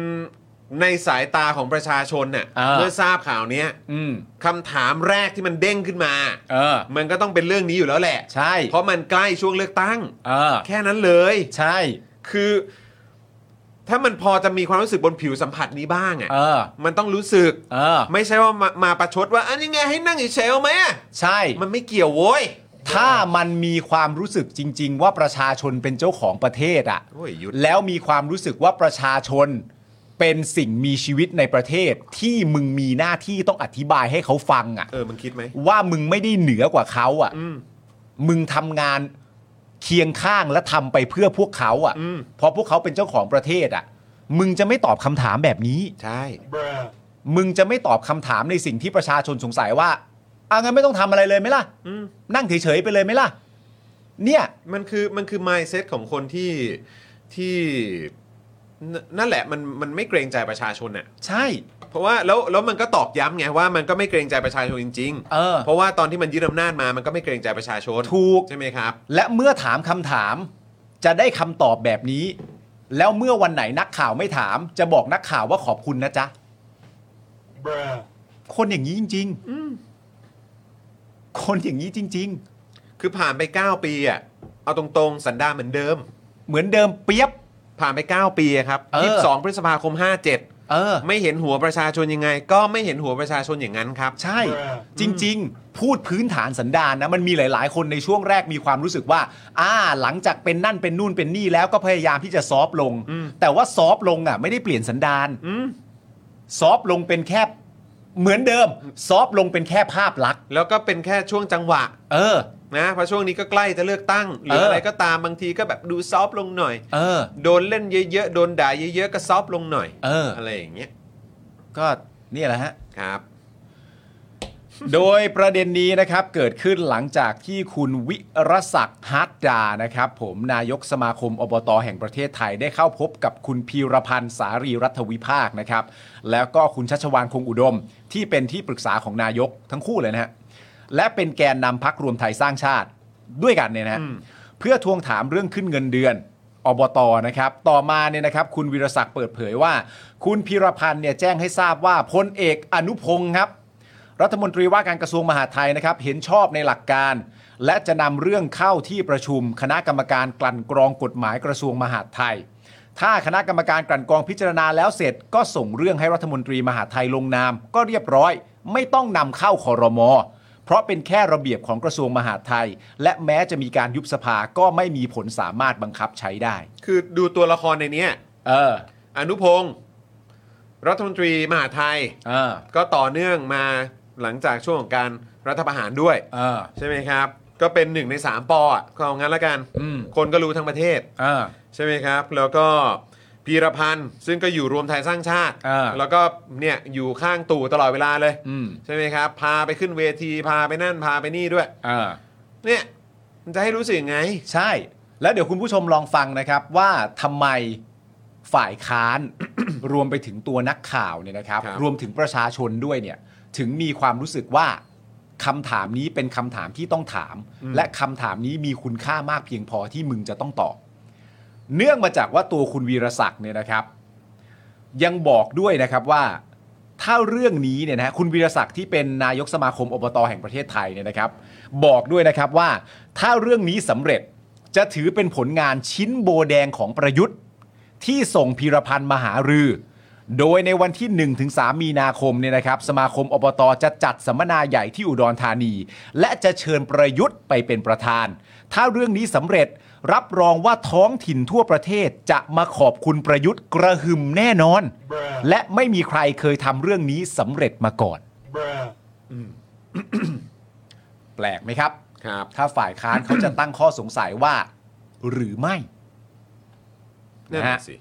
ในสายตาของประชาชนเน่ะ อ่า เมื่อทราบข่าวเนี้ย อืม คำถามแรกที่มันเด้งขึ้นมา เออ มันก็ต้องเป็นเรื่องนี้อยู่แล้วแหละ ใช่ เพราะมันใกล้ช่วงเลือกตั้ง เออ แค่นั้นเลย ใช่ คือ ถ้ามันพอจะมีความรู้สึกบนผิวสัมผัสนี้บ้าง เอ อะ่ะ อ มันต้องรู้สึก เออ ไม่ใช่ว่ามามาประชดว่าอันนี้ไงให้นั่งเฉยๆเอาไหมอะ ใช่ มันไม่เกี่ยวโว้ย ถ้ามันมีความรู้สึกจริง ๆ ว่าประชาชนเป็นเจ้าของประเทศอ่ะ โอ้ยหยุด แล้วมีความรู้สึกว่าประชาชนเป็นสิ่งมีชีวิตในประเทศ ที่มึงมีหน้าที่ต้องอธิบายให้เขาฟังอ่ะ เออมันคิดไหม ว่ามึงไม่ได้เหนือกว่าเขาอ่ะ อืม มึงทำงานเคียงข้างและทำไปเพื่อพวกเขาอ่ะ อืม เพราะพวกเขาเป็นเจ้าของประเทศอ่ะ มึงจะไม่ตอบคำถามแบบนี้ ใช่ มึงจะไม่ตอบคำถามในสิ่งที่ประชาชนสงสัยว่าอางั้นไม่ต้องทำอะไรเลยไหมล่ะ อืม นั่งเฉยๆไปเลยไหมล่ะ เนี่ย มันคือมันคือ mindset ของคนที่ที่นนั่นแหละมันมันไม่เกรงใจประชาชนน่ะ ใช่ เพราะว่าแล้วแล้วมันก็ตอกย้ำไงว่ามันก็ไม่เกรงใจประชาชนจริง เออ เพราะว่าตอนที่มันยึดอำนาจมามันก็ไม่เกรงใจประชาชน ถูก ใช่ไหมครับ และเมื่อถามคำถาม จะได้คำตอบแบบนี้ แล้วเมื่อวันไหนนักข่าวไม่ถาม จะบอกนักข่าวว่าขอบคุณนะจ๊ะ คนอย่างนี้จริงๆคนอย่างนี้จริง คือผ่านไป 9 ปีอ่ะเอาตรงๆ สันดานเหมือนเดิม ๆ เหมือนเดิมเปียบ ผ่านไป 9 ปีอะครับ เออ ยี่สิบสองพฤษภาคม เออ 57 ไม่เห็นหัวประชาชนยังไง ก็ไม่เห็นหัวประชาชนอย่างนั้นครับ ใช่ จริง ๆ พูดพื้นฐานสันดานนะ มันมีหลาย ๆ คนในช่วงแรกมีความรู้สึกว่า อ่า หลังจากเป็นนั่นเป็นนู่นเป็นนี่แล้วก็พยายามที่จะซอฟต์ลง อืม แต่ว่าซอฟต์ลงอ่ะ ไม่ได้เปลี่ยนสันดาน อืม ซอฟต์ลงเป็นแค่เหมือนเดิม ซอฟต์ลงเป็นแค่ภาพลักษณ์ แล้วก็เป็นแค่ช่วงจังหวะ เออ นะเพราะช่วงนี้ก็ใกล้จะเลือกตั้ง หรือ เอออ อะไรก็ตามบางทีก็แบบดูซอฟต์ลงหน่อย เออ โดนเล่นเยอะๆ โดนด่าเยอะๆ ก็ซอฟต์ลงหน่อย เออ อะไรอย่างเงี้ย ก็เนี่ยแหละฮะ ครับ โดยประเด็นนี้นะครับเกิดขึ้นหลังจากที่คุณวิรศักดิ์ฮัตดานะครับผมนายกสมาคมอบตแห่งประเทศไทยได้เข้าพบกับคุณพีรพันธ์สารีรัฐวิภาคนะครับ แล้วก็คุณชัชวานคงอุดม ที่เป็นที่ปรึกษาของนายกทั้งคู่เลยนะฮะและเป็นแกนนำพักรวมไทยสร้างชาติด้วยกันเนี่ยนะฮะเพื่อทวงถามเรื่องขึ้นเงินเดือน อบตนะครับ ต่อมาเนี่ยนะครับ คุณวีรศักดิ์เปิดเผยว่า คุณพีรพันธ์เนี่ยแจ้งให้ทราบว่าพลเอกอนุพงศ์ครับ รัฐมนตรีว่าการกระทรวงมหาดไทยนะครับ เห็นชอบในหลักการ และจะนำเรื่องเข้าที่ประชุม คณะกรรมการกลั่นกรองกฎหมายกระทรวงมหาดไทย ถ้าคณะกรรมการกลั่นกรองพิจารณาแล้วเสร็จ ก็ส่งเรื่องให้รัฐมนตรีมหาดไทยลงนาม ก็เรียบร้อย ไม่ต้องนำเข้าคอรมอ เพราะเป็นแค่ระเบียบของกระทรวงมหาดไทย และแม้จะมีการยุบสภาก็ไม่มีผลสามารถบังคับใช้ได้ คือดูตัวละครในเนี้ย เออ อนุพงศ์รัฐมนตรีมหาดไทย เออ ก็ต่อเนื่องมาหลังจากช่วงของการรัฐประหารด้วย เออ ใช่ไหมครับ ก็เป็นหนึ่งในสามปอ่ะก็เอางั้นละกัน อืม คนก็รู้ทั้งประเทศ เออ ใช่ไหมครับ แล้วก็พีรพันธ์ซึ่งก็อยู่รวมไทยสร้างชาติ อ่า แล้วก็เนี่ยอยู่ข้างตู่ตลอดเวลาเลย อืม ใช่ไหมครับ พาไปขึ้นเวทีพาไปนั่นพาไปนี่ด้วย เออ เนี่ยมันจะให้รู้สึกยังไง ใช่ แล้วเดี๋ยวคุณผู้ชมลองฟังนะครับว่าทำไมฝ่ายค้าน รวมไปถึงตัวนักข่าวเนี่ยนะครับ ครับ รวมถึงประชาชนด้วยเนี่ย ถึงมีความรู้สึกว่าคำถามนี้เป็นคำถามที่ต้องถาม และคำถามนี้มีคุณค่ามากเพียงพอที่มึงจะต้องตอบ เนื่องมาจากว่าตัวคุณวีรศักดิ์เนี่ยนะครับ ยังบอกด้วยนะครับว่า ถ้าเรื่องนี้เนี่ยนะคุณวีรศักดิ์ที่เป็นนายกสมาคมอบตแห่งประเทศไทยเนี่ยนะครับ บอกด้วยนะครับว่า ถ้าเรื่องนี้สำเร็จจะถือเป็นผลงานชิ้นโบแดงของประยุทธ์ ที่ส่งพีรพันธ์มหารือ โดยในวันที่ 1-3 มีนาคมเนี่ยนะครับ สมาคมอบตจะจัดสัมมนาใหญ่ที่อุดรธานี และจะเชิญประยุทธ์ไปเป็นประธาน ถ้าเรื่องนี้สำเร็จรับรองว่าท้องถิ่นทั่วประเทศจะมาขอบคุณประยุทธ์กระหึ่มแน่นอน และไม่มีใครเคยทำเรื่องนี้สำเร็จมาก่อน แปลกไหมครับ ครับ ถ้าฝ่ายค้านเขาจะตั้งข้อสงสัยว่า หรือไม่ นั่น นะ นะ ฮะ สิ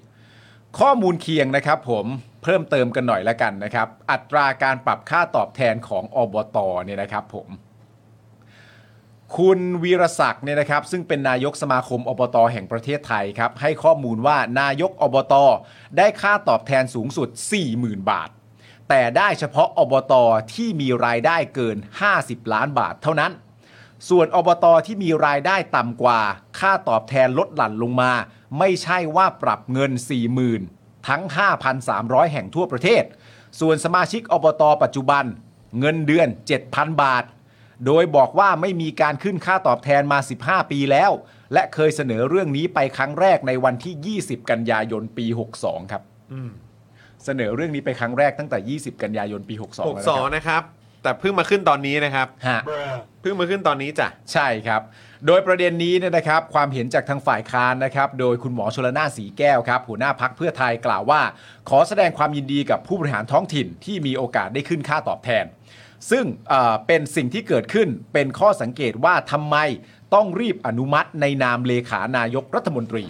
ข้อมูลเคียงนะครับผมเพิ่มเติมกันหน่อยละกันนะครับ อัตราการปรับค่าตอบแทนของอบตเนี่ยนะครับผมคุณวีรศักดิ์เนี่ยนะครับ ซึ่งเป็นนายกสมาคมอบตแห่งประเทศไทยครับ ให้ข้อมูลว่านายกอบตได้ค่าตอบแทนสูงสุด 40,000 บาท แต่ได้เฉพาะอบตที่มีรายได้เกิน 50 ล้านบาทเท่านั้น ส่วนอบตที่มีรายได้ต่ำกว่า ค่าตอบแทนลดหลั่นลงมา ไม่ใช่ว่าปรับเงิน 40,000 ทั้ง 5,300 แห่งทั่วประเทศ ส่วนสมาชิกอบตปัจจุบัน เงินเดือน 7,000 บาท โดยบอกว่าไม่มีการขึ้นค่าตอบแทนมา 15 ปีแล้ว และเคยเสนอเรื่องนี้ไปครั้งแรกในวันที่ 20 กันยายนปี 62 ครับเสนอเรื่องนี้ไปครั้งแรกตั้งแต่ 20 กันยายนปี 62 หก แล้ว ส นะ อง ครับ นะครับ แต่เพิ่งมาขึ้นตอนนี้นะครับ ฮะ เพิ่งมาขึ้นตอนนี้จ้ะ ใช่ครับ โดยประเด็นนี้เนี่ยนะครับ ความเห็นจากทางฝ่ายค้านนะครับ โดยคุณหมอชลนานสีแก้วครับ หัวหน้าพักเพื่อไทยกล่าวว่า ขอแสดงความยินดีกับผู้บริหารท้องถิ่นที่มีโอกาสได้ขึ้นค่าตอบแทน ซึ่งเอ่อเป็นสิ่งที่เกิดขึ้นเป็นข้อสังเกตว่าทำไมต้องรีบอนุมัติในนามเลขานายกรัฐมนตรี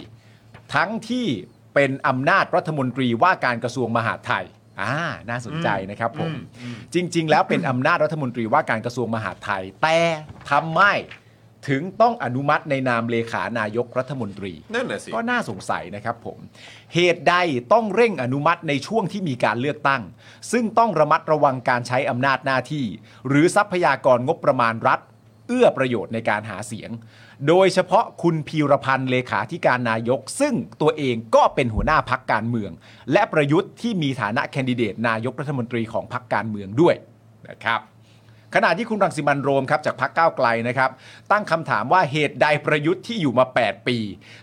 ทั้งที่เป็นอำนาจรัฐมนตรีว่าการกระทรวงมหาดไทยอ่าน่าสนใจนะครับผม จริง ๆ แล้วเป็นอำนาจรัฐมนตรีว่าการกระทรวงมหาดไทย แต่ทำไมถึงต้องอนุมัติในนามเลขานายกรัฐมนตรี นั่นน่ะสิ ก็น่าสงสัยนะครับผม เหตุใดต้องเร่งอนุมัติในช่วงที่มีการเลือกตั้ง ซึ่งต้องระมัดระวังการใช้อำนาจหน้าที่ หรือทรัพยากรงบประมาณรัฐ เอื้อประโยชน์ในการหาเสียง โดยเฉพาะคุณพีรพันธ์เลขาธิการนายก ซึ่งตัวเองก็เป็นหัวหน้าพักการเมือง และประยุทธ์ที่มีฐานะแคนดิเดตนายกรัฐมนตรีของพักการเมืองด้วยนะครับ ขณะที่คุณรังสิมันต์โรมครับจากพรรคก้าวไกลนะครับ ตั้งคำถามว่าเหตุใดประยุทธ์ที่อยู่มา 8 ปี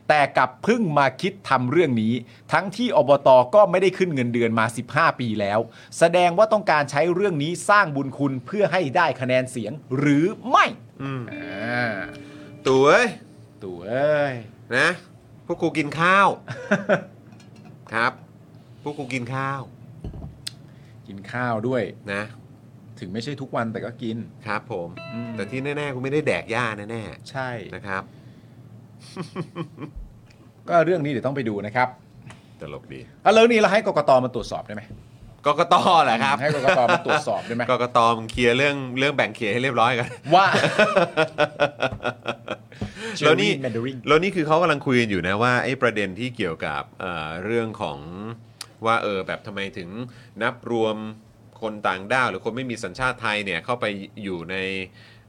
แต่กลับเพิ่งมาคิดทำเรื่องนี้ ทั้งที่อบตก็ไม่ได้ขึ้นเงินเดือนมา 15 ปีแล้ว แสดงว่าต้องการใช้เรื่องนี้สร้างบุญคุณเพื่อให้ได้คะแนนเสียงหรือไม่อ่า ตัวเอ้ย ตัวเอ้ย นะ พวกกูกินข้าว ครับ พวกกูกินข้าว กินข้าวด้วย นะ ถึงไม่ใช่ทุกวันแต่ก็กิน ครับผม อืม แต่ที่แน่ๆกูไม่ได้แดกหญ้าแน่ ใช่ ๆนะครับ ก็เรื่องนี้เดี๋ยวต้องไปดูนะครับ ตลกดี เอาเรื่องนี้เราให้กกตมาตรวจสอบได้ไหม กกตแหละครับ ให้กกตมาตรวจสอบได้ไหม กกตมึงเคลียร์เรื่องเรื่องแบ่งเขตให้เรียบร้อยกัน ว่า แล้วนี่ Cherry Mandarin แล้วนี่คือเขากำลังคุยกันอยู่นะว่าไอ้ประเด็นที่เกี่ยวกับเอ่อเรื่องของว่าเออแบบทำไมถึงนับรวมคนต่างด้าวหรือคนไม่มีสัญชาติไทยเนี่ยเข้าไปอยู่ใน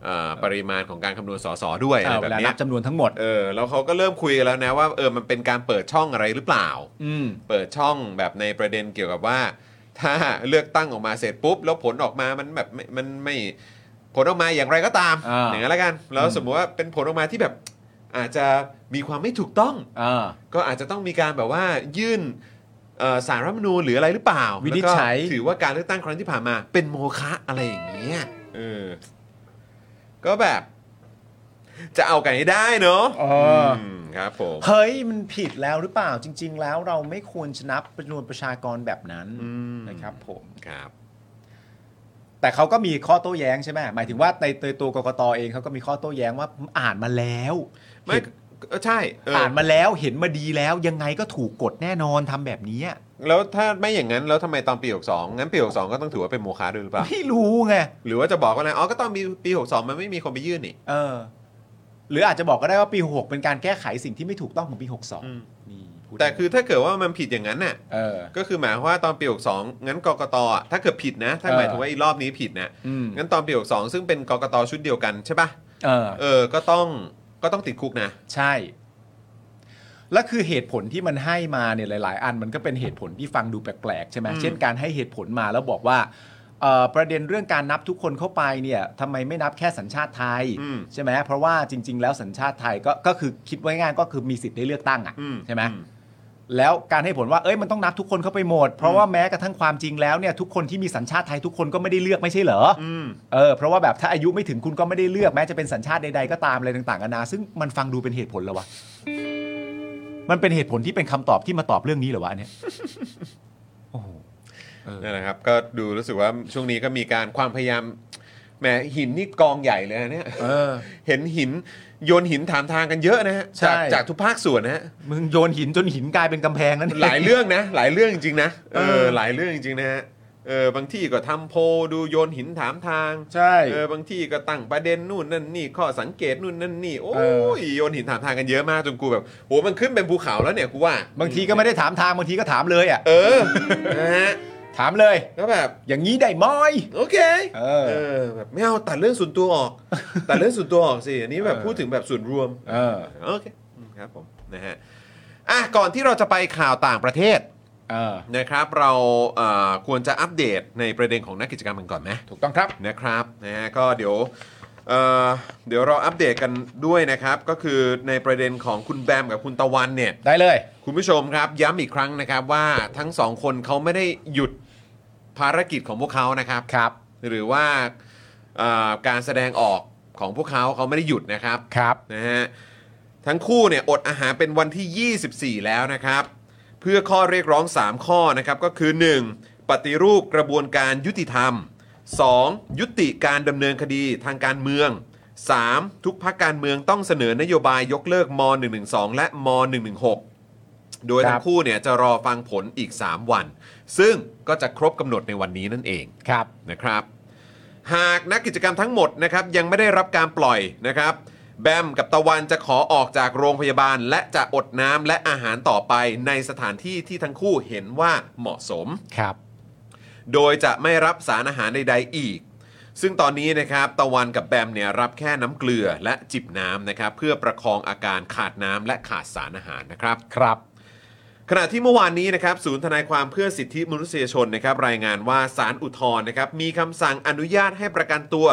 เอ่อปริมาณของการคำนวณสสด้วยอะไร เอา แบบเวลา เนี้ นั ย บจำนวนทั้งหมด เออแล้วเขาก็เริ่มคุยกันแล้วนะว่าเออมันเป็นการเปิดช่องอะไรหรือเปล่า อืม เปิดช่องแบบในประเด็นเกี่ยวกับว่า ถ้าเลือกตั้งออกมาเสร็จปุ๊บ แล้วผลออกมามันแบบไม่มันไม่ผลออกมาอย่างไรก็ตาม อ่า ย่างนั้นละกัน แล้วสมมติว่าเป็นผลออกมาที่แบบอาจจะมีความไม่ถูกต้อง อ่า ก็อาจจะต้องมีการแบบว่ายื่นเอ่อสารรัฐธรรมนูญหรืออะไรหรือเปล่า วินิจฉัย แล้วก็ถือว่าการเลือกตั้งครั้งที่ผ่านมา เป็นโมฆะอะไรอย่างเงี้ยเออก็แบบ จะเอากันให้ได้เนาะ เอออ มครับผม เฮ้ย มันผิดแล้วหรือเปล่าจริง ๆ แล้วเราไม่ควรชนะจำนวนประชากรแบบนั้น อืม นะครับผม ครับ แต่เขาก็มีข้อโต้แย้งใช่ไหมหมายถึงว่าในในตัวกกตเองเขาก็มีข้อโต้แย้งว่าอ่านมาแล้ว ไม่ เห็น เออใช่เอออ อ่านมาแล้วเห็นมาดีแล้วยังไงก็ถูกกดแน่นอนทำแบบนี้อะ แล้วถ้าไม่อย่างนั้น แล้วทำไมตอนปี 62 งั้นปี 62 ก็ต้องถือว่าเป็นโมฆะด้วยหรือเปล่า ไม่รู้ไง หรือว่าจะบอกว่าอะไรอ๋อก็ตอนปีปี 62 มันไม่มีคนไปยื่นนี่ เออ หรืออาจจะบอกก็ได้ว่าปี6เป็นการแก้ไขสิ่งที่ไม่ถูกต้องของปี62นี่พูด แต่คือถ้าเกิดว่ามันผิดอย่างนั้นน่ะ เออ ก็คือหมายความว่าตอนปี 62 งั้นกกตอ่ะถ้าเกิดผิดนะ ถ้า เออ หมายถึงว่าอีรอบนี้ผิดนะ อืม งั้นตอนปี 62 ซึ่งเป็นกกตชุดเดียวกันใช่ป่ะ เออ เออ ก็ต้องก็ต้องติดคุกนะ ใช่ และคือเหตุผลที่มันให้มาเนี่ยหลาย ๆ อันมันก็เป็นเหตุผลที่ฟังดูแปลก ๆ ใช่ไหม อืม เช่นการให้เหตุผลมาแล้วบอกว่าเอ่อประเด็นเรื่องการนับทุกคนเข้าไปเนี่ยทำไมไม่นับแค่สัญชาติไทย อืม ใช่ไหมเพราะว่าจริง ๆ แล้วสัญชาติไทยก็ก็คือคิดไว้ง่ายก็คือมีสิทธิ์ได้เลือกตั้งอ่ะ อืม ใช่ไหม อืม แล้วการให้ผลว่าเอ้ยมันต้องนับทุกคนเข้าไปหมด เพราะว่าแม้กระทั่งความจริงแล้วเนี่ยทุกคนที่มีสัญชาติไทยทุกคนก็ไม่ได้เลือกไม่ใช่เหรออ อืม เออเพราะว่าแบบถ้าอายุไม่ถึงคุณก็ไม่ได้เลือกแม้จะเป็นสัญชาติใดๆก็ตามอะไรต่างๆกันานาซึ่งมันฟังดูเป็นเหตุผลแล้ววะมันเป็นเหตุผลที่เป็นคำตอบที่มาตอบเรื่องนี้เหรอวะอันเนี้ย นั่นแหละครับ ก็ดูรู้สึกว่าช่วงนี้ก็มีการความพยายาม แหมหินนี่กองใหญ่เลยนะเนี่ย เห็นหินโยนหินถามทางกันเยอะนะฮะ ใช่ จากจากทุกภาคส่วนนะฮะ มึงโยนหินจนหินกลายเป็นกำแพงนั่น หลายเรื่องนะ หลายเรื่องจริงๆนะเอ เอ อ อ หลายเรื่องจริงๆนะฮะเออบางที่ก็ทำโพลดูโยนหินถามทาง ใช่ เออบางที่ก็ตั้งประเด็นนู่นนั่นนี่ข้อสังเกตนู่นนั่นนี่โอ้ เอ ยโยนหินถามทางกันเยอะมากจนกูแบบโหมันขึ้นเป็นภูเขาแล้วเนี่ยกูว่า บางทีก็ไม่ได้ถามทางบางทีก็ถามเลยอ่ะ เออนะฮะ ถามเลย ก็แบบ อย่างนี้ได้ไหมอย โอเค เออ แบบไม่เอาตัดเรื่องส่วนตัวออก ตัดเรื่องส่วนตัวออกสิอันนี้แบบ เออ พูดถึงแบบส่วนรวม เออ โอเคอืมครับผมนะฮะอ่ะก่อนที่เราจะไปข่าวต่างประเทศ เออ นะครับ เราเอ่อควรจะอัปเดตในประเด็นของนักกิจกรรมกันก่อนไหม ถูกต้องครับ นะครับนะฮะก็เดี๋ยวเอ่อเดี๋ยวเราอัปเดตกันด้วยนะครับ ก็คือในประเด็นของคุณแบมกับคุณตะวันเนี่ย ได้เลย คุณผู้ชมครับย้ำอีกครั้งนะครับว่าทั้งสองคนเขาไม่ได้หยุดภารกิจของพวกเขานะครับครับ หรือว่าเอ่อการแสดงออกของพวกเขาเขาไม่ได้หยุดนะครับ ครับ นะฮะทั้งคู่เนี่ยอดอาหารเป็นวันที่ 24 แล้วนะครับ เพื่อข้อเรียกร้อง 3 ข้อนะครับก็คือ 1. ปฏิรูปกระบวนการยุติธรรม 2. ยุติการดำเนินคดีทางการเมือง 3. ทุกพักการเมืองต้องเสนอนโยบายยกเลิกม .112 และม .116 โดยทั้ คงรับ คู่เนี่ยจะรอฟังผลอีก 3 วัน ซึ่งก็จะครบกำหนดในวันนี้นั่นเอง ครับ นะครับหากนักกิจกรรมทั้งหมดนะครับยังไม่ได้รับการปล่อยนะครับ แบมกับตะวันจะขอออกจากโรงพยาบาล และจะอดน้ำและอาหารต่อไปในสถานที่ที่ทั้งคู่เห็นว่าเหมาะสม ครับ โดยจะไม่รับสารอาหารใด ๆ อีก ซึ่งตอนนี้นะครับตะวันกับแบมเนี่ยรับแค่น้ำเกลือและจิบน้ำนะครับเพื่อประคองอาการขาดน้ำและขาดสารอาหารนะครับ ครับ ขณะที่เมื่อวานนี้นะครับศูนย์ทนายความเพื่อสิทธิมนุษยชนนะครับรายงานว่าสารอุทธรณ์นะครับมีคำสั่งอนุญาตให้ประกันตัว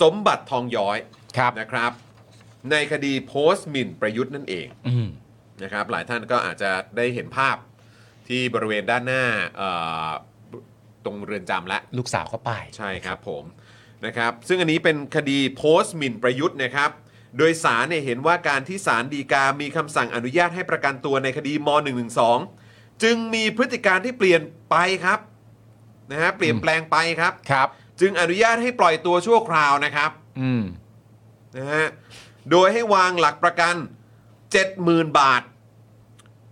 สมบัติทองย้อย ครับ นะครับ ในคดีโพสต์หมิ่นประยุทธ์นั่นเอง อืม นะครับหลายท่านก็อาจจะได้เห็นภาพที่บริเวณด้านหน้าเอ่อตรงเรือนจำและ ลูกสาวก็ไป ใช่ครับผมนะครับซึ่งอันนี้เป็นคดีโพสต์หมิ่นประยุทธ์นะครับ โดยสารเนี่ยเห็นว่าการที่สารดีกามีคำสั่งอนุญาตให้ประกันตัวในคดีม .112 จึงมีพฤติการที่เปลี่ยนไปครับนะฮะเปลี่ยนแปลงไปครับ ครับ จึงอนุญาตให้ปล่อยตัวชั่วคราวนะครับ อืม นะฮะโดยให้วางหลักประกัน 70,000 บาท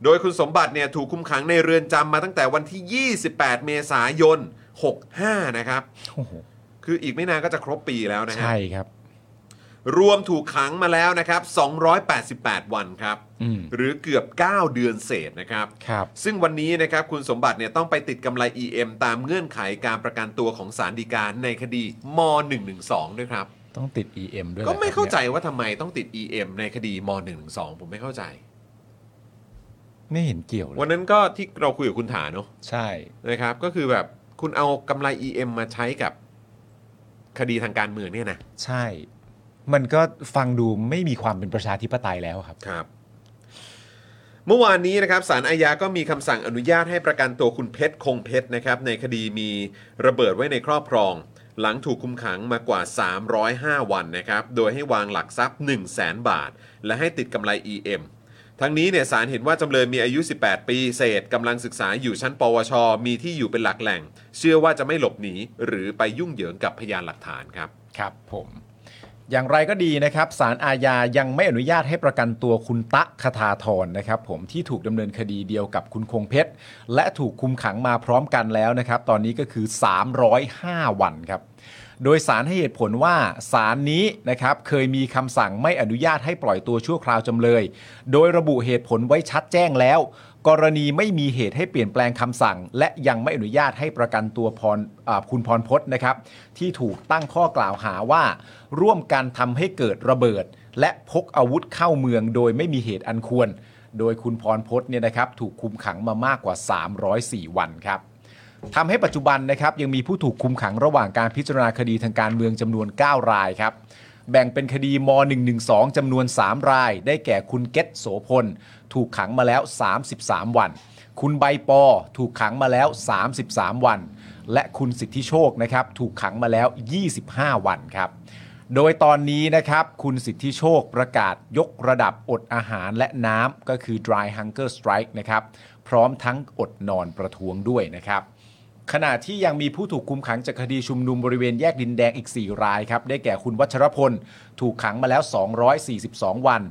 โดยคุณสมบัติเนี่ยถูกคุมขังในเรือนจำมาตั้งแต่วันที่ 28 เมษายน 65 นะครับ โอ้โห คืออีกไม่นานก็จะครบปีแล้วนะฮะ ใช่ครับ รวมถูกขังมาแล้วนะครับ 288 วันครับ อืม หรือเกือบ 9 เดือนเศษนะครับ ครับ ซึ่งวันนี้นะครับคุณสมบัติเนี่ยต้องไปติดกำไร EM ตามเงื่อนไขการประกันตัวของสารดีกาในคดีม .112 ด้วยครับ ต้องติด EM ด้วยหรอ ก็ไม่ ครับ เข้าใจ นี่ย ว่าทำไมต้องติด EM ในคดีม .112 ผมไม่เข้าใจ ไม่เห็นเกี่ยวเล วัน ย นั้นก็ที่เราคุยกับคุณฐานเนอะ ใช่ นะครับ ก็คือแบบคุณเอากำไร EM มาใช้กับคดีทางการเมืองเนี่ยนะ ใช่ มันก็ฟังดูไม่มีความเป็นประชาธิปไตยแล้วครับ ครับ เมื่อวานนี้นะครับสารอาญาก็มีคำสั่งอนุญาตให้ประกันตัวคุณเพชรคงเพชรนะครับ ในคดีมีระเบิดไว้ในครอบครอง หลังถูกคุมขังมากว่า 305 วันนะครับ โดยให้วางหลักทรัพย์ 1 0 0 0 0แบาท และให้ติดกำไร EM ทั้งนี้เนี่ยศาลเห็นว่าจำเลยมีอายุ 18 ปีเศษกำลังศึกษาอยู่ชั้น ปวช มีที่อยู่เป็นหลักแหล่ง เชื่อว่าจะไม่หลบหนีหรือไปยุ่งเหยิงกับพยานหลักฐานครับ ครับผม อย่างไรก็ดีนะครับสารอาญายังไม่อนุญาตให้ประกันตัวคุณตะคทาธรนะครับ ผมที่ถูกดำเนินคดีเดียวกับคุณคงเพชร และถูกคุมขังมาพร้อมกันแล้วนะครับ ตอนนี้ก็คือ 305 วันครับ โดยสารให้เหตุผลว่าสารนี้นะครับเคยมีคำสั่งไม่อนุญาตให้ปล่อยตัวชั่วคราวจำเลย โดยระบุเหตุผลไว้ชัดแจ้งแล้ว กรณีไม่มีเหตุให้เปลี่ยนแปลงคำสั่ง และยังไม่อนุญาตให้ประกันตัวพรอ่าคุณพรพจน์นะครับ ที่ถูกตั้งข้อกล่าวหาว่า ร่วมกันทำให้เกิดระเบิด และพกอาวุธเข้าเมืองโดยไม่มีเหตุอันควร โดยคุณพรพจน์เนี่ยนะครับถูกคุมขังมามากกว่า 304 วันครับ ทำให้ปัจจุบันนะครับยังมีผู้ถูกคุมขังระหว่างการพิจารณาคดีทางการเมืองจำนวน 9 รายครับ แบ่งเป็นคดีม .112 จำนวน 3 ราย ได้แก่คุณเกตโสพล ถูกขังมาแล้ว 33 วัน คุณใบปอ ถูกขังมาแล้ว 33 วัน และคุณสิทธิโชคนะครับถูกขังมาแล้ว 25 วันครับ โดยตอนนี้นะครับคุณสิทธิโชคประกาศยกระดับอดอาหารและน้ำก็คือ dry hunger strike นะครับพร้อมทั้งอดนอนประท้วงด้วยนะครับ ขณะที่ยังมีผู้ถูกคุมขังจากคดีชุมนุมบริเวณแยกดินแดงอีก 4 รายครับ ได้แก่คุณวัชรพล ถูกขังมาแล้ว 242 วัน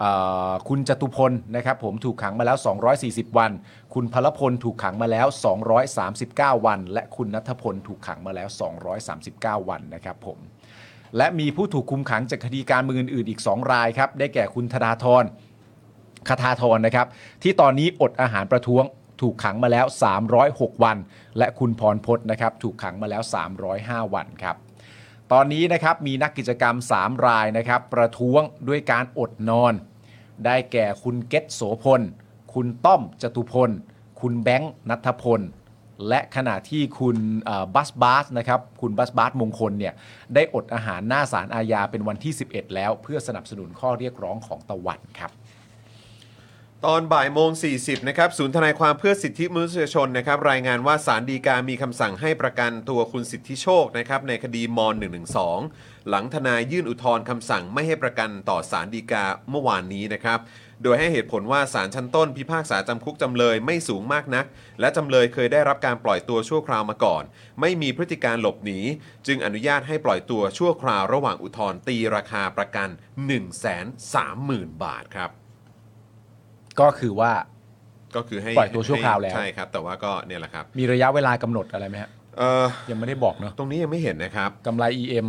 เอ่อคุณจตุพลนะครับผมถูกขังมาแล้ว 240 วัน คุณพลพลถูกขังมาแล้ว 239 วัน และคุณนัทพลถูกขังมาแล้ว 239 วันนะครับผม และมีผู้ถูกคุมขังจากคดีการเมืองอื่นๆอีก 2 รายครับ ได้แก่คุณธนาธร คทาธรนะครับ ที่ตอนนี้อดอาหารประท้วง ถูกขังมาแล้ว 306 วัน และคุณพรพจน์นะครับ ถูกขังมาแล้ว 305 วันครับ ตอนนี้นะครับมีนักกิจกรรม 3 รายนะครับ ประท้วงด้วยการอดนอน ได้แก่คุณเกตโสพล คุณต้อมจตุพล คุณแบงค์นัทพล และขณะที่คุณเอ่อบัสบาสนะครับคุณบัสบาสมงคลเนี่ยได้อดอาหารหน้าศาลอาญาเป็นวันที่ 11 แล้ว เพื่อสนับสนุนข้อเรียกร้องของตะวันครับ ตอนบ่ายโมง 40 นะครับ ศูนย์ทนายความเพื่อสิทธิมนุษยชนนะครับ รายงานว่าสารดีกามีคำสั่งให้ประกันตัวคุณสิทธิโชคนะครับในคดีม .112 หลังทนายยื่นอุทธรณ์คำสั่งไม่ให้ประกันต่อสารดีกาเมื่อวานนี้นะครับ โดยให้เหตุผลว่าสารชั้นต้นพิพากษาจำคุกจำเลยไม่สูงมากนัก และจำเลยเคยได้รับการปล่อยตัวชั่วคราวมาก่อน ไม่มีพฤติการหลบหนี จึงอนุญาตให้ปล่อยตัวชั่วคราวระหว่างอุทธรณ์ตีราคาประกัน 1 3 0 0 0 0 บาทครับ ก็คือว่า ก็คือให้ ปล่อยตัวชั่วคราวแล้ว ใช่ครับ แต่ว่าก็เนี่ยแหละครับ มีระยะเวลากำหนดอะไรไหมฮะ เอ่อ ยังไม่ได้บอกเนาะ ตรงนี้ยังไม่เห็นนะครับ กำไร EM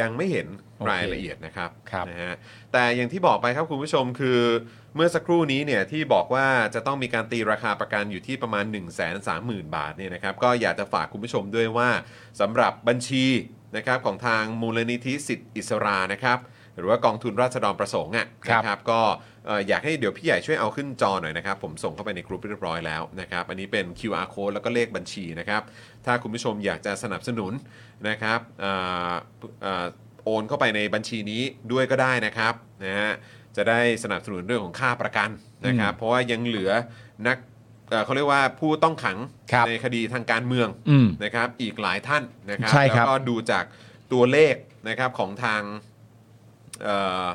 ยังไม่เห็น โอเค รายละเอียดนะครับ ครับ นะฮะแต่อย่างที่บอกไปครับคุณผู้ชมคือเมื่อสักครู่นี้เนี่ยที่บอกว่าจะต้องมีการตีราคาประกันอยู่ที่ประมาณ 1 3 0 0 0 0 บาทเนี่ยนะครับก็อยากจะฝากคุณผู้ชมด้วยว่าสำหรับบัญชีนะครับของทางมูลนิธิสิทธิอิสรานะครับ หรือว่ากองทุนราษฎรประสงค์อ่ะนะครับก็เอ่ออยากให้เดี๋ยวพี่ใหญ่ช่วยเอาขึ้นจอหน่อยนะครับ ผมส่งเข้าไปในกลุ่มเรียบร้อยแล้วนะครับอันนี้เป็น QR code แล้วก็เลขบัญชีนะครับถ้าคุณผู้ชมอยากจะสนับสนุนนะครับเอ่อเอ่อโอนเข้าไปในบัญชีนี้ด้วยก็ได้นะครับนะฮะจะได้สนับสนุนเรื่องของค่าประกันนะครับ เพราะว่ายังเหลือนักเอ่อเขาเรียกว่าผู้ต้องขัง ครับ ในคดีทางการเมือง อืม นะครับอีกหลายท่านนะครับ ใช่ครับ แล้วก็ดูจากตัวเลขนะครับของทาง เอ่อ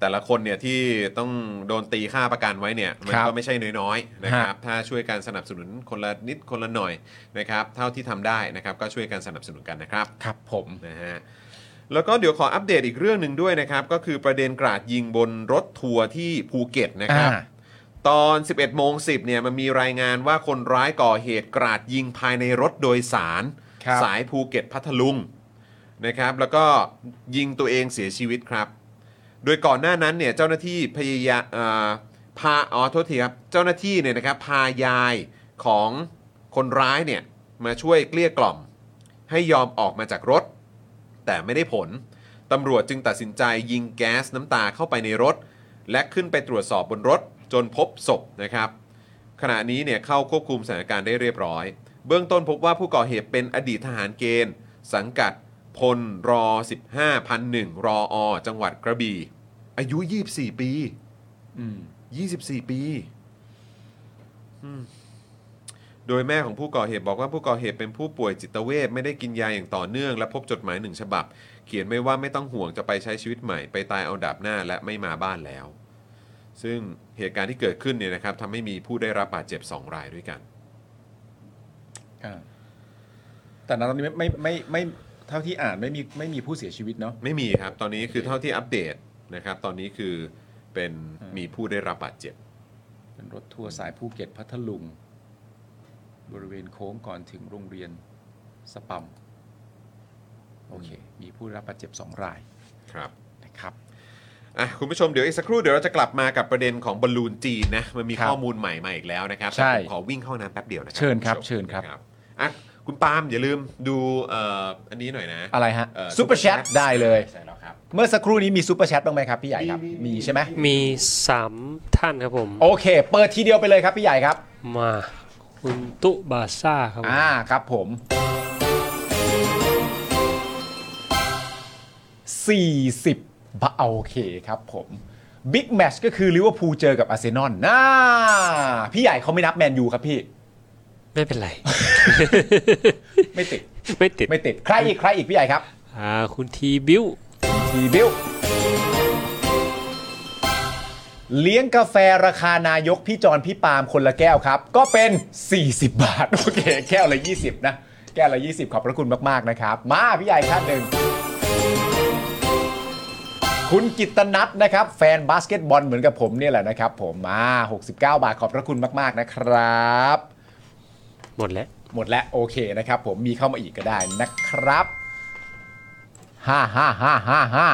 แต่ละคนเนี่ยที่ต้องโดนตีค่าประกันไว้เนี่ยมัน ครับ ก็ไม่ใช่น้อยๆนะครับ ฮะ ถ้าช่วยการสนับสนุนคนละนิดคนละหน่อยนะครับเท่าที่ทำได้นะครับก็ช่วยการสนับสนุนกันนะครับ ครับผม นะฮะแล้วก็เดี๋ยวขออัปเดตอีกเรื่องหนึ่งด้วยนะครับ ก็คือประเด็นกราดยิงบนรถทัวร์ที่ภูเก็ตนะครับ อ่า ตอน 11โมง10เนี่ยมันมีรายงานว่าคนร้ายก่อเหตุกราดยิงภายในรถโดยสาร ครับ สายภูเก็ตพัทลุงนะครับ แล้วก็ยิงตัวเองเสียชีวิตครับ โดยก่อนหน้านั้นเนี่ยเจ้าหน้าที่พยายามเอ่อพาอ๋อโทษทีครับเจ้าหน้าที่เนี่ยนะครับพายายของคนร้ายเนี่ยมาช่วยเกลี้ยกล่อม ให้ยอมออกมาจากรถ แต่ไม่ได้ผลต ตำรวจจึงตัดสินใจยิงแก๊สน้ำตาเข้าไปในรถ และขึ้นไปตรวจสอบบนรถจนพบศพนะครับ ขณะนี้เนี่ยเข้าควบคุมสถานการณ์ได้เรียบร้อย เบื้องต้นพบว่าผู้ก่อเหตุเป็นอดีตทหารเกณฑ์ สังกัดพลรอ15พันหนึ่งรออ จังหวัดกระบี่ อายุ 24 ปี อืม 24 ปีอืมโดยแม่ของผู้ก่อเหตุบอกว่าผู้ก่อเหตุเป็นผู้ป่วยจิตเวชไม่ได้กินยาอย่างต่อเนื่อง และพบจดหมายหนึ่งฉบับ เขียนไว้ว่าไม่ต้องห่วงจะไปใช้ชีวิตใหม่ไปตายเอาดาบหน้าและไม่มาบ้านแล้ว ซึ่งเหตุการณ์ที่เกิดขึ้นเนี่ยนะครับทำให้มีผู้ได้รับบาดเจ็บ 2 รายด้วยกัน อ่าแต่ณตอนนี้ไม่ไม่ไม่ไม่เท่าที่อ่านไม่มีไม่มีผู้เสียชีวิตเนาะ ไม่มีครับ ตอนนี้คือเท่าที่อัปเดตนะครับ ตอนนี้คือเป็น อ่ามี มีผู้ได้รับบาดเจ็บ เป็นรถทัวร์สายภูเก็ตพัทลุง บริเวณโค้งก่อนถึงโรงเรียนสปัมโอเค มีผู้ได้รับบาดเจ็บสองราย ครับ นะครับ อ่ะคุณผู้ชมเดี๋ยวอีกสักครู่เดี๋ยวเราจะกลับมากับประเด็นของบอลลูนจีนนะมันมี ครับ ข้อมูลใหม่มาอีกแล้วนะครับ ใช่ แต่ผมขอวิ่งเข้าห้องน้ำแป๊บเดียวนะครั เชิญครัณบผู้ เชิญครับ อ่ะคุณปาล์มอย่าลืมดูเอ่ออันนี้หน่อยนะ อะไรฮะ อ่อ ซูเปอร์แชท Super Chat ได้เลย ใช่แล้วครับ เมื่อสักครู่นี้มีซูเปอร์แชทบ้างไหมครับ พี่ใหญ่ครับ มีใช่ไหม มีสามท่านครับผม โอเค เปิดทีเดียวไปเลยครับพี่ใหญ่ครับ มาคุณตุบาซ่าครับผม อ่าครับผม40บาโอเคครับผมบิ๊กแมชก็คือลิเวอร์พูลเจอกับอาร์เซนอลน่าพี่ใหญ่เขาไม่นับแมนยูครับพี่ ไม่เป็นไร ไม่ติด ไม่ติด ไม่ติด ใครอีก ใครอีกพี่ใหญ่ครับ อ่าคุณทีบิว ทีบิลเลี้ยงกาแฟราคานายกพี่จอนพี่ปาล์มคนละแก้วครับ ก็เป็น 40 บาท โอเค แก้วละ 20 นะ แก้วละ 20 ขอบพระคุณมาก ๆ นะครับ มาพี่ใหญ่ท่านหนึ่ง คุณกิตนัทนะครับ แฟนบาสเกตบอลเหมือนกับผมเนี่ยแหละนะครับ ผมมา 69 บาทขอบพระคุณมาก ๆ นะครับ หมดแล้ว หมดแล้วโอเคนะครับ ผมมีเข้ามาอีกก็ได้นะครับห้าห้าห้าห้าห้า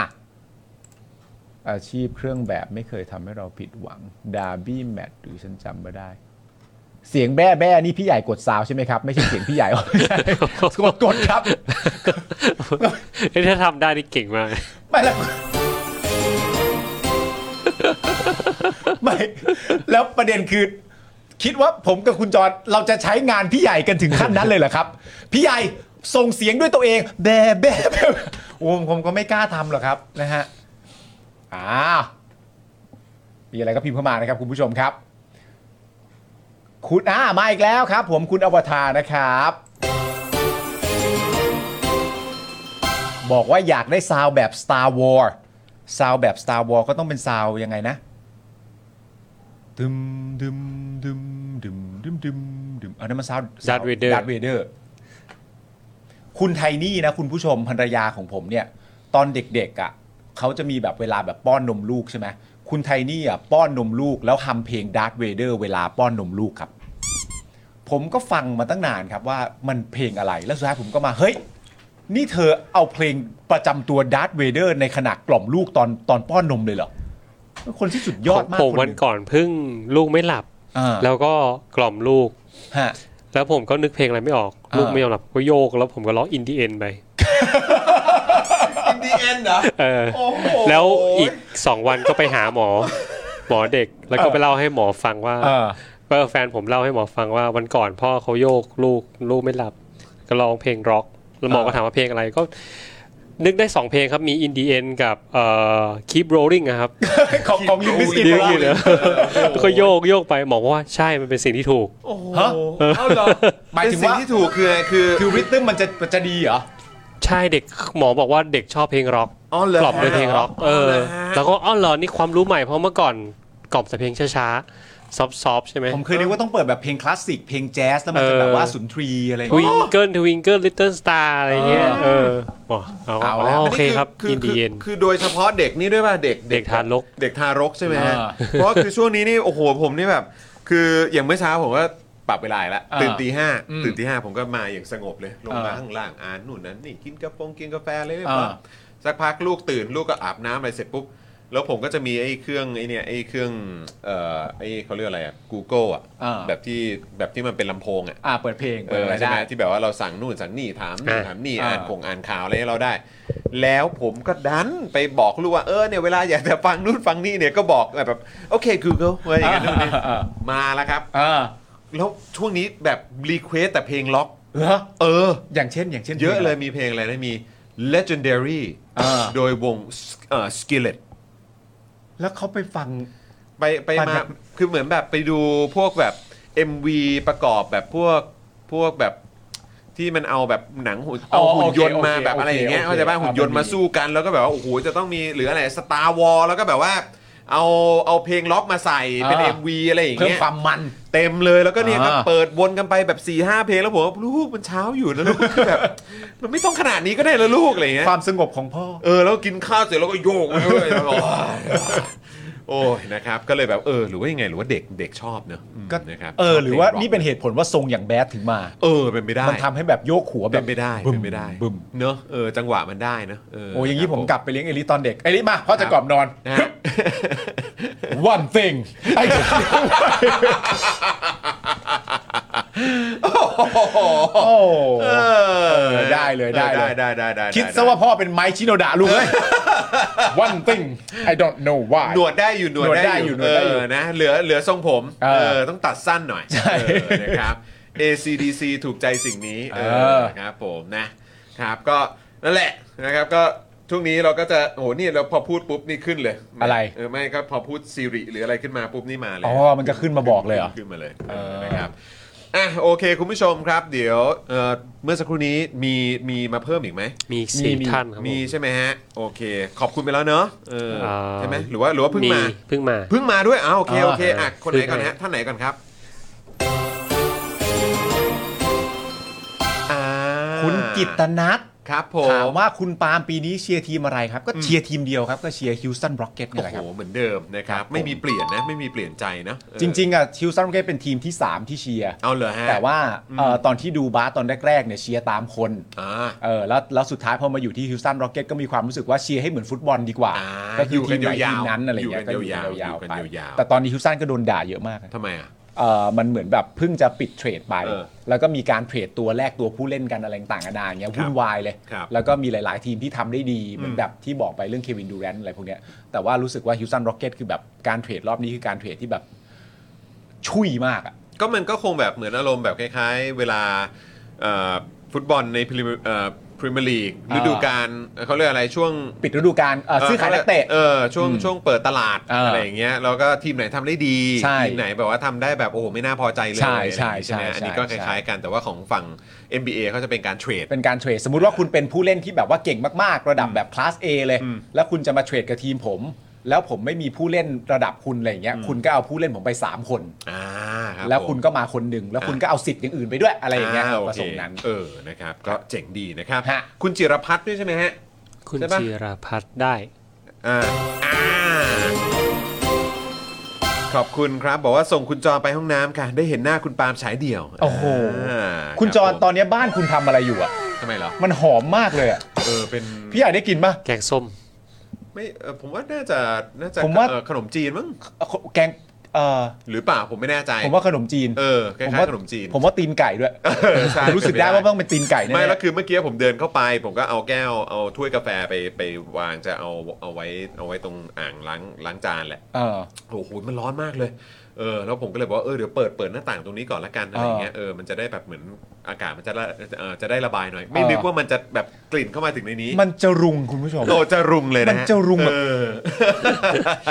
อาชีพเครื่องแบบไม่เคยทำให้เราผิดหวังดาร์บี้แมตหรือฉันจำไม่ได้ เสียงแบ้แบ้นี่พี่ใหญ่กดซาวใช่ไหมครับ ไม่ใช่เสียงพี่ ใหญ่ กดกดครับ เฮ้ยถ้าทำได้นี่เก่งมาก ไม่แล้วไม่แล้วประเด็นคือ คิดว่าผมกับคุณจอร์ดเราจะใช้งานพี่ใหญ่กันถึงขั้นนั้นเลยเหรอครับ พี่ใหญ่ส่งเสียงด้วยตัวเอง แบ่แบ่แบ่โอ้ผมก็ไม่กล้าทำหรอกครับนะฮะอ่ามีอะไรก็พิมพ์เข้ามานะครับ คุณผู้ชมครับ คุณอ่ามาอีกแล้วครับ ผมคุณอวตารนะครับ บอกว่าอยากได้ซาวด์แบบ Star Wars ซาวด์แบบ Star Wars ก็ต้องเป็นซาวด์ยังไงนะดึมดึมดึมดึมดึมดึมดึมอันนั้นมันซาวด์ Darth Vader ดาร์เวเดอร์คุณไทนี่นะ คุณผู้ชมภรรยาของผมเนี่ย ตอนเด็กๆอะ่ะเขาจะมีแบบเวลาแบบป้อนนมลูกใช่ไหมคุณไทนี่อ่ะป้อนนมลูกแล้วทำเพลงดาร์ h เวเดอร์เวลาป้อนนมลูกครับ ผมก็ฟังมาตั้งนานครับว่ามันเพลงอะไรแล้วสุดท้ายผมก็มาเฮ้ย นี่เธอเอาเพลงประจำตัวดาร์ธเวเดอร์ในขณะกล่อมลูกตอนตอนป้อนนมเลยเหรอเป็นคนที่สุดยอดมาก ผม ค วันหนง ก่อนเพึ่งลูกไม่หลับ อ่า แล้วก็กล่อมลูก ฮะ แล้วผมก็นึกเพลงอะไรไม่ออก อ่า ลูกไม่ยอมหลับก็โยก แล้วผมก็ร้องอินดีเอ็ นไป อินดีเอ็นเหรอ เออ โอ้โห แล้วอีกสองวันก็ไปหาหมอ หมอเด็ก แล้วก็ไปเล่าให้หมอฟังว่า เออ ก็แฟนผมเล่าให้หมอฟังว่า วันก่อนพ่อเขาโยกลูกลูกไม่หลับ ก็ร้องเพลงร็อก แล้วหมอก็ถามว่าเพลงอะไรก็ นึกได้สองเพลงครับมีอินดีเอ็นกับเอ่อ keep rolling อะครับ ของของลิมิสกิน ดิ้วอยู่เลยแล้วก็โยกโยกไปหมอว่าใช่มันเป็นสิ่งที่ถูก ฮะเอาเหรอหมาย เป็น ถึง สิ่ง ว่า ที่ถูกคือคือ คือริทึมมันจะมันจะดีเหรอ ใช่เด็กหมอบอกว่าเด็กชอบเพลงร็อก อ๋อเหรอก ล่อมด้วยเพลงร็อก เออ แล้วก็อ้อเหรอนี่ความรู้ใหม่เพราะเมื่อก่อนกล่อมแต่เพลงช้าๆซอฟๆใช่ไหม ผมเคยนึกว่าต้องเปิดแบบเพลงคลาสสิกเพลงแจ๊สแล้วมันจะ เออ แบบว่าสุนทรีอะไรอย่าง ทวิ เงี้ ง ย เกิลทวิงเกิลลิตเติ้ลสตาร์อะไรเงี้ยเอออ๋อเอา เอาละ อ๋อโอเคครับ คือ ยินดีเย็น คือโดยเฉพาะเด็กนี่ด้วยป่ะเด็ก เด็กทารก เด็กทารกใช่ไหมฮะ อ่า เพราะคือช่วงนี้นี่โอ้โหผมนี่แบบ คืออย่างเมื่อเช้าผมก็ปรับเวลาอีกแล้ว อ่า ตื่นตีห้า อืม ตื่นตีห้าผมก็มาอย่างสงบเลยลงมา อ่า ข้างล่างอ่านนู่นนั้นนี่กินกาแฟกินกาแฟอะไรเรียบ อ่า ร้อย สักพักลูกตื่นลูกก็อาบน้ำอะไรเสร็จปุ๊บ แล้วผมก็จะมีไอ้เครื่องไอ้เนี่ยไอ้เครื่องเอ่อไอ้เขาเรียกอะไรอะ Google อ่ะ อ่า แบบที่แบบที่มันเป็นลำโพงอ่ะ อ่าเปิดเพลง เอ เปิด อ อะไร ใช่ ได้ ไหมที่แบบว่าเราสั่งนู่นสั่งนี่ถามนู่น อ่า ถามนี่ อ่า อ่านคงอ่านข่าวอะไรให้เราได้ แล้วผมก็ดันไปบอกลูกว่าเออเนี่ยเวลาอยากจะฟังนู่นฟังนี่เนี่ยก็บอกแบบ โอเค Google ว่าอย่างนั้นนู่นนี่ เออ มาแล้วครับ เออ แล้วช่วงนี้แบบรีเควสแต่เพลงล็อก เหรอ เออ อย่างเช่นอย่างเช่น เยอะเลยมีเพลงอะไรนะมี Legendary อ่า โดยวงเอ่อ Skillet แล้วเขาไปฟัง ไปไป ไป มา แบบ คือเหมือนแบบไปดูพวกแบบ MV ประกอบแบบพวกพวกแบบที่มันเอาแบบหนังหุ่นเอา อ๋อ หุ่นยนต์ โอเค มาแบบ โอเค อะไรอย่างเงี้ย โอเค เข้าใจป่ะ ครับ หุ่นยนต์มาสู้กันแล้วก็แบบว่าโอ้โหจะต้องมีหรืออะไรสตาร์วอลแล้วก็แบบว่า เอาเอาเพลงล็อกมาใส่เป็น อ่า MV อะไรอย่าง เพิ่ม เงี้ย ความมัน เต็มเลยแล้วก็เนี่ยก็ อ่า เปิดวนกันไปแบบ4ีหเพลงแล้วผมว่าลูกมันเช้าอยู่นะลูก คือแบบ มันไม่ต้องขนาดนี้ก็ได้แล้วลูกอะไรอย่างเงี้ย ความสงบของพ่อ เออแล้วกินข้าวเสร็จแล้วก็โยกไปเลยแล้วก็ โอ้ยนะครับ ก็เลยแบบเออหรือว่ายังไงหรือว่าเด็กเด็กชอบเนอะม ก็ นะครับ เออ หรือว่า ชบพลง rock นี่เป็นเหตุผลว่าทรงอย่างแบดถึงมา เออเป็นไปได้ มันทำให้แบบโยกหัวแบ เป็ บ นไปได้ บึ้ เป็ ม นไปได้ บึ้ม เนอะเออจังหวะมันได้เนอะเ โอ้อย่างนี้ผมก ครับ ลับไปเลี้ยงเอลิตอนเด็ก เอลิมาพ่อจะกรอบนอน นะฮะ one thing ไอ้ โอ้ เออ ได้เลยได้เลย ได้ได้ได้ได้ คิดซะว่าพ่อเป็นไมค์ชิโนดะลูกเอ้ย one thing I don't know why หนวดได้อยู่หนวด หนวดได้ ได้อ อยู่ ยู่ หน เอ วดได้อยู่ อนะเหลือเหลือทรงผม เออ ต้องตัดสั้นหน่อยเออนะครับ ACDC ถูกใจสิ่งนี้เอ เอ อ อ ครับผมนะครับก็นั่นแหละนะครับก็ช่วงนี้เราก็จะโอ้โหนี่เราพอพูดปุ๊บนี่ขึ้นเลย อะไร เออไม่ก็พอพูดซีรีหรืออะไรขึ้นมาปุ๊บนี่มาเลย อ๋อ มันก็ขึ้นมาบอกเลยเหรอ ขึ้นมาเลย เออ นะครับอ่ะโอเค คุณผู้ชมครับ เดี๋ยวเอ่อเมื่อสักครู่นี้มีมีมาเพิ่มอีกไหม มีสี่ มี ท่านครับผ มีใช่ไหมฮะ โอเค ขอบคุณไปแล้วเนอะเออ อ่า ใช่ไหมหรือว่าหรือว่าเพิ่งมา เพิ่งมา เพิ่งมาด้วยอ้าวโอเคโอเคอ่ะ เออ คนไหนก่อน เพิ่ง ฮะ มา ท่านไหนก่อนครับอ่า คุณกิตนัท ครับผม ถามว่าคุณปาล์มปีนี้เชียร์ทีมอะไรครับ ก็เชียร์ทีมเดียวครับ ก็เชียร์ฮิวสตันร็อกเก็ตนี่ โอ้ แหละ โห ครับ เหมือนเดิมนะครับ ไม่มีเปลี่ยนนะ ไม่มีเปลี่ยนใจนะเออ จริง ๆ อ่ะฮิวสตันร็อกเก็ตเป็นทีมที่ 3 ที่เชียร์ เอาเหรอฮะ แต่ว่าเอ่อตอนที่ดูบาสตอนแรก ๆ เนี่ยเชียร์ตามคน อ่า เออแล้วแล้วสุดท้ายพอมาอยู่ที่ฮิวสตันร็อกเก็ตก็มีความรู้สึกว่าเชียร์ให้เหมือนฟุตบอลดีกว่า อ่า ก็คือทีมไหน อยู่กัน ทีมนั้นอะไรเงี้ย อยู่กัน ก็ ยาวๆอๆยู่กันยาวๆ แต่ตอนนี้ฮิวสตันก็โดนด่าเยอะมาก ทำไมอ่ะ เออมันเหมือนแบบเพิ่งจะปิดเทรดไป เออ แล้วก็มีการเทรดตัวแลกตัวผู้เล่นกันอะไรต่างๆนานาอย่างเงี้ยวุ่นวายเลย ครับ แล้วก็มีหลาย ๆ ทีมที่ทำได้ดีเหมือนแบบที่บอกไปเรื่องเควินดูแรนต์อะไรพวกเนี้ยแต่ว่ารู้สึกว่าฮิวสตันร็อกเก็ตคือแบบการเทรดรอบนี้คือการเทรดที่แบบชุยมากอะ ก็มันก็คงแบบเหมือนอารมณ์แบบคล้ายๆ เวลาเอ่อฟุตบอลในพรีเมียร์ลีก อ่า ฤดูกาลเขาเรียกอะไรช่วง ปิดฤดูกาลเอ่อซื้อขายนักเตะ เออช่วง อืม ช่วงเปิดตลาด เอออ อะไรอย่างเงี้ยแล้วก็ทีมไหนทำได้ดี ใช่ ทีมไหนแบบว่าทำได้แบบโอ้โหไม่น่าพอใจเลย ใช่ใช่ อะไรอย่างเงี้ยไหม ใช่ อันนี้ก็ค ใช่ ล้ายๆกันแต่ว่าของฝั่ง NBA เขาจะเป็นการเทรด เป็นการเทรดสมมุติว่าคุณเป็นผู้เล่นที่แบบว่าเก่งมากๆ ระดับแบบคลาส A เลย แล้วคุณจะมาเทรดกับทีมผม แล้วผมไม่มีผู้เล่นระดับคุณอะไรอย่างเงี้ยคุณก็เอาผู้เล่นผมไป 3 คน อ่ารับ แล้ว ผม คุณก็มาคนหนึ่งแล้วคุณก็เอาสิทธิ์อย่างอื่นไปด้วยอะไรอย่างเงี้ย โ ประสงค์นั้น เออนะครับก็เจ๋งดีนะครับ ฮะ คุณจิรพัฒน์ด้วยใช่ไหมฮะ คุณ ใช่ปะ จิรพัฒน์ได้ อ่าอ่าขอบคุณครับ บอกว่าส่งคุณจอนไปห้องน้ำค่ะ ได้เห็นหน้าคุณปาล์มฉายเดี่ยว โอ้โห า คุณ รับ จอน ผม ตอนเนี้ยบ้านคุณทำอะไรอยู่อ่ะ ทำไมเหรอ มันหอมมากเลยอ่ะ เออเป็น พี่ใหญ่ได้กินปะ แกงส้ม ไม่เออผมว่าน่าจะน่าจะ ผมว่า เอ่อขนมจีนมั้ง แกงเอ่อ หรือเปล่าผมไม่แน่ใจ ผมว่าขนมจีน เออคล้ายๆขนมจีน ผมว่าตีนไก่ด้วย เออใช่ รู้สึกได้ว่าต้องเป็นตีนไก่แน่ๆ ไม่แล้วคือเมื่อกี้ผมเดินเข้าไป ผมก็เอาแก้วเอาถ้วยกาแฟไปไปวางจะเอาเอาไว้เอาไว้ตรงอ่างล้างล้างจานแหละ เออ โอ้โห มันร้อนมากเลย เออ แล้วผมก็เลยบอกว่า เออ เดี๋ยวเปิด เปิดหน้าต่างตรงนี้ก่อนละกัน อะไรอย่างเงี้ย เออ มันจะได้แบบเหมือนอากาศมันจะละเออจะได้ระบายหน่อย ไม่ เออ นึกว่ามันจะแบบกลิ่นเข้ามาถึงในนี้ มันจะรุงคุณผู้ชม โตจะรุมเลยนะฮ มันจะรุมแบบ เออ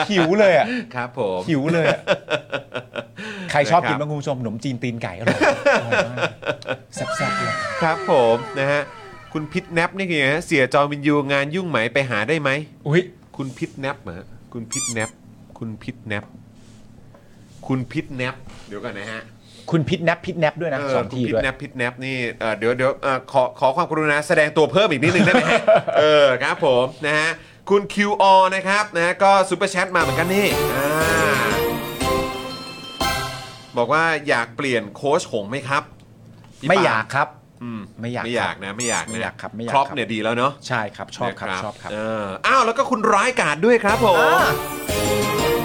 หิวเลย อ่ะ ครับผม หิวเลยอะใครชอบ นะครับ กินบ้างคุณผู้ชมขนมจีนตีนไก่อร่อยอร่อยมากแซ่บๆเลย ครับผม นะฮะ คุณพิษแนปนี่คือไงฮะเสียจอมินยูงานยุ่งไหมไปหาได้ไหม อุ้ย คุณพิษแนปเหรอคุณพิษแนปคุณพิษแนปคุณพิษแนปเดี๋ยวก่อนนะฮะ คุณพิษแนบพิษแนบด้วยนะ เอ ส อ อคุงณ ที พิ ด้ ษ วย แนปพิษแนปนี่เอ่อเดี๋ยวเดี๋ยวเอ่อขอขอความกรุณาแสดงตัวเพิ่มอีกนิดนึงได้ไหมฮะ เออครับผมนะฮะคุณ QR นะครับนะฮะก็ซูเปอร์แชทมาเหมือนกันนี่อ่าบอกว่าอยากเปลี่ยนโค้ชหงส์ไหมครับพี่ ไม่ ปล์ อยากครับ อืม ไม่อยาก ไม่อยาก ครับ นะไม่อยากนะ ไม่อยากครับไม่อยาก ครอป ครับ เนี่ยดีแล้วเนาะ ใช่ครับชอบครับ นะ ชอบครับ เอออ้าวแล้วก็คุณร้ายกาดด้วยครับผม อ่า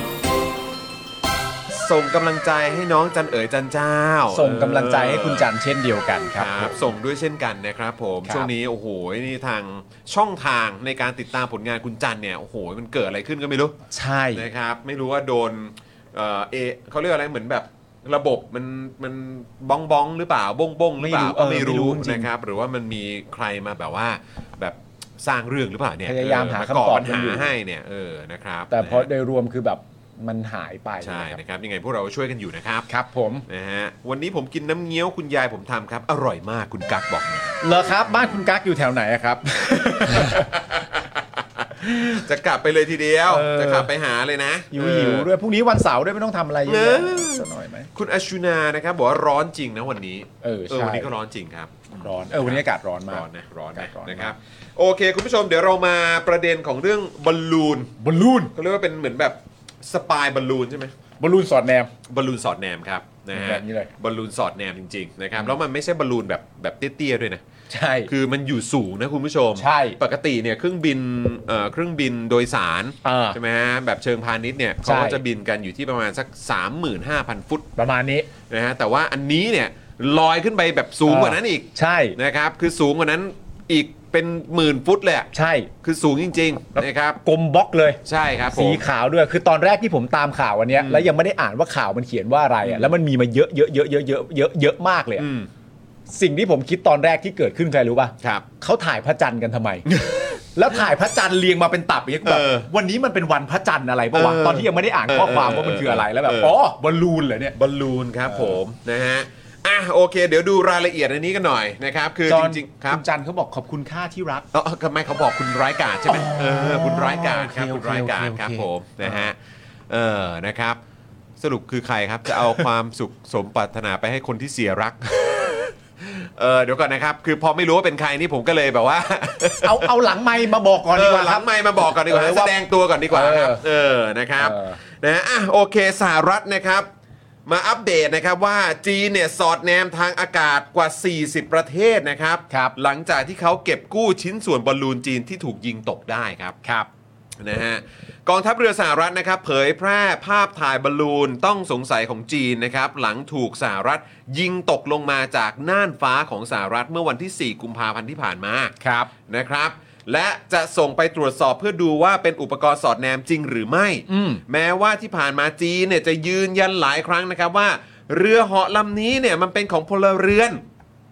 ส่งกำลังใจให้น้องจันเอ๋ยจันเจ้า ส่งกำลังใจให้คุณจันเช่นเดียวกันคครับ รับ ส่งด้วยเช่นกันนะครับผม ครับ ช่วงนี้โอ้โหนี่ทางช่องทางในการติดตามผลงานคุณจันเนี่ยโอ้โหมันเกิดอะไรขึ้นก็ไม่รู้ ใช่ นะครับ ไม่รู้ว่าโดนเอ่อเอเขาเรียกอะไรเหมือนแบบระบบมันมันบ้องบ้องหรือเปล่าบ้งบ้งหรือเปล่า ไม่รู้เออ ไม่ ไม่รู้ รู้ จริง นะครับ หรือว่ามันมีใครมาแบบว่าแบบสร้างเรื่องหรือเปล่าเนี่ย พยายามหา เก่ คำตอบ ปัญ กัน หา อยู่ ให้เนี่ยเออนะครับ แต่พอ นะ โดยรวมคือแบบมันหายไป ฮะใช่ นะ นะครับยังไงพวกเราช่วยกันอยู่นะครับ ครับผม นะฮะวันนี้ผมกินน้ำเงี้ยวคุณยายผมทำครับ อร่อยมากคุณกักบอกมา เหรอครับ บ้านคุณกั๊กอยู่แถวไหนอะครับ จะกลับไปเลยทีเดียว เออ จะกลับไปหาเลยนะ หิว เออ หิวด้วยพรุ่งนี้วันเสาร์ด้วยไม่ต้องทำอะไรเยอะ เออ สักหน่อยไหม คุณอชชุนานะครับบอกว่าร้อนจริงนะวันนี้ เออใช่ วันนี้ก็ร้อนจริงครับ ร้อนเออวันนี้อากาศร้อนมาก ร้อนนะร้อนนะ ร้อนมาก นะครับโอเค คุณผู้ชมเดี๋ยวเรามาประเด็นของเรื่องบอลลูน บอลลูน เขาเรียกว่าเป็นเหมือนแบบสปายบอลลูนใช่ไหม บอลลูนสอดแนม บอลลูนสอดแนมครับนะฮะ แบบนี้เลย บอลลูนสอดแนมจริงๆนะครับแล้วมันไม่ใช่บอลลูนแบบแบบเตี้ยๆด้วยนะ ใช่ คือมันอยู่สูงนะคุณผู้ชม ใช่ ปกติเนี่ยเครื่องบินเอ่อเครื่องบินโดยสาร อ่า ใช่ไหมฮะแบบเชิงพาณิชย์เนี่ย ใช่ เขาก็จะบินกันอยู่ที่ประมาณสัก 35,000 ฟุต ประมาณนี้ นะฮะแต่ว่าอันนี้เนี่ยลอยขึ้นไปแบบสูงกว่านั้นอีก ใช่ นะครับ คือสูงกว่านั้นอีกเป็นหมื่นฟุตเลยอะ ใช่ คือสูงจริง ๆ นะครับ กลมบล็อกเลย ใช่ครับผ สี ม ขาวด้วยคือตอนแรกที่ผมตามข่าวอันเนี้ยแล้วยังไม่ได้อ่านว่าข่าวมันเขียนว่าอะไรอ่ะแล้วมันมีมาเยอะเยอะเยอะเยอะเยอะเยอะเยอะมากเลยอะ อืม สิ่งที่ผมคิดตอนแรกที่เกิดขึ้นใครรู้ป่ะ ครับ เขาถ่ายพระจันทร์กันทำไม แล้วถ่ายพระจันทร์เรียงมาเป็นตับอย่างเงี้ยแบบ เออ วันนี้มันเป็นวันพระจันทร์อะไรปะวะ เออ ตอนที่ยังไม่ได้อ่านข้อความว่ามันคืออะไรแล้วแบบ เออ อ๋อบอลลูนเหรอเนี่ย บอลลูนครับผม นะฮะ อ่ะ โอเค เดี๋ยวดูรายละเอียดอันนี้กันหน่อยนะครับ คือ จ จ อน ริงๆ ครับ คุณจันทร์เขาบอกขอบคุณค่าที่รัก เออทำไมเขาบอกคุณร้ายกาจใช่ไหมเออ คุณร้ายกาจครับ โอเคโอเค คุณร้ายกาจ โอเค ครับ โอเค ผม นะฮะ เออ นะครับ สรุปคือใครครับ จะเอาความสุขสมปรารถนาไปให้คนที่เสียรัก เออ เดี๋ยวก่อนนะครับ คือพอไม่รู้ว่าเป็นใครนี่ผมก็เลยแบบว่า เอาเอาหลังไมค์มาบอกก่อนดีกว่า เออห ค ลั รับ งไม่มาบอกก่อนดีกว่า เออ แสดงตัวก่อนดีกว่าครับ เออนะครับ เออ นะอ่ะโอเคสหรัฐนะครับ มาอัปเดตนะครับว่าจีนเนี่ยสอดแนมทางอากาศกว่า 40 ประเทศนะครับ หลังจากที่เขาเก็บกู้ชิ้นส่วนบอลลูนจีนที่ถูกยิงตกได้ครับครับนะฮะกองทัพเรือสหรัฐนะครับ เผยแพร่ภาพถ่ายบอลลูนต้องสงสัยของจีนนะครับ หลังถูกสหรัฐยิงตกลงมาจากน่านฟ้าของสหรัฐเมื่อวันที่ 4 กุมภาพันธ์ที่ผ่านมา ครับ นะครับและจะส่งไปตรวจสอบเพื่อดูว่าเป็นอุปกรณ์สอดแนมจริงหรือไม่ อืม แม้ว่าที่ผ่านมาจีนเนี่ยจะยืนยันหลายครั้งนะครับว่า เรือเหาะลำนี้เนี่ยมันเป็นของพลเรือน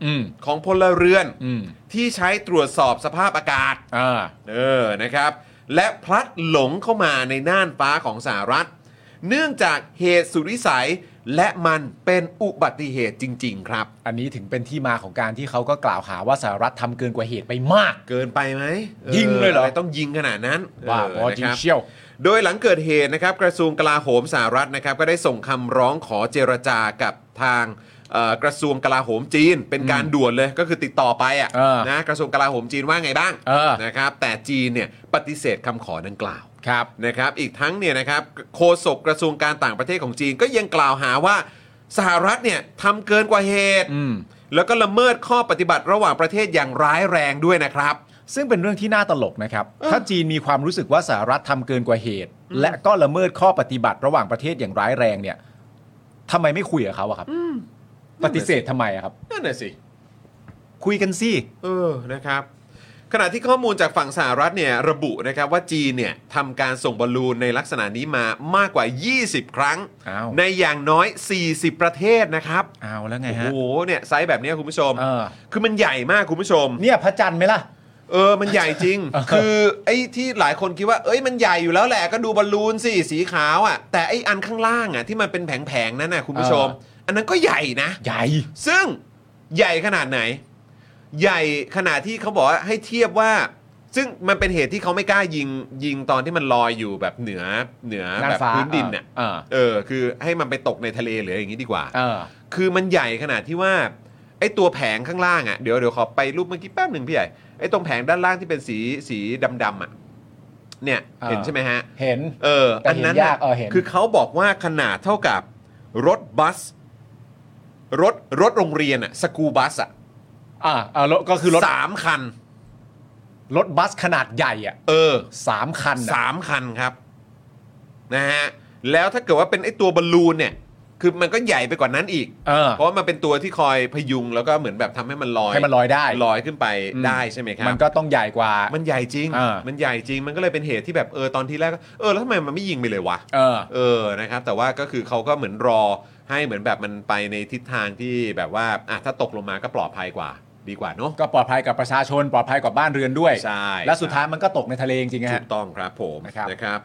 อืม ของพลเรือน อืม ที่ใช้ตรวจสอบสภาพอากาศ อ่า เออ นะครับ และพลัดหลงเข้ามาในน่านฟ้าของสหรัฐ เนื่องจากเหตุสุดวิสัย และมันเป็นอุบัติเหตุจริง ๆ ครับ อันนี้ถึงเป็นที่มาของการที่เขาก็กล่าวหาว่าสหรัฐทำเกินกว่าเหตุไปมาก เกินไปไหม ยิงเลยเหรอ ะไต้องยิงขนาดนั้น ว่า เ พอจริง นะครับ เชียว โดยหลังเกิดเหตุนะครับกระทรวงกลาโหมสหรัฐนะครับก็ได้ส่งคำร้องขอเจรจากับทางเอ่อกระทรวงกลาโหมจีน เป็นการด่วนเลยก็คือติดต่อไปอ่ะ เออ นะกระทรวงกลาโหมจีนว่าไงบ้าง เออ นะครับแต่จีนเนี่ยปฏิเสธคำขอดังกล่าว ครับ นะครับอีกทั้งเนี่ยนะครับโฆษกกระทรวงการต่างประเทศของจีนก็ยังกล่าวหาว่าสหรัฐเนี่ยทำเกินกว่าเหตุ อืม แล้วก็ละเมิดข้อปฏิบัติระหว่างประเทศอย่างร้ายแรงด้วยนะครับ ซึ่งเป็นเรื่องที่น่าตลกนะครับ ถ้าจีนมีความรู้สึกว่าสหรัฐทำเกินกว่าเหตุ และก็ละเมิดข้อปฏิบัติระหว่างประเทศอย่างร้ายแรงเนี่ยทำไมไม่คุยกับเขาอะครับ ปฏิเสธทำไมอะครับ นั่นแหะสิ คุยกันสิ เออ นะครับ ขณะที่ข้อมูลจากฝั่งสหรัฐเนี่ยระบุนะครับว่าจีนเนี่ยทำการส่งบอลลูนในลักษณะนี้มามากกว่า 20 ครั้ง อ้าว ในอย่างน้อย 40 ประเทศนะครับ เอาแล้วไง โอ้โห ฮะ เนี่ยไซส์แบบเนี้ยคุณผู้ชม เออ คือมันใหญ่มากคุณผู้ชม เนี่ยพระจันทร์ไหมล่ะ เออ มันใหญ่จริง เออ คือไอ้ที่หลายคนคิดว่า เอ้ย มันใหญ่อยู่แล้วแหละ ก็ดูบอลลูนสิ สีขาวอ่ะ แต่ไอ้อันข้างล่างอ่ะที่มันเป็นแผงๆนั่นน่ะคุณผู้ชม อันนั้นก็ใหญ่นะ ใหญ่ ซึ่งใหญ่ขนาดไหน ใหญ่ขนาดที่เขาบอกว่าให้เทียบว่า ซึ่งมันเป็นเหตุที่เขาไม่กล้ายิงยิงตอนที่มันลอยอยู่แบบเหนือเหนือ น่าน แบบ ฟ้า พื้นดินเนี่ย เออ เออ คือให้มันไปตกในทะเลหรืออย่างนี้ดีกว่า เออ คือมันใหญ่ขนาดที่ว่าไอ้ตัวแผงข้างล่างอ่ะเดี๋ยวเดี๋ยวขอไปรูปเมื่อกี้แป๊บหนึ่งพี่ใหญ่ไอ้ตรงแผงด้านล่างที่เป็นสีสีดำๆอ่ะเนี่ย เออ เห็นใช่ไหมฮะ เห็น เออ แต่ อัน เห็น นั้น ยาก น่ะ เออเห็น คือเขาบอกว่าขนาดเท่ากับรถบัส รถรถโรงเรียนอะสกูบัสอะ อ่าอ่ารถก็คือรถ สามคัน รถบัสขนาดใหญ่อ่ะ เออ สามคันอะ สามคันครับนะฮะแล้วถ้าเกิดว่าเป็นไอ้ตัวบอลลูนเนี่ย คือมันก็ใหญ่ไปกว่านั้นอีก เออ เพราะว่ามันเป็นตัวที่คอยพยุงแล้วก็เหมือนแบบทำให้มันลอย ให้มันลอยได้ ลอยขึ้นไป อืม ได้ใช่ไหมครับ มันก็ต้องใหญ่กว่า มันใหญ่จริง อ่ามั มันใหญ่จริง มันก็เลยเป็นเหตุที่แบบเออตอนที่แรกก็เออแล้วทำไมมันไม่ยิงไปเลยวะ เออ เออ นะครับ แต่ว่าก็คือเขาก็เหมือนรอให้เหมือนแบบมันไปในทิศทางที่แบบว่าอ่ะถ้าตกลงมาก็ปลอดภัยกว่า ดีกว่าเนอะ ก็ปลอดภัยกับประชาชน ปลอดภัยกับบ้านเรือนด้วย ใช่ และสุดท้ายมันก็ตกในทะเลจริงๆฮะ ถูกต้องครับผม นะครับ นะครับ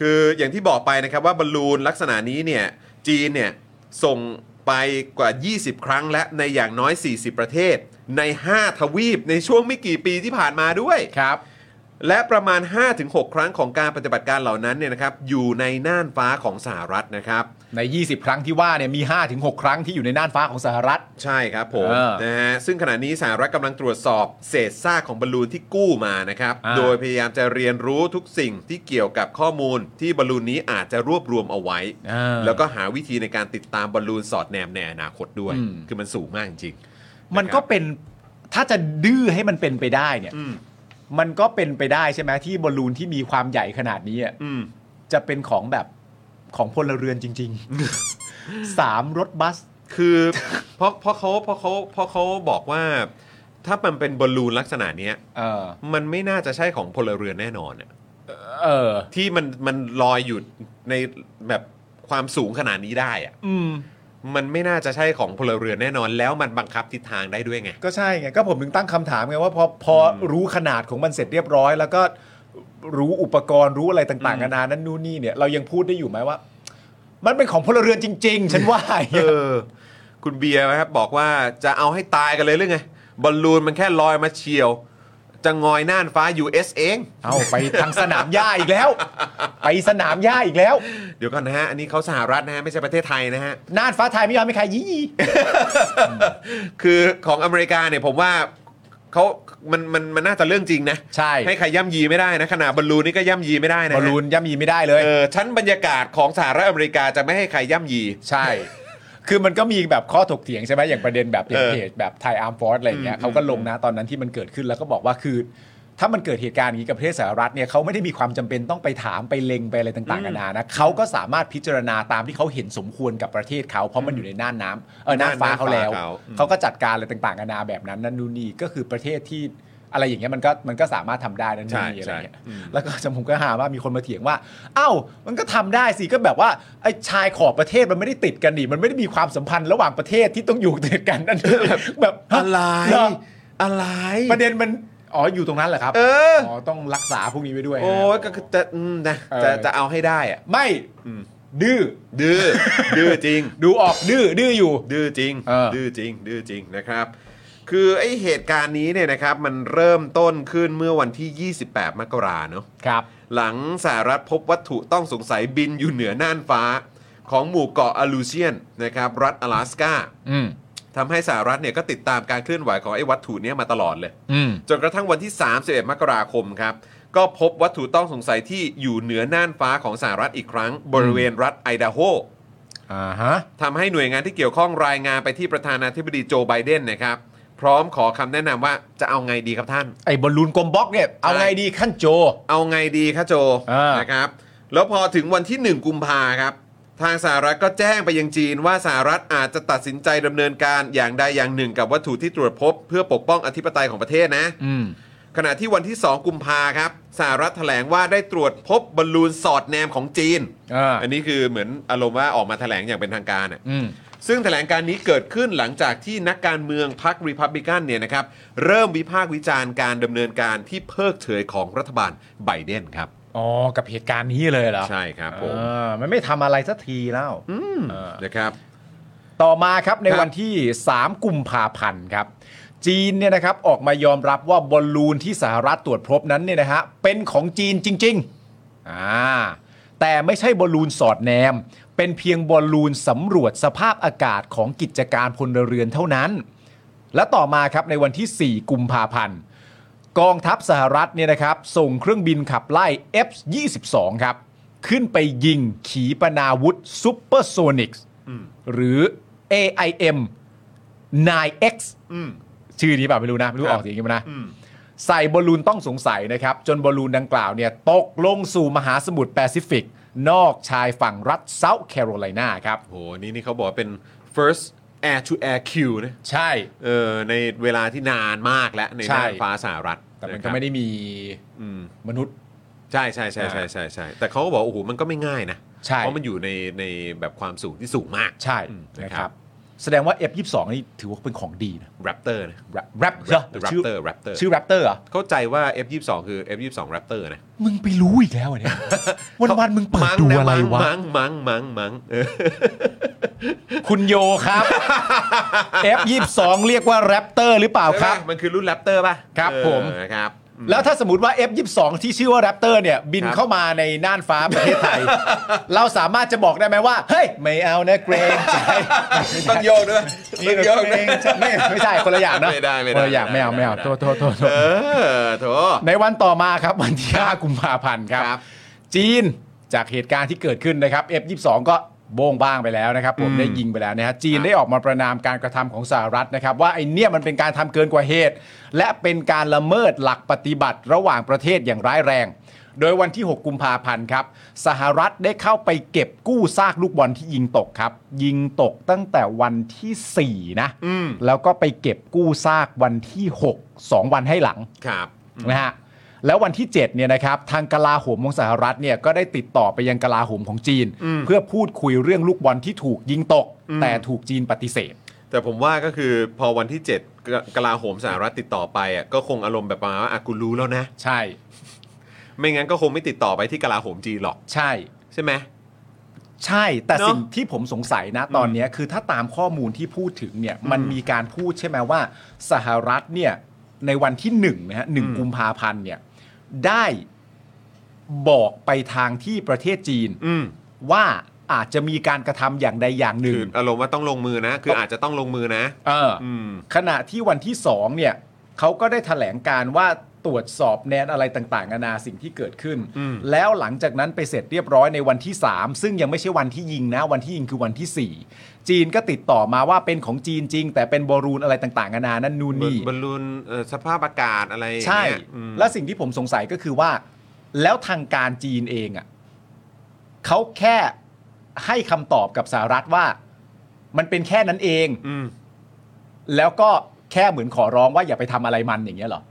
คืออย่างที่บอกไปนะครับว่าบอลลูนลักษณะนี้เนี่ยจีนเนี่ยส่งไปกว่า 20 ครั้งและในอย่างน้อย 40 ประเทศ ใน 5 ทวีปในช่วงไม่กี่ปีที่ผ่านมาด้วย ครับ และประมาณ 5-6 ครั้งของการปฏิบัติการเหล่านั้นเนี่ยนะครับอยู่ในน่านฟ้าของสหรัฐนะครับ ใน 20 ครั้งที่ว่าเนี่ยมี 5-6 ครั้งที่อยู่ในน่านฟ้าของสหรัฐ ใช่ครับผม เออ นะฮะซึ่งขณะนี้สหรัฐกำลังตรวจสอบเศษซากของบอลลูนที่กู้มานะครับ อ่า โดยพยายามจะเรียนรู้ทุกสิ่งที่เกี่ยวกับข้อมูลที่บอลลูนนี้อาจจะรวบรวมเอาไว้ แล้วก็หาวิธีในการติดตามบอลลูนสอดแนมในอนาคตด้วย อืม คือมันสูงมากจริง มันก็เป็นถ้าจะดื้อให้มันเป็นไปได้เนี่ย อืม มันก็เป็นไปได้ใช่ไหมที่บอลลูนที่มีความใหญ่ขนาดนี้อะ อืม จะเป็นของแบบของพลเรือนจริง ๆ สามรถบัส คือ เพราะเพราะเขาเพราะเขาเพราะเขาบอกว่า ถ้ามันเป็นบอลลูนลักษณะเนี้ย เออ มันไม่น่าจะใช่ของพลเรือนแน่นอนอะ เออ ที่มันมันลอยอยู่ในแบบความสูงขนาดนี้ได้อะ อืม มันไม่น่าจะใช่ของพลเรือนแน่นอน แล้วมันบังคับทิศทางได้ด้วยไง ก็ใช่ไง ก็ผมถึงตั้งคำถามไงว่าพอพอรู้ขนาดของมันเสร็จเรียบร้อย แล้วก็รู้อุปกรณ์รู้อะไรต่างๆนานานั้นนู่นนี่เนี่ยเรายังพูดได้อยู่ไหมว่า มันเป็นของพลเรือนจริง ๆ ฉันว่าอย่าง เอ เงี้ย อ คุณเบียร์นะครับบอกว่าจะเอาให้ตายกันเลยหรือไง บอลลูนมันแค่ลอยมาเฉียว จะงอยน่านฟ้า US เอง เอาไปทางสนามหญ้าอีกแล้ว ไปสนามหญ้าอีกแล้ว เดี๋ยวก่อนนะฮะ อันนี้เขาสหรัฐนะฮะ ไม่ใช่ประเทศไทยนะฮะ น่านฟ้าไทยไม่ยอมให้ใครยี่ คือของอเมริกาเนี่ยผมว่าเขามันมันมันน่าจะเรื่องจริงนะ ใช่ ให้ใครย่ำยีไม่ได้นะขนาดบอลลูนนี่ก็ย่ำยีไม่ได้นะ บอ ฮะ ลลูนย่ำยีไม่ได้เลย เออชั้นบรรยากาศของสหรัฐอเมริกาจะไม่ให้ใครย่ำยี ใช่ คือมันก็มีแบบข้อถกเถียงใช่ไหมอย่างประเด็นแบบอย่าง เออ เพจแบบไทยอาร์มฟอร์สอะไรอย่างเงี้ยเขาก็ลงนะตอนนั้นที่มันเกิดขึ้นแล้วก็บอกว่าคือ ถ้ามันเกิดเหตุการณ์อย่างนี้กับประเทศสหรัฐเนี่ยเขาไม่ได้มีความจำเป็นต้องไปถามไปเล็งไปอะไรต่างๆนานานะเขาก็สามารถพิจารณาตามที่เขาเห็นสมควรกับประเทศเขาเพราะมันอยู่ในน่านน้ำเออน่านฟ้าเขาแล้ว น่านฟ้าเขาอืม เขาก็จัดการอะไรต่างๆนานาแบบนั้นนั่นนู่นนี่ก็คือประเทศที่อะไรอย่างเงี้ยมันก็มันก็สามารถทำได้นั่นนู่นนี่อะไรอย่างเงี้ย แล้วก็จำผมก็หาว่ามีคนมาเถียงว่า เอ้า มันก็ทำได้สิ ก็แบบว่าไอ้ชายขอบประเทศมันไม่ได้ติดกันนี่ มันไม่ได้มีความสัมพันธ์ระหว่างประเทศที่ต้องอยู่ติดกันนั่น แบบฮ อะไร เหรอ อะไร ประเด็นมัน อ๋อ อยู่ตรงนั้นเหรอครับ เออ อต้องรักษาพวกนี้ไว้ด้วย โอ้ย ฮะ ก็คือจะอืมนะ เออ จะจะเอาให้ได้อะ ไม่ ดื้อ ดื้ อ ดื้อจริง ดูออกดื้อ ดื้ออยู่ ดื้อจริง เออ ดื้อจริง ดื้อจริงนะครับ คือไอเหตุการณ์นี้เนี่ยนะครับ มันเริ่มต้นขึ้นเมื่อวันที่ 28 มกราเนาะ ครับ หลังสหรัฐพบวัตถุต้องสงสัยบินอยู่เหนือน่านฟ้า ของหมู่เกาะอลูเซียนนะครับ รัฐอลาสกา อืม ทำให้สหรัฐเนี่ยก็ติดตามการเคลื่อนไหวของไอ้วัตถุเนี้ยมาตลอดเลย อืม จนกระทั่งวันที่ 31 มกราคมครับ ก็พบวัตถุต้องสงสัยที่อยู่เหนือน่านฟ้าของสหรัฐอีกครั้ง บริเวณรัฐไอดาโฮ อ่าฮะ ทำให้หน่วยงานที่เกี่ยวข้องรายงานไปที่ประธานาธิบดีโจไบเดนนะครับ พร้อมขอคำแนะนำว่าจะเอาไงดีครับท่าน ไอ้บอลลูนกลมบล็อกเนี่ย เอาไงดีขั้นโจ เอาไงดีครับโจ อ่าน นะครับ แล้วพอถึงวันที่ 1 กุมภาครับ ทางสหรัฐก็แจ้งไปยังจีนว่าสหรัฐอาจจะตัดสินใจดำเนินการอย่างใดอย่างหนึ่งกับวัตถุที่ตรวจพบ เพื่อปกป้องอธิปไตยของประเทศนะ อืม ขณะที่วันที่ 2 กุมภาครับสหรัฐแถลงว่าได้ตรวจพบบอลลูนสอดแนมของจีน อ่า นนี้คือเหมือนอารมณ์ว่าออกมาแถลงอย่างเป็นทางการอะ อืม ซึ่งแถลงการนี้เกิดขึ้นหลังจากที่นักการเมืองพรรครีพับลิกันเนี่ยนะครับ เริ่มวิพากษ์วิจารณ์การดำเนินการที่เพิกเฉยของรัฐบาลไบเดนครับ อ๋อ กับเหตุการณ์นี้เลยเหรอ ใช่ครับผม อ่ามันไม่ทำอะไรสักทีแล้ว เออ นะครับ ต่อมาครับใน ครับ วันที่ 3 กุมภาพันธ์ครับ จีนเนี่ยนะครับออกมายอมรับว่าบอลลูนที่สหรัฐตรวจพบนั้นเนี่ยนะฮะเป็นของจีนจริงๆอ่าแต่ไม่ใช่บอลลูนสอดแนม เป็นเพียงบอลลูนสำรวจสภาพอากาศของกิจการพลเรือนเท่านั้น และต่อมาครับในวันที่ 4 กุมภาพันธ์ กองทัพสหรัฐเนี่ยนะครับ ส่งเครื่องบินขับไล่ F-22 ครับ ขึ้นไปยิงขีปนาวุธซูเปอร์โซนิกส์หรือ AIM 9X อืม ชื่อนี้เปล่าไม่รู้นะไม่รู้ออกเสียงยังไงนะ ใส่บอลลูนต้องสงสัยนะครับ จนบอลลูนดังกล่าวเนี่ยตกลงสู่มหาสมุทรแปซิฟิก นอกชายฝั่งรัฐเซาท์แคโรไลนาครับ โหนี่นี่เขาบอกว่าเป็น first air to air Q นะ ใช่ เออในเวลาที่นานมากแล้วใน ใช่ น่านฟ้าสหรัฐ แต่มันะ ค ก็ รับ ไม่ได้มี อืม มนุษย์ ใช่ใช่ใช่ใช่ใช่ใช่แต่เขาก็บอกโอ้โหมันก็ไม่ง่ายนะ ใช่ เพราะมันอยู่ในในแบบความสูงที่สูงมาก ใช่ อืมนะ นะ ค ค รั รับ บ แสดงว่า F22 นี่ถือว่าเป็นของดีนะ Raptor นะ แรปเหรอ Raptor ชื่อ Raptor ชื่อแรปเตอร์อ่ะ เข้าใจว่า F22 คือ F22 Raptor นะ มึงไปรู้อีกแล้ วอะเนี่ย วันวันๆมึงเปิด มั้ ดู น อะไรวะ มั้งมั้งมั้งมั้งเออ คุณโยครับ F22 เรียกว่าแรปเตอร์หรือเปล่าครับ ใช่ปะมันคือรุ่นแรปเตอร์ป่ะ ครับ เออ ผม ครับอืม แล้วถ้าสมมติว่า F22 ที่ชื่อว่าแรปเตอร์เนี่ย บิน ครับ เข้ามาในน่านฟ้าประเทศไท ย เราสามารถจะบอกได้ไหมว่า เฮ้ย ไม่เอานะเกรง ใจ ต้องโยกด้วย นี่ ต้องโยก เกร ด้วย งใจไม่ไม่ใช่คนละอย่างนะ ไม่ได้ไม่ได้ คนละอย่าง ไม่ ไม่ ได้ เอาไม่เอา ไม่ได้ โทษโทษโทษโทษ เออโถ ในวันต่อมาครับ วันที่ 5 กุมภาพันธ์ครั ครับ บ จีนจากเหตุการณ์ที่เกิดขึ้นนะครับ F22 ก็โบ้งบ้างไปแล้วนะครับ ผมได้ยิงไปแล้วนะฮะจีน ครับ ได้ออกมาประนามการกระทำของสหรัฐนะครับ ว่าไอเนี่ยมันเป็นการทำเกินกว่าเหตุ และเป็นการละเมิดหลักปฏิบัติระหว่างประเทศอย่างร้ายแรง โดยวันที่ 6 กุมภาพันธ์ครับ สหรัฐได้เข้าไปเก็บกู้ซากลูกบอลที่ยิงตกครับ ยิงตกตั้งแต่วันที่ 4 นะแล้วก็ไปเก็บกู้ซากวันที่ 6 2 วันให้หลัง ครับ นะฮะแล้ววันที่7เนี่ยนะครับทางกลาโหมของสหรัฐเนี่ยก็ได้ติดต่อไปยังกลาโหมของจีน เพื่อพูดคุยเรื่องลูกบอลที่ถูกยิงตก แต่ถูกจีนปฏิเสธ แต่ผมว่าก็คือพอวันที่ 7กระกลาโหมสหรัฐติดต่อไปอ่ะก็คงอารมณ์แบบประมาณว่าอ่ะกูรู้แล้วนะ ใช่ ไม่งั้นก็คงไม่ติดต่อไปที่กลาโหมจีนหรอก ใช่ ใช่ไหม ใช่แต่ เนอะ สิ่งที่ผมสงสัยนะตอนเนี้ยคือถ้าตามข้อมูลที่พูดถึงเนี่ยมันมีการพูดใช่ไหมว่า สหรัฐเนี่ยในวันที่หนึ่งนะฮะหนึ่งกุมภาพันธ์เนี่ยได้บอกไปทางที่ประเทศจีน อืม ว่าอาจจะมีการกระทำอย่างใดอย่างหนึ่ คื ง ออารมณ์ว่าต้องลงมือนะ คืออาจจะต้องลงมือนะ เอออ ม ขณะที่วันที่สองเนี่ยเขาก็ได้ถแถลงการว่าตรวจสอบแนนอะไรต่างๆนานาสิ่งที่เกิดขึ้น แล้วหลังจากนั้นไปเสร็จเรียบร้อยในวันที่ 3 ซึ่งยังไม่ใช่วันที่ยิงนะ วันที่ยิงคือวันที่ 4 จีนก็ติดต่อมาว่าเป็นของจีนจริง แต่เป็นบอรูนอะไรต่างๆนานานั่นนู่นนี่ บอลลูนเอ่อสภาพอากาศอะไรอย่าง ใช่ เงี้ยอืม และสิ่งที่ผมสงสัยก็คือว่า แล้วทางการจีนเองอ่ะเขาแค่ให้คำตอบกับสหรัฐว่า มันเป็นแค่นั้นเอง อืม แล้วก็แค่เหมือนขอร้องว่าอย่าไปทำอะไรมันอย่างเงี้ยเหรอ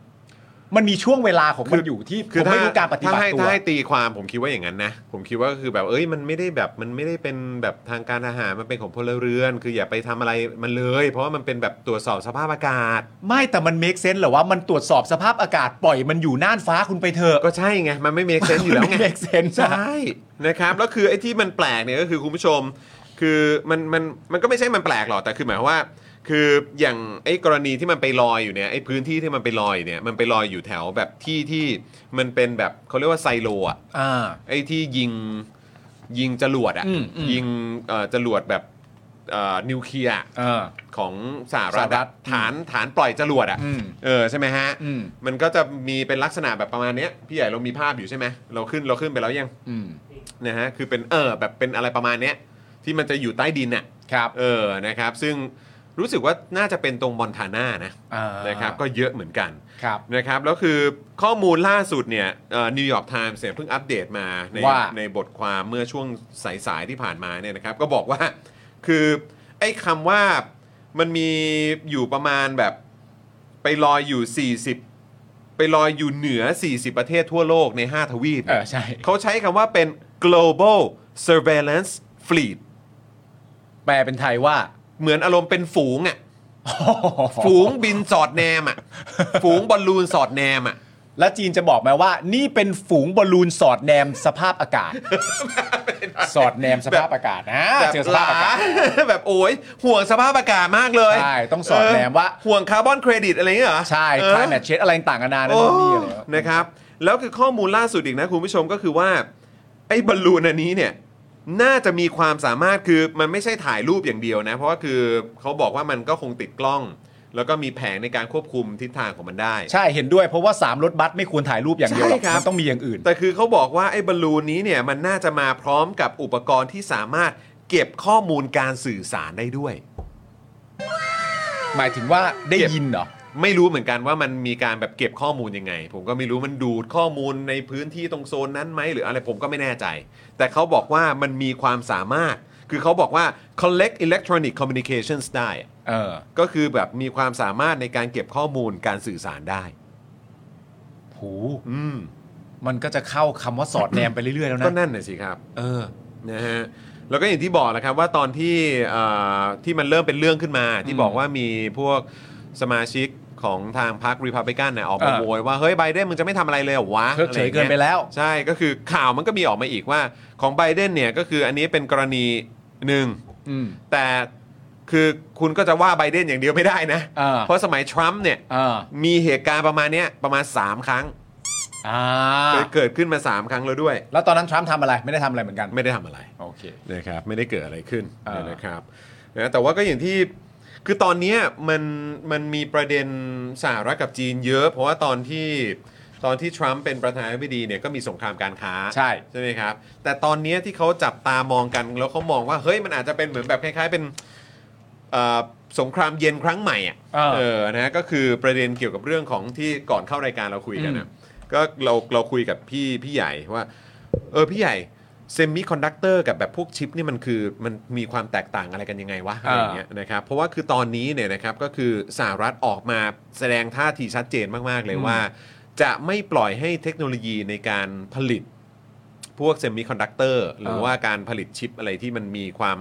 มันมีช่วงเวลาของมันอยู่ที่ผมไม่รู้การปฏิบั ถ้ ติ ให้ ตัว ถ้าให้ตีความผมคิดว่าอย่างนั้นนะ ผมคิดว่าก็คือแบบเอ้ยมันไม่ได้แบบมันไม่ได้เป็นแบบทางการทหารมันเป็นของพลเรือน คืออย่าไปทำอะไรมันเลย เพราะว่ามันเป็นแบบตรวจสอบสภาพอากาศ ไม่แต่มันเมคเซนส์เหรอว่ามันตรวจสอบสภาพอากาศปล่อยมันอยู่น่านฟ้าคุณไปเถอะ ก็ใช่ไง มันไม่ make sense อยู่แล้วไง มันไม่ make sense ใช่นะครับแล้วคือไอ้ที่มันแปลกเนี่ยก็คือคุณผู้ชม คือมันมันมันก็ไม่ใช่มันแปลกหรอกแต่คือหมายความว่า คืออย่างไอ้กรณีที่มันไปลอยอยู่เนี่ยไอ้พื้นที่ที่มันไปลอยอยู่เนี่ยมันไปลอยอยู่แถวแบบที่ที่มันเป็นแบบเขาเรียกว่าไซโลอะ อ่า ไอ้ที่ยิงยิงจรวดอะ อืมอืม ยิงเอ่อจรวดแบบเอ่อนิวเคลียร์อะ เออ ของสหรัฐ สหรั อะ ฐ ฐานฐานปล่อยจรวดอะ อืม เออใช่ไหมฮะ อืม มันก็จะมีเป็นลักษณะแบบประมาณเนี้ยพี่ใหญ่เรามีภาพอยู่ใช่ไหมเราขึ้นเราขึ้นไปแล้วยัง อืม นะฮะคือเป็นเออแบบเป็นอะไรประมาณเนี้ยที่มันจะอยู่ใต้ดินอะ ครับ เออนะครับ ซึ่งรู้สึกว่าน่าจะเป็นตรงมอนทาน่านะ อ่า นะครับก็เยอะเหมือนกัน ครับ นะครับแล้วคือข้อมูลล่าสุดเนี่ยนิวยอร์กไทมส์เนี่ยเพิ่งอัปเดตมาใน ว่า ในบทความเมื่อช่วงสายๆที่ผ่านมาเนี่ยนะครับ ก็บอกว่า คือ ไอ้คำว่ามันมีอยู่ประมาณแบบไปลอยอยู่ 40 ไปลอยอยู่เหนือ 40 ประเทศทั่วโลกใน 5 ทวีป เอ เนี่ย อใช่ เขาใช้คำว่าเป็น global surveillance fleet แปลเป็นไทยว่า เหมือนอารมณ์เป็นฝูงอะ่ะฝูงบินสอดแนม อะ่ะฝูงบอลลูนสอดแนมอ่ะ แล้วจีนจะบอกไหมว่า นี่เป็นฝูงบอลลูนสอดแนมสภาพอา กาศ สอดแนมสภาพอากาศนะ แบบ เจอสภาพอากาศ แบบโอ้ยห่วงสภาพอากาศมากเลย ใช่ต้องสอดแนมว่า เออห่วงคาร์บอนเครดิตอะไรอย่างเงี้ยเหรอ ใช่ เอ ค อ ลายแมทเชสอะไรต่างกันานานั่ โอ้ นนู่นนี่อะไรอย่างเงี้ย นะครับ แล้วคือข้อมูลล่าสุดอีกนะคุณผู้ชมก็คือว่า ไอ้บอลลูนอันนี้เนี่ย น่าจะมีความสามารถคือมันไม่ใช่ถ่ายรูปอย่างเดียวนะ เพราะว่าคือเขาบอกว่ามันก็คงติดกล้อง แล้วก็มีแผงในการควบคุมทิศทางของมันได้ ใช่เห็นด้วยเพราะว่า 3 รถบัสไม่ควรถ่ายรูปอย่างเดียวหรอก ใช่ครับ มันต้องมีอย่างอื่น แต่คือเขาบอกว่าไอ้บอลลูนนี้เนี่ยมันน่าจะมาพร้อมกับอุปกรณ์ที่สามารถเก็บข้อมูลการสื่อสารได้ด้วย หมายถึงว่าได้ยินเหรอ ไม่รู้เหมือนกันว่ามันมีการแบบเก็บข้อมูลยังไง ผมก็ไม่รู้มันดูดข้อมูลในพื้นที่ตรงโซนนั้นไหมหรืออะไรผมก็ไม่แน่ใจ แต่เขาบอกว่ามันมีความสามารถ คือเขาบอกว่า collect electronic communications ได้อะ เออ ก็คือแบบมีความสามารถในการเก็บข้อมูลการสื่อสารได้ หู อืม มันก็จะเข้าคำว่าสอดแนมไปเรื่อยๆแล้ว ก็ นะ นั่นน่ะสิครับ เออ นะฮะแล้วก็อย่างที่บอกแหละครับว่าตอนที่เอ่อที่มันเริ่มเป็นเรื่องขึ้นมา ที่บอกว่ามีพวกสมาชิกของทางพรรครีพับลิกันเนี่ยออกมา อ่า โวยว่า เฮ้ยไบเดนมึงจะไม่ทำอะไรเลยเหรอวะ เพิกเฉยเกินอะไรอย่างไปงี้ย แล้ว ใช่ก็คือข่าวมันก็มีออกมาอีกว่าของไบเดนเนี่ยก็คืออันนี้เป็นกรณีหนึ่ง อืม แต่คือคุณก็จะว่าไบเดนอย่างเดียวไม่ได้นะ อ่า เพราะสมัยทรัมป์เนี่ย อ่า มีเหตุการณ์ประมาณเนี้ยประมาณ 3 ครั้ง อ่า เคยเกิดขึ้นมา 3 ครั้งแล้วด้วย แล้วตอนนั้นทรัมป์ทำอะไรไม่ได้ทำอะไรเหมือนกัน ไม่ได้ทำอะไร โอเค นะครับไม่ได้เกิดอะไรขึ้น อ่าน นะครับนะแต่ว่าก็อย่างที่คือตอนเนี้ยมันมันมีประเด็นสหรัฐกับจีนเยอะ เพราะว่าตอนที่ตอนที่ทรัมป์เป็นประธานาธิบดีเนี่ยก็มีสงครามการค้า ใช่ ใช่ไหมครับ แต่ตอนเนี้ยที่เขาจับตามองกันแล้วเขามองว่าเฮ้ยมันอาจจะเป็นเหมือนแบบคล้าย ๆ เป็นเอ่อสงครามเย็นครั้งใหม่อ่ะ อ่า เออนะก็คือประเด็นเกี่ยวกับเรื่องของที่ก่อนเข้ารายการเราคุยกันนะก็เราเราคุยกับพี่พี่ใหญ่ว่า เออพี่ใหญ่เซมิคอนดักเตอร์กับแบบพวกชิปนี่มันคือมันมีความแตกต่างอะไรกันยังไงวะอะไร อ่า อย่างเงี้ยนะครับเพราะว่าคือตอนนี้เนี่ยนะครับก็คือสหรัฐออกมาแสดงท่าทีชัดเจนมาก ๆ เลยว่า จะไม่ปล่อยให้เทคโนโลยีในการผลิต พวกเซมิคอนดักเตอร์หรือว่าการผลิตชิปอะไรที่มันมีความ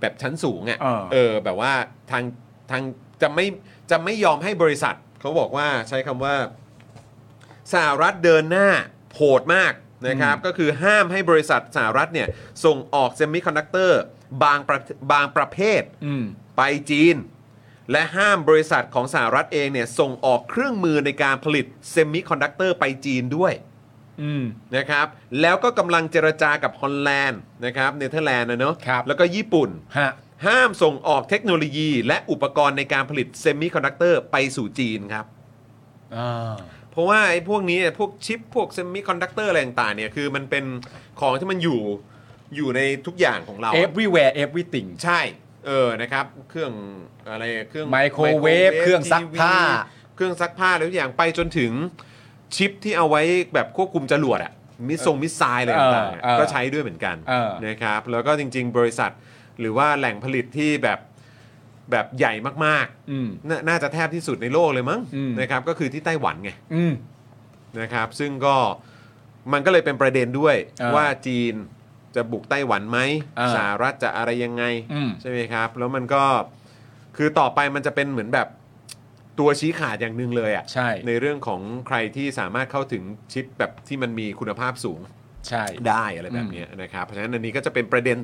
แบบชั้นสูงอะ่ะ เออ เออแบบว่าทางทางจะไม่จะไม่ยอมให้บริษัท เขาบอกว่าใช้คำว่า สหรัฐเดินหน้าโหดมากนะครับ ก็คือห้ามให้บริษัทสหรัฐเนี่ย ส่งออกเซมิคอนดักเตอร์บางประบางประเภท อืม ไปจีน และห้ามบริษัทของสหรัฐเองเนี่ย ส่งออกเครื่องมือในการผลิตเซมิคอนดักเตอร์ไปจีนด้วย อืม นะครับแล้วก็กำลังเจรจากับฮอลแลนด์นะครับเนเธอร์แลนด์นะเนอะ ครับ แล้วก็ญี่ปุ่น ฮะ ห้ามส่งออกเทคโนโลยี และอุปกรณ์ในการผลิตเซมิคอนดักเตอร์ไปสู่จีนครับ อ่า เพราะว่าไอ้พวกนี้พวกชิป พวกเซมิคอนดักเตอร์อะไรต่างๆเนี่ยคือมันเป็นของที่มันอยู่อยู่ในทุกอย่างของเรา everywhere everything ใช่ เออ นะครับ เครื่องอะไร เครื่อง Microwave Microwave เครื่องซักผ้า ทีวีเครื่องซักผ้าแล้วอย่างไปจนถึงชิปที่เอาไว้แบบควบคุมจรวดอะมิสซงมิสไซล์อะไรต่างๆอะ เออเออ ก็ใช้ด้วยเหมือนกัน เออ นะครับ แล้วก็จริง ๆ บริษัทหรือว่าแหล่งผลิตที่แบบแบบใหญ่มาก อืม ๆ น่าน่าจะแทบที่สุดในโลกเลยมั้ง อืม นะครับ ก็คือที่ไต้หวันไง อืม นะครับซึ่งก็มันก็เลยเป็นประเด็นด้วย อ่า ว่าจีนจะบุกไต้หวันไหม อ่า สหรัฐจะอะไรยังไง อืม ใช่ไหมครับ แล้วมันก็คือต่อไปมันจะเป็นเหมือนแบบตัวชี้ขาดอย่างหนึ่งเลยอะ ใช่ ในเรื่องของใครที่สามารถเข้าถึงชิปแบบที่มันมีคุณภาพสูง ใช่ ได้อะไรแบบเนี้ยนะครับเพราะฉะนั้นอันนี้ก็จะเป็นประเด็น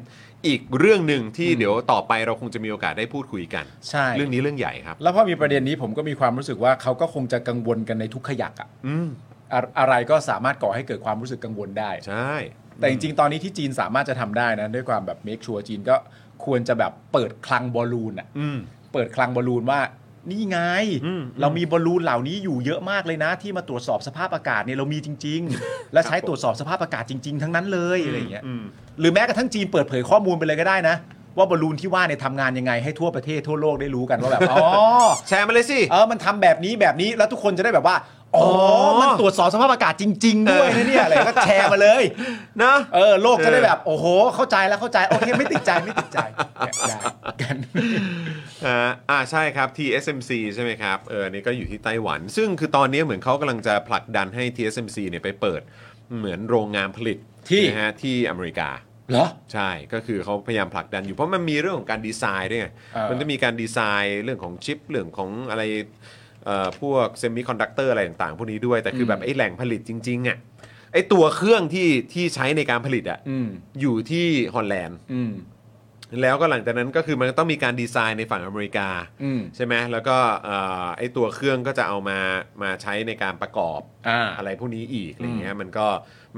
อีกเรื่องหนึ่งที่เดี๋ยวต่อไปเราคงจะมีโอกาสได้พูดคุยกัน ใช่ เรื่องนี้เรื่องใหญ่ครับ แล้วพอมีประเด็นนี้ผมก็มีความรู้สึกว่าเขาก็คงจะกังวลกันในทุกขยักอะ อืม อะอะไรก็สามารถก่อให้เกิดความรู้สึกกังวลได้ ใช่ แต่จริงๆ ตอนนี้ที่จีนสามารถจะทำได้นะ ด้วยความแบบเมคชัวจีนก็ควรจะแบบเปิดคลังบอลลูนอะ อืม เปิดคลังบอลลูนว่า นี่ไง อืม เรามีบอลลูนเหล่านี้อยู่เยอะมากเลยนะ ที่มาตรวจสอบสภาพอากาศเนี่ยเรามีจริง ๆ และใช้ตรวจสอบสภาพอากาศจริง ๆ ทั้งนั้นเลยอะไรอย่างเงี้ย อืม หรือแม้กระทั่งจีนเปิดเผยข้อมูลไปเลยก็ได้นะ ว่าบอลลูนที่ว่าเนี่ยทำงานยังไงให้ทั่วประเทศทั่วโลกได้รู้กันว่าแบบ อ๋อ แชร์มาเลยสิ เออมันทำแบบนี้แบบนี้แล้วทุกคนจะได้แบบว่า อ๋อ อ๋อ มันตรวจสอบสภาพอากาศจริง ๆ ด้วยนะเนี่ยอะไรก็แชร์มาเลย นะ เออโลกจะได้แบบ โอ้โห เข้าใจแล้วเข้าใจโอเคไม่ติดใจไม่ติดใจเนี่ยได้กัน อ่าอ่าใช่ครับ TSMC ใช่ไหมครับ เอออันนี่ก็อยู่ที่ไต้หวัน ซึ่งคือตอนนี้เหมือนเขากำลังจะผลักดันให้ TSMC เนี่ยไปเปิดเหมือนโรงงานผลิต ที่ นะฮะที่อเมริกา เหรอ ใช่ ก็คือเขาพยายามผลักดันอยู่เพราะมันมีเรื่องของการดีไซน์ด้วยไง เออ มันจะมีการดีไซน์เรื่องของชิปเรื่องของอะไรเอ่อพวกเซมิคอนดักเตอร์อะไรต่างๆ พวกนี้ด้วย แต่คืออ ม แบบไอ้แหล่งผลิตจริงๆอ่ะไอ้ตัวเครื่องที่ที่ใช้ในการผลิตอ่ะ อืม อยู่ที่ฮอลแลนด์ อืม แล้วก็หลังจากนั้นก็คือมันต้องมีการดีไซน์ในฝั่งอเมริกา อืม ใช่ไหมแล้วก็เอ่อไอตัวเครื่องก็จะเอามามาใช้ในการประกอบ อ่า อะไรพวกนี้อีกอะไรเงี้ อื ย ม มันก็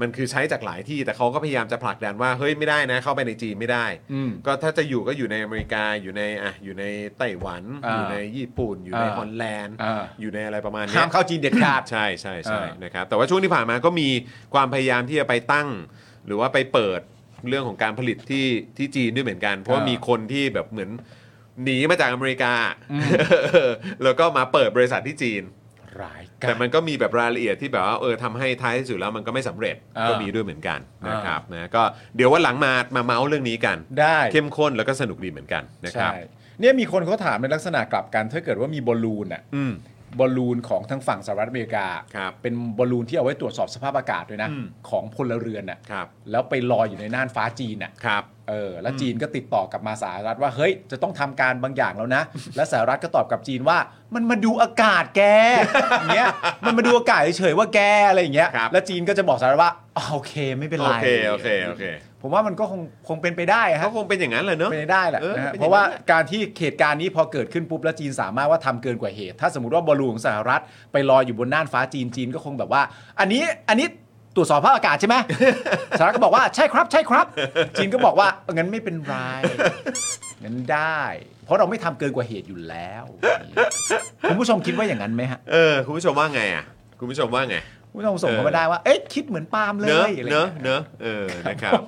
มันคือใช้จากหลายที่แต่เขาก็พยายามจะผลักดันว่าเฮ้ยไม่ได้นะ เข้าไปในจีนไม่ได้ อืม ก็ถ้าจะอยู่ก็อยู่ในอเมริกาอยู่ในอ่ะอยู่ในไต้หวัน อ่า อยู่ในญี่ปุ่น อยู่ใน อ่า ฮอลแลนด์ อ่า อยู่ในอะไรประมาณเนี้ย ห้ามเข้าจีนเด็ดขาด ใช่ใช่ใช่ อ่าน นะครับแต่ว่าช่วงที่ผ่านมาก็มีความพยายามที่จะไปตั้ง หรือว่าไปเปิดเรื่องของการผลิตที่ที่จีนด้วยเหมือนกัน เพราะว่า อ่ามี มีคนที่แบบเหมือน หนีมาจากอเมริกา แล้วก็มาเปิดบริษัทที่จีน ร้ายกา แต่ จ มันก็มีแบบรายละเอียดที่แบบว่าเออทำให้ท้ายที่สุดแล้วมันก็ไม่สำเร็จ เออ ก็มีด้วยเหมือนกัน เออ นะครับนะก็เดี๋ยววันหลังมามาเมาส์เรื่องนี้กัน ได้ เข้มข้นแล้วก็สนุกดีเหมือนกันนะครับ ใช่เนี่ยมีคนเขาถามในลักษณะกลับกันถ้าเกิดว่ามีบอลลูนอะ อืม บอลลูนของทางฝั่งสหรัฐอเมริกา ครับ เป็นบอลลูนที่เอาไว้ตรวจสอบสภาพอากาศด้วยนะ อืม ของพลเรือนอะ ครับ แล้วไปลอยอยู่ในน่านฟ้าจีนอะ ครับ เออแล้วจีนก็ติดต่อกลับมาสหรัฐว่าเฮ้ยจะต้องทำการบางอย่างแล้วนะ และสหรัฐก็ตอบกลับจีนว่า มันมาดูอากาศแก อย่างเงี้ยมันมาดูอากาศเฉยๆว่าแกอะไรอย่างเงี้ย ครับ แล้วจีนก็จะบอกสหรัฐว่าอ๋อโอเคไม่เป็น โอ ไร เคโอเคโอเค ผมว่ามันก็คงคงเป็นไปได้ เขา ฮะ คงเป็นอย่างนั้นเลยเนอะ เป็นไปได้แหละ เออ นะฮะ เป็นอย่างนั้น เพราะว่า แหละ การที่เหตุการณ์นี้พอเกิดขึ้นปุ๊บแล้วจีนสามารถว่าทำเกินกว่าเหตุ ถ้าสมมติว่าบอลลูนของสหรัฐไปลอยอยู่บนน่านฟ้าจีนจีนก็คงแบบว่า อันนี้อันนี้ตรวจสอบสภาพอากาศใช่ไหม สหรัฐก็บอกว่าใช่ครับใช่ครับ จีนก็บอกว่าเอองั้นไม่เป็นไร งั้นได้ เพราะเราไม่ทำเกินกว่าเหตุอยู่แล้วคุณผู้ชมคิดว่าอย่างนั้นไหมฮะ เออคุณผู้ชมว่าไงอ่ะคุณผู้ชมว่าไง คุณผู้ชมส่งเข้ามาได้ว่าเอ๊ะคิดเหมือนปาล์มเล เนอะ ยอะไร เน เงี้ อะ ย เนอะเออนะครับ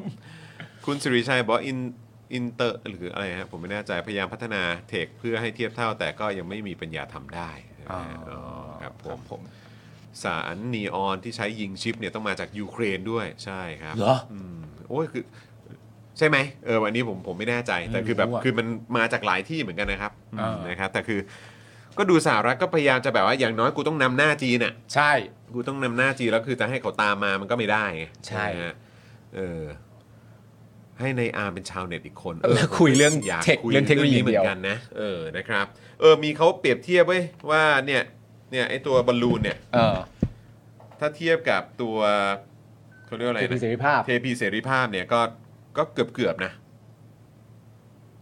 คุณสิริชัยบอกอินอินเตอร์หรืออะไรฮะผมไม่แน่ใจพยายามพัฒนาเทคเพื่อให้เทียบเท่าแต่ก็ยังไม่มีปัญญาทำได้ อ๋อ อ๋อครับผม ผม สารนีออนที่ใช้ยิงชิปเนี่ยต้องมาจากยูเครนด้วยใช่ครับ เหรอ มโอ้ยคือ ใช่ไหมเออวันนี้ผมผมไม่แน่ใจ แต่คือแบบ ไม่รู้อะ คือมันมาจากหลายที่เหมือนกันนะครับ อ่าน นะครับ แต่คือ ก็ดูสหรัฐก็พยายามจะแบบว่าอย่างน้อยกูต้องนำหน้าจีนอ่ะ ใช่ กูต้องนำหน้าจีนแล้วคือจะให้เขาตามมามันก็ไม่ได้ไง ใช่ ไหมฮะเออ ให้ในอาร์มเป็นชาวเน็ตอีกคน แล้วคุยเรื่อง อยาก เทค คุย เรื่องเทคโนโลยี เห เดี มื ย อ วน กันนะเออนะครับ เออ มีเขาเปรียบเทียบไว้ยว่าเนี่ย เนี่ยไอตัวบอลลูนเนี่ย เออ ถ้าเทียบกับตัวเขาเรียกว่าอะไร เสรี นะ เสรีภาพ เทพีเสรีภาพเนี่ยก็ก็เกือบเกือบๆนะ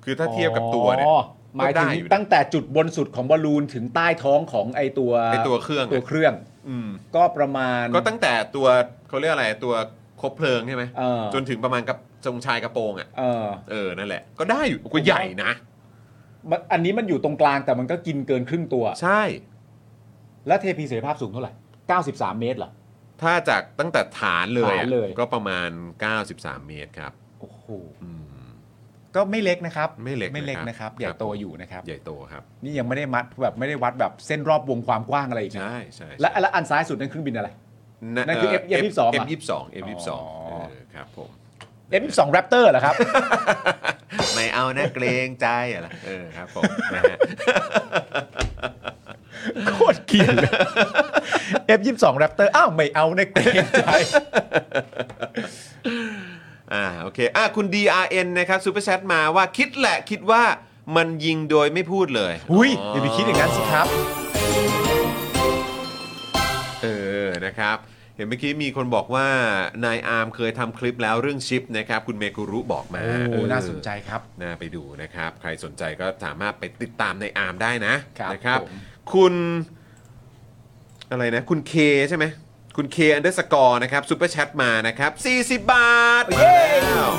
คือถ้าเทียบกับตัวเนี่ย อ๋อหมายถึง ก็ได้อยู่นะ ตั้งแต่จุดบนสุดของบอลลูนถึงใต้ท้องของไอตัว ไอ้ตัวเครื่องอะ ตัวเครื่อง อืม ก็ประมาณ ก็ตั้งแต่ตัวเขาเรียกอะไรตัวคบเพลิงใช่ไหม เออ จนถึงประมาณกับทรงชายกระโปรงอ่ะ เออ เออ นั่นแหละ ก็ได้อยู่ก็ใหญ่นะ มันอันนี้มันอยู่ตรงกลางแต่มันก็กินเกินครึ่งตัว ใช่ และเทพีเสรีภาพสูงเท่าไหร่ 93 เมตรเหรอ ถ้าจากตั้งแต่ฐานเลยอะ ฐานเลย ก็ประมาณ 93 เมตรครับ โอ้โห อืม ก็ไม่เล็กนะครับ ไม่เล็ก ไม่เล็ก นะ นะ ค ค รั รับ บใหญ่โตอยู่นะครับ ใหญ่โตครับ นี่ยังไม่ได้มัดแบบไม่ได้วัดแบบเส้นรอบวงความกว้างอะไรอีกนะ ใช่ใช่ และและอันซ้ายสุดนั่นเครื่องบินอะไร นั่นคือ F- F22 เอ อะ ฟยี่สิบสองเอฟยี่สิบส อ๋ อง อ ครับผม F22 Raptor เหรอ ครับ ไม่เอานะเกรงใจอะไรเออครับผมนะฮะ โคตรเกลียด เลย F22 Raptor อ้าวไม่เอานะเกรงใจ อ่าโอเคอ่ะคุณ DRN นะครับซูเปอร์แชทมาว่าคิดแหละคิดว่ามันยิงโดยไม่พูดเลย อุ้ยอย่าไปคิดอย่างนั้นสิครับ เออ นะครับ เห็นเมื่อกี้มีคนบอกว่านายอาร์มเคยทำคลิปแล้วเรื่องชิปนะครับ คุณเมกุรุบอกมา โอ้ เออ น่าสนใจครับ น่าไปดูนะครับ ใครสนใจก็สามารถไปติดตามนายอาร์มได้นะครับ นะครับ ผม คุณอะไรนะ คุณเคใช่ไหม คุณเคอันเดอร์สกอร์นะครับซูเปอร์แชทมานะครับ 40 บาทมาแล้ว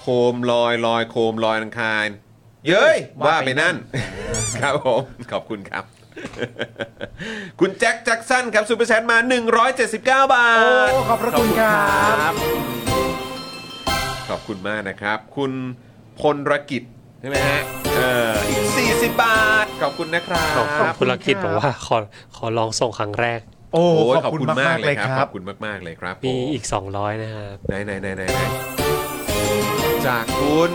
โคมลอยลอยโคมลอยอังคารเย้ยว่าไปนั่น ครับผม ขอบคุณครับ คุณแจ็คแจ็คสันครับซูเปอร์แชทมา 179 บาท โอ้ขอบพระคุณครับ ขอบคุณมากนะครับ คุณพลรกิจใช่ไหมฮะเอออีก 40 บาท ขอบคุณนะครับ ขอบขอบคุณลักคิดบอกว่าขอขอลองส่งครั้งแรก โอ้ โอ้ย ขอบคุณมากๆเลยค ข รั อ บบ คุณมาก ๆ เลยครับ มีอีก 200 นะครับ ไหนไหนไหนไหนไหนจากคุณ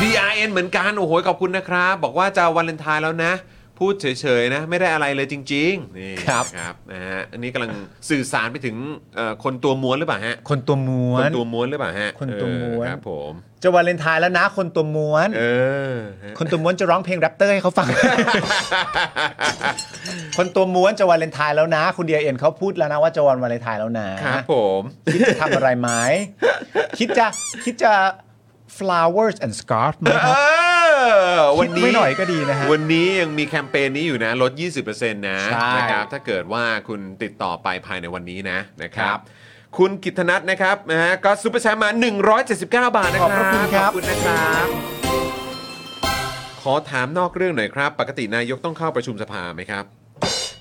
DRN เหมือนกัน โอ้โห ขอบคุณนะครับ บอกว่าจะวันเลนไทน์แล้วนะ พูดเฉย ๆ นะ ไม่ได้อะไรเลยจริง ๆ นี่ครับครับนะฮะอันนี้กำลังสื่อสารไปถึงเอ่อคนตัวม้วนหรือเปล่าฮะ คนตัวม้ว คน น ตัวม้วนหรือเปล่าฮะ คนตัวม้วน เออครับผม จะวาเลนไทน์แล้วนะ คนตัวม้วน เออฮะ คนตัวม้วนจะร้องเพลงแรปเตอร์ให้เขา ฟัง คนตัวม้วนจะวาเลนไทน์แล้วนะ คุณเดียเอ็นเขาพูดแล้วนะว่าจะวันวาเลนไทน์แล้วนะครับ ผม คิดจะทำอะไรไหม คิดจะคิดจะ flowers and scarf ไหมค เอ รับ อวันนี้ คิดไว้หน่อยก็ดีนะฮะ วันนี้ยังมีแคมเปญนี้อยู่นะ ลด 20%นะ ใช่ นะครับถ้าเกิดว่าคุณติดต่อไปภายในวันนี้นะนะครั ครับ บ คุณกิตนัทนะครับนะฮะก็ซูเปอร์แชร์มา 179 บาทนะครับ ขอบพระคุณครัขบอบคุณนะครับ ขอถามนอกเรื่องหน่อยครับ ปกตินายกต้องเข้าประชุมสภาไหมครับ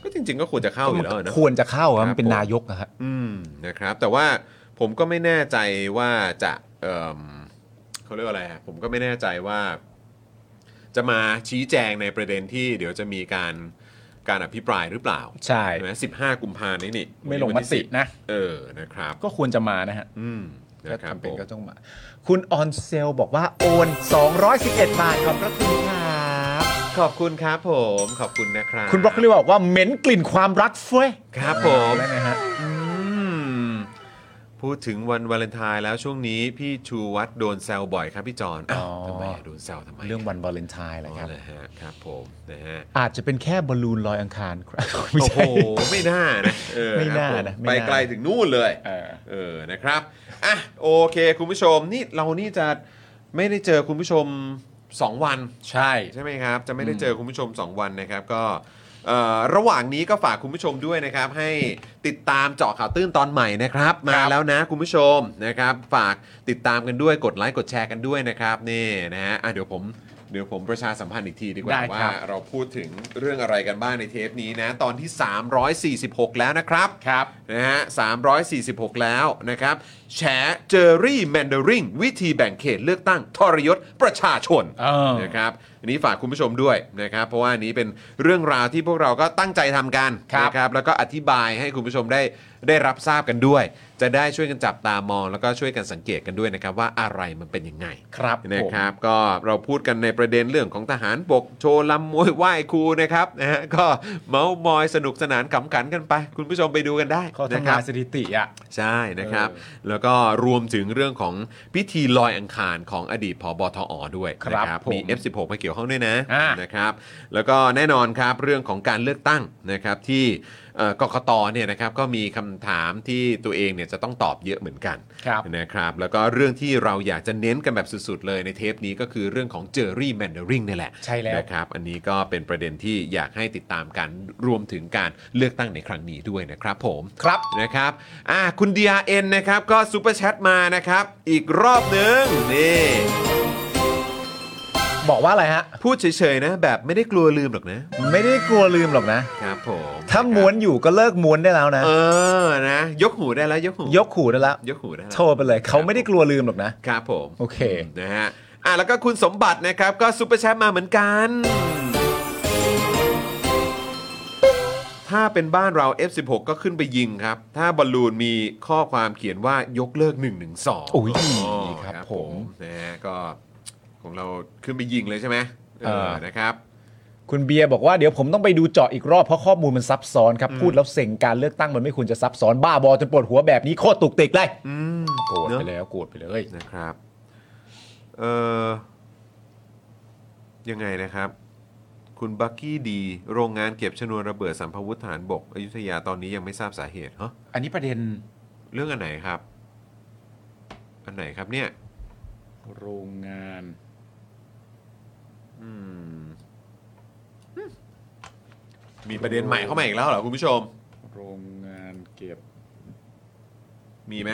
ก็จริง ๆ ก็ควรจะเข้าอยู่แล้วเนอะ ควรจะเข้าอะ ครับ มันเป็นนายกอะฮะ อืมนะครับแต่ว่าผมก็ไม่แน่ใจว่าจะเอิ่มเขา เขาเรียกว่าอะไรฮะผมก็ไม่แน่ใจว่า จะมาชี้แจงในประเด็นที่เดี๋ยวจะมีการการอภิปรายหรือเปล่า ใช่ ไหมสิบห้ากุมภาพันธ์นี้นี่ ไม่ลงมตินะ เออนะครับ ก็ควรจะมานะฮะ อืม ก็ นะครับ จำเป็น ผม ก็ต้องมา คุณออนเซลบอกว่าโอน 211 บาทขอบพระคุณครับ ขอบคุณครับผมขอบคุณนะครับ คุณบล็อกเรียบอกว่าเหม็นกลิ่นความรักเฟ้ย ครับผม ได้ไหมฮะ อืมพูดถึงวันวาเลนไทน์แล้วช่วงนี้พี่ชูวัตรโดนแซวบ่อยครับพี่จอนอ้าว อ๋อ ทำไมอะโดนแซวทำไมะ เรื่องวันวาเลนไทน์แหละ อ๋อ ครับ นะฮะครับผมนะฮะ อาจจะเป็นแค่บอลลูนลอยอังคาร ครับไม่ โอ้โห ใช่ ไม่น่านะเออ ไม่น่า ครับผ นะไม่ ไป น่า ไกลถึงนู่นเลย เออ เออนะครับอ่ะโอเค คุณผู้ชมนี่เรานี่จะไม่ได้เจอคุณผู้ชม 2 วัน ใช่ ใช่ไหมครับ จะไม่ได้เจอคุณผู้ชม 2 วันนะครับ ก็เอ่อระหว่างนี้ก็ฝากคุณผู้ชมด้วยนะครับ ให้ติดตามเจาะข่าวตื้นตอนใหม่นะครับ มาแล้วนะคุณผู้ชมนะครับ ฝากติดตามกันด้วยกดไลค์กดแชร์กันด้วยนะครับนี่นะฮะอ่ะเดี๋ยวผมเดี๋ยวผมประชาสัมพันธ์อีกทีดีกว่า ได้ ว่า ครับ เราพูดถึงเรื่องอะไรกันบ้างในเทปนี้นะตอนที่ 346 แล้วนะครับ ครับ นะฮะ346 แล้วนะครับแฉเจอรี่แมนดาริงวิธีแบ่งเขตเลือกตั้งทรยศประชาชน เออ นะครับอันนี้ฝากคุณผู้ชมด้วยนะครับเพราะว่าอันนี้เป็นเรื่องราวที่พวกเราก็ตั้งใจทำกันนะครับแล้วก็อธิบายให้คุณผู้ชมได้ได้รับทราบกันด้วย จะได้ช่วยกันจับตามอง แล้วก็ช่วยกันสังเกตกันด้วยนะครับว่าอะไรมันเป็นยังไง ครับผม นะครับก็เราพูดกันในประเด็นเรื่องของทหารบกโชว์ลำมวยไหว้ครูนะครับนะฮะก็เมาส์มอยสนุกสนานขำขันกันไป คุณผู้ชมไปดูกันได้ เขา นะ ทำ ครั งา บ นสถิติอ่ะ ใช่นะครับ แล้วก็รวมถึงเรื่องของพิธีลอยอังคารของอดีตผบทอด้วย ครับ นะ ผม มี F16 มาเกี่ยวข้องด้วยนะ อ่า นะครับแล้วก็แน่นอนครับเรื่องของการเลือกตั้งนะครับที่เอ่อกกตเนี่ยนะครับก็มีคำถามที่ตัวเองเนี่ยจะต้องตอบเยอะเหมือนกัน ครับ นะครับแล้วก็เรื่องที่เราอยากจะเน้นกันแบบสุดๆเลยในเทปนี้ก็คือเรื่องของเจอรี่แมนดาริงนี่แหละ ใช่แล้ว นะครับอันนี้ก็เป็นประเด็นที่อยากให้ติดตามกันรวมถึงการเลือกตั้งในครั้งนี้ด้วยนะครับผม ครับ นะครับอ่ะคุณ DRN นะครับก็ซูเปอร์แชทมานะครับ อีกรอบหนึ่งนี่ บอกว่าอะไรฮะ พูดเฉยๆนะ แบบไม่ได้กลัวลืมหรอกนะ ไม่ได้กลัวลืมหรอกนะ ครับผม ถ้าม้วนอยู่ก็เลิกม้วนได้แล้วนะ เออนะยกหูได้แล้วยกหู ยกขู่ได้แล้ว ยกหูได้แล้ว โทรไปเลย เขาไม่ได้กลัวลืมหรอกนะ ครับผม โอเค นะฮะอ่ะแล้วก็คุณสมบัตินะครับ ก็ซุปเปอร์แชทมาเหมือนกัน ถ้าเป็นบ้านเรา F16 ก็ขึ้นไปยิงครับ ถ้าบอลลูนมีข้อความเขียนว่ายกเลิก 1 1 2 โอ้ยครับผม นะฮะก็ของเราขึ้นไปยิงเลยใช่ไหม เออ นะครับ คุณเบียร์บอกว่าเดี๋ยวผมต้องไปดูเจาะอีกรอบเพราะข้อมูลมันซับซ้อนครับ พูดแล้วเซ็งการเลือกตั้งมันไม่ควรจะซับซ้อนบ้าบอจนปวดหัวแบบนี้โคตรตุกติกเลย อืม โกรธไปแล้วโกรธไปเลย นะครับ เออยังไงนะครับ คุณบักกี้ดี โรงงานเก็บชนวนระเบิดสัมภวุธฐานบกอยุธยาตอนนี้ยังไม่ทราบสาเหตุฮะ อันนี้ประเด็น เรื่องอันไหนครับ อันไหนครับเนี่ย โรงงาน อืม มีประเด็นใหม่เข้ามาอีกแล้วเหรอคุณผู้ชม โรงงานเก็บ มีไหม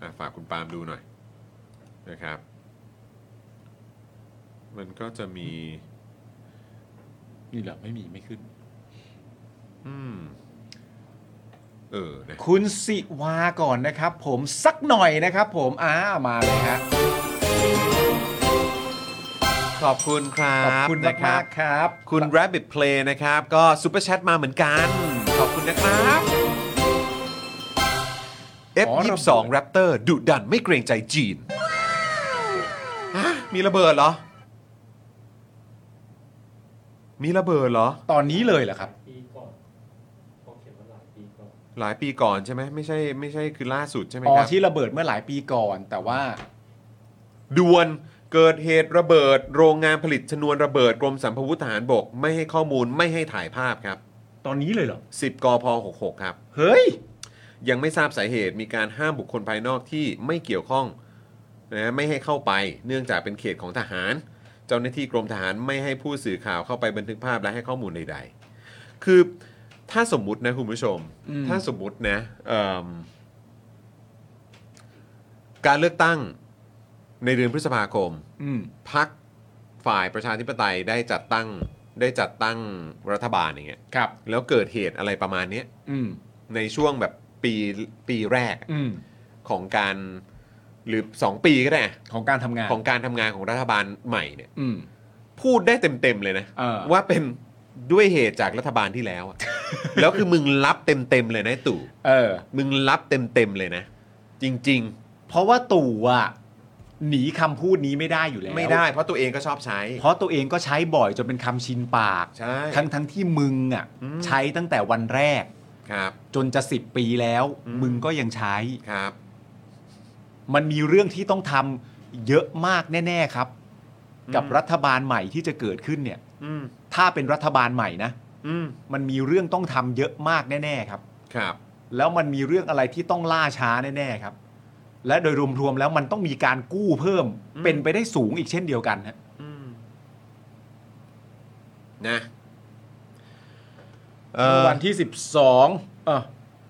อ่ะฝากคุณปาล์มดูหน่อยนะครับ มันก็จะมี นี่เหรอไม่มีไม่ขึ้น อืม เออนะ คุณสิวาก่อนนะครับ ผมสักหน่อยนะครับ ผมอ่ามาเลยฮะ ขอบคุณครับ ขอบคุณ นะ มากๆครับ คุณ Rabbit Play นะครับ ก็ซูเปอร์แชทมาเหมือนกัน ขอบคุณนะครับ อ๋อ F22 Raptor ดุดันไม่เกรงใจจีนฮะมีระเบิดเหรอ มีระเบิดเหรอ ตอนนี้เลยเหรอครับ หลายปีก่อนใช่ไหมไม่ใช่ไม่ใช่คือล่าสุดใช่ไหม อ๋ ค อ รับ ที่ระเบิดเมื่อหลายปีก่อน แต่ว่า ด่วนเกิดเหตุระเบิด โรงงานผลิตชนวนระเบิดกรมสัมพวุธทหารบก ไม่ให้ข้อมูลไม่ให้ถ่ายภาพครับ ตอนนี้เลยเหรอ 10กพ66ครับ เฮ้ย ยังไม่ทราบสาเหตุมีการห้ามบุคคลภายนอกที่ไม่เกี่ยวข้องนะไม่ให้เข้าไป เนื่องจากเป็นเขตของทหาร เจ้าหน้าที่กรมทหารไม่ให้ผู้สื่อข่าวเข้าไปบันทึกภาพและให้ข้อมูลใดๆ คือถ้าสมมุตินะคุณผู้ชม อืม ถ้าสมมุตินะเอิ่มการเลือกตั้งในเดือนพฤษภาคม อืม พักฝ่ายประชาธิปไตยได้จัดตั้งได้จัดตั้งรัฐบาลอย่างเงี้ย ครับ แล้วเกิดเหตุอะไรประมาณเนี้ย อืม ในช่วงแบบปีปีแรก อืม ของการ หรือ 2 ปีก็ได้อะ ของการทำงาน ของการทำงานของรัฐบาลใหม่เนี่ย อืม พูดได้เต็มๆเลยนะ เออ ว่าเป็นด้วยเหตุจากรัฐบาลที่แล้ว อะ แล้วคือมึงรับเต็มๆเลยนะตู่ เออ มึงรับเต็มๆเลยนะ จริง เพราะว่าตู่อ่ะหนีคำพูดนี้ไม่ได้อยู่แล้ว ๆ ไม่ได้เพราะตัวเองก็ชอบใช้ เพราะตัวเองก็ใช้บ่อยจนเป็นคำชินปาก ใช่ ทั้งทั้งที่มึงอ่ะ อืม ใช้ตั้งแต่วันแรก ครับ จนจะสิบปีแล้ว อืม มึงก็ยังใช้ ครับ มันมีเรื่องที่ต้องทำเยอะมากแน่ ๆครับ อืม กับรัฐบาลใหม่ที่จะเกิดขึ้นเนี่ย อืม ถ้าเป็นรัฐบาลใหม่นะ อืม มันมีเรื่องต้องทำเยอะมากแน่ๆครับ ครับ แล้วมันมีเรื่องอะไรที่ต้องล่าช้าแน่ๆครับ และโดยรวมๆแล้วมันต้องมีการกู้เพิ่ม อืม เป็นไปได้สูงอีกเช่นเดียวกันฮะ อืมนะเอ่ เมื่ อ อวันที่ 12เออ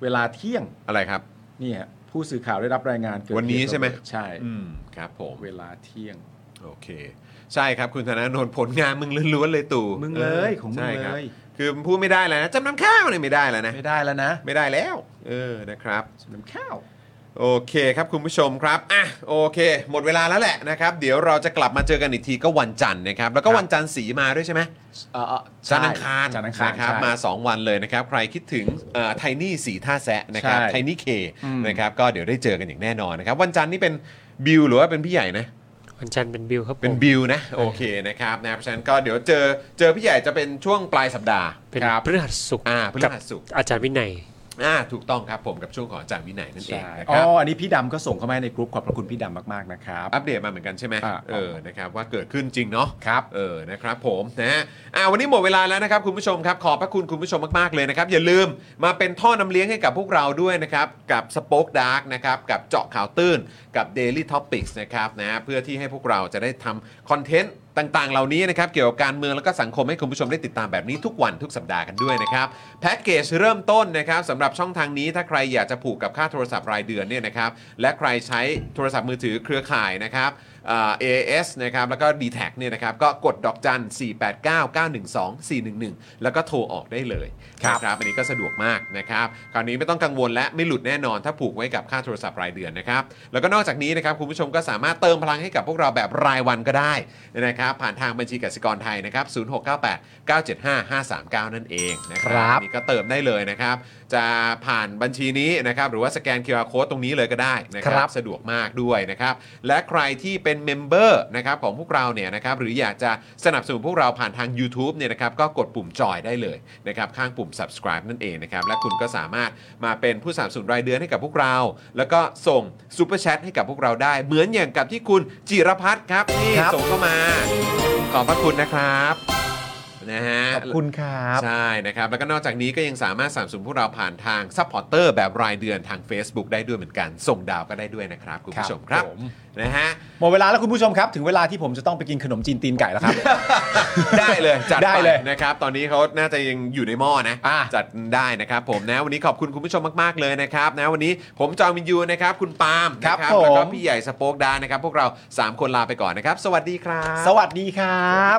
เวลาเที่ยง อะไรครับ นี่ฮะผู้สื่อข่าวได้รับรายงานเกิด วันนี้ใช่ไหม เหตุระเบิดใช่ อืมครับผม เวลาเที่ยง โอเค ใช่ครับคุณธนาโนนผลงานมึงล้วนๆเลยตู่ มึงเลยของมึง ใช่ครับ เลย คือพูดไม่ได้แล้วนะจำนำข้าวเนี่ยไม่ได้แล้วนะ ไม่ได้แล้วนะ ไม่ได้แล้ว เออนะครับ สำนักข้าว โอเคครับคุณผู้ชมครับอ่ะโอเค หมดเวลาแล้วแหละนะครับ เดี๋ยวเราจะกลับมาเจอกันอีกทีก็วันจันทร์นะครับ แล้วก็ ครับ วันจันทร์สีมาด้วยใช่ไหม เอ่อเอ่อ จันทร์อังคาร จันทร์อังคาร นะครับ ใช่ มา 2 วันเลยนะครับ ใครคิดถึงไทนี่สีท่าแซะนะครับ ใช่ ไทนี่เค อืม นะครับก็เดี๋ยวได้เจอกันอย่างแน่นอนนะครับ วันจันทร์นี่เป็นบิวหรือว่าเป็นพี่ใหญ่นะ วันจันทร์เป็นบิลครับผม เป็นบิวนะ โอเคนะครับนะเพราะฉะนั้นก็เดี๋ยวเจอเจอพี่ใหญ่จะเป็นช่วงปลายสัปดาห์ เป็นพฤหัสศุกร์ อ่าพฤ กับ หัสศุกร์ อาจารย์วินัย อ่าถูกต้องครับผมกับช่วงของอาจารย์วินัยนั่นเอง ใช่ นะคอ๋อ รับ อันนี้พี่ดำก็ส่งเข้ามาในกรุ๊ปขอบพระคุณพี่ดำมากๆนะครับ อัปเดตมาเหมือนกันใช่ไหม อ่า เออนะครับว่าเกิดขึ้นจริงเนาะ ครับ เออ นะครับผมนะฮะอ่าวันนี้หมดเวลาแล้วนะครับคุณผู้ชมครับ ขอบพระคุณคุณผู้ชมมาก ๆ เลยนะครับ อย่าลืมมาเป็นท่อนำเลี้ยงให้กับพวกเราด้วยนะครับ กับสป็อคดาร์กนะครับ กับเจาะข่าวตื้น กับ Daily Topics นะครับนะฮะเพื่อที่ให้พวกเราจะได้ทำคอนเทนต์ต่าง ๆ เหล่านี้นะครับ เกี่ยวกับการเมืองแล้วก็สังคมให้คุณผู้ชมได้ติดตามแบบนี้ทุกวันทุกสัปดาห์กันด้วยนะครับ แพ็กเกจเริ่มต้นนะครับสำหรับช่องทางนี้ถ้าใครอยากจะผูกกับค่าโทรศัพท์รายเดือนเนี่ยนะครับและใครใช้โทรศัพท์มือถือเครือข่ายนะครับเอ่อ AS นะครับแล้วก็ d t แทเนี่ยนะครับก็กดดอกจัน 489-912-411 แล้วก็โทรออกได้เลย ครับ นะครับอันนี้ก็สะดวกมากนะครับคราวนี้ไม่ต้องกังวลและไม่หลุดแน่นอน ถ้าผูกไว้กับค่าโทรศัพท์รายเดือนนะครับแล้วก็นอกจากนี้นะครับคุณผู้ชมก็สามารถเติมพลังให้กับพวกเราแบบรายวันก็ได้นะครับผ่านทางบัญชีกสิกรไทยนะครับ0698975539 นั่นเองนะค ครั รับ บ ก็เติมได้เลยนะครับ จะผ่านบัญชีนี้นะครับ หรือว่าสแกน QR Code ตรงนี้เลยก็ได้นะค ครั รับ บ สะดวกมากด้วยนะครับ และใครที่เป็นเมมเบอร์นะครับของพวกเราเนี่ยนะครับ หรืออยากจะสนับสนุนพวกเราผ่านทาง YouTube เนี่ยนะครับ ก็กดปุ่มจอยได้เลยนะครับ ข้างปุ่ม subscribe นั่นเองนะครับ และคุณก็สามารถมาเป็นผู้สนับสนุนรายเดือนให้กับพวกเรา แล้วก็ส่งซูเปอร์แชทให้กับพวกเราได้ เหมือนอย่างกับที่คุณจิรพัฒน์ครับนี่ ครับ ส่งเข้ามา ขอบพระคุณนะครับนะฮะ ขอบคุณครับ ใช่นะครับ แล้วก็นอกจากนี้ก็ยังสามารถสนับสนุนพวกเราผ่านทางซัพพอร์เตอร์แบบรายเดือนทาง Facebook ได้ด้วยเหมือนกัน ส่งดาวก็ได้ด้วยนะครับ คุณผู้ชมค ครั รับบ ผม นะฮะ หมดเวลาแล้วคุณผู้ชมครับ ถึงเวลาที่ผมจะต้องไปกินขนมจีนตีนไก่แล้วครับ ได้เลยจัด ได้เลย ปนะครับ ตอนนี้เขาน่าจะยังอยู่ในหม้อนะ อ่ะ จัดได้นะครับ ผมนะวันนี้ขอบคุณคุณผู้ชมมาก ๆ เลยนะครับนะวันนี้ผมจอมินยูนะครับคุณปาล์มนะครับ ผม แล้วก็พี่ใหญ่สโป๊กดาร์นะครับ พวกเราสามคนลาไปก่อนนะครับ สวัสดีครับ สวัสดีครับ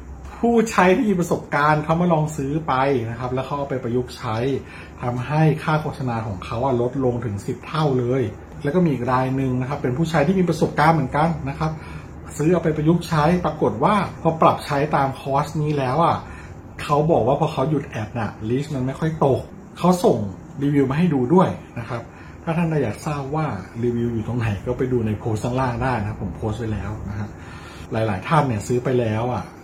ผู้ใช้ที่มีประสบการณ์เขามาลองซื้อไปนะครับ แล้วเขาเอาไปประยุกต์ใช้ทำให้ค่าโฆษณาของเขาอะลดลงถึง 10 เท่าเลย แล้วก็มีอีกรายหนึ่งนะครับ เป็นผู้ใช้ที่มีประสบการณ์เหมือนกันนะครับ ซื้อเอาไปประยุกต์ใช้ปรากฏว่าพอปรับใช้ตามคอร์สนี้แล้วอ่ะเขาบอกว่าพอเขาหยุดแอดน่ะลิสต์มันไม่ค่อยตกเขาส่งรีวิวมาให้ดูด้วยนะครับ ถ้าท่านอยากทราบว่ารีวิวอยู่ตรงไหนก็ไปดูในโพสต์ข้างล่างได้นะครับผมโพสต์ไว้แล้วนะครับ หลาย ๆ ท่านเนี่ยซื้อไปแล้วอะ่ะ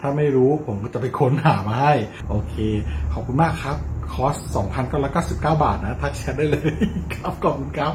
ถ้าไม่รู้ผมก็จะไปค้นหามาให้ โอเค ขอบคุณมากครับ คอร์ส2,999 บาทนะ ทักแชทได้เลยครับ ขอบคุณครับ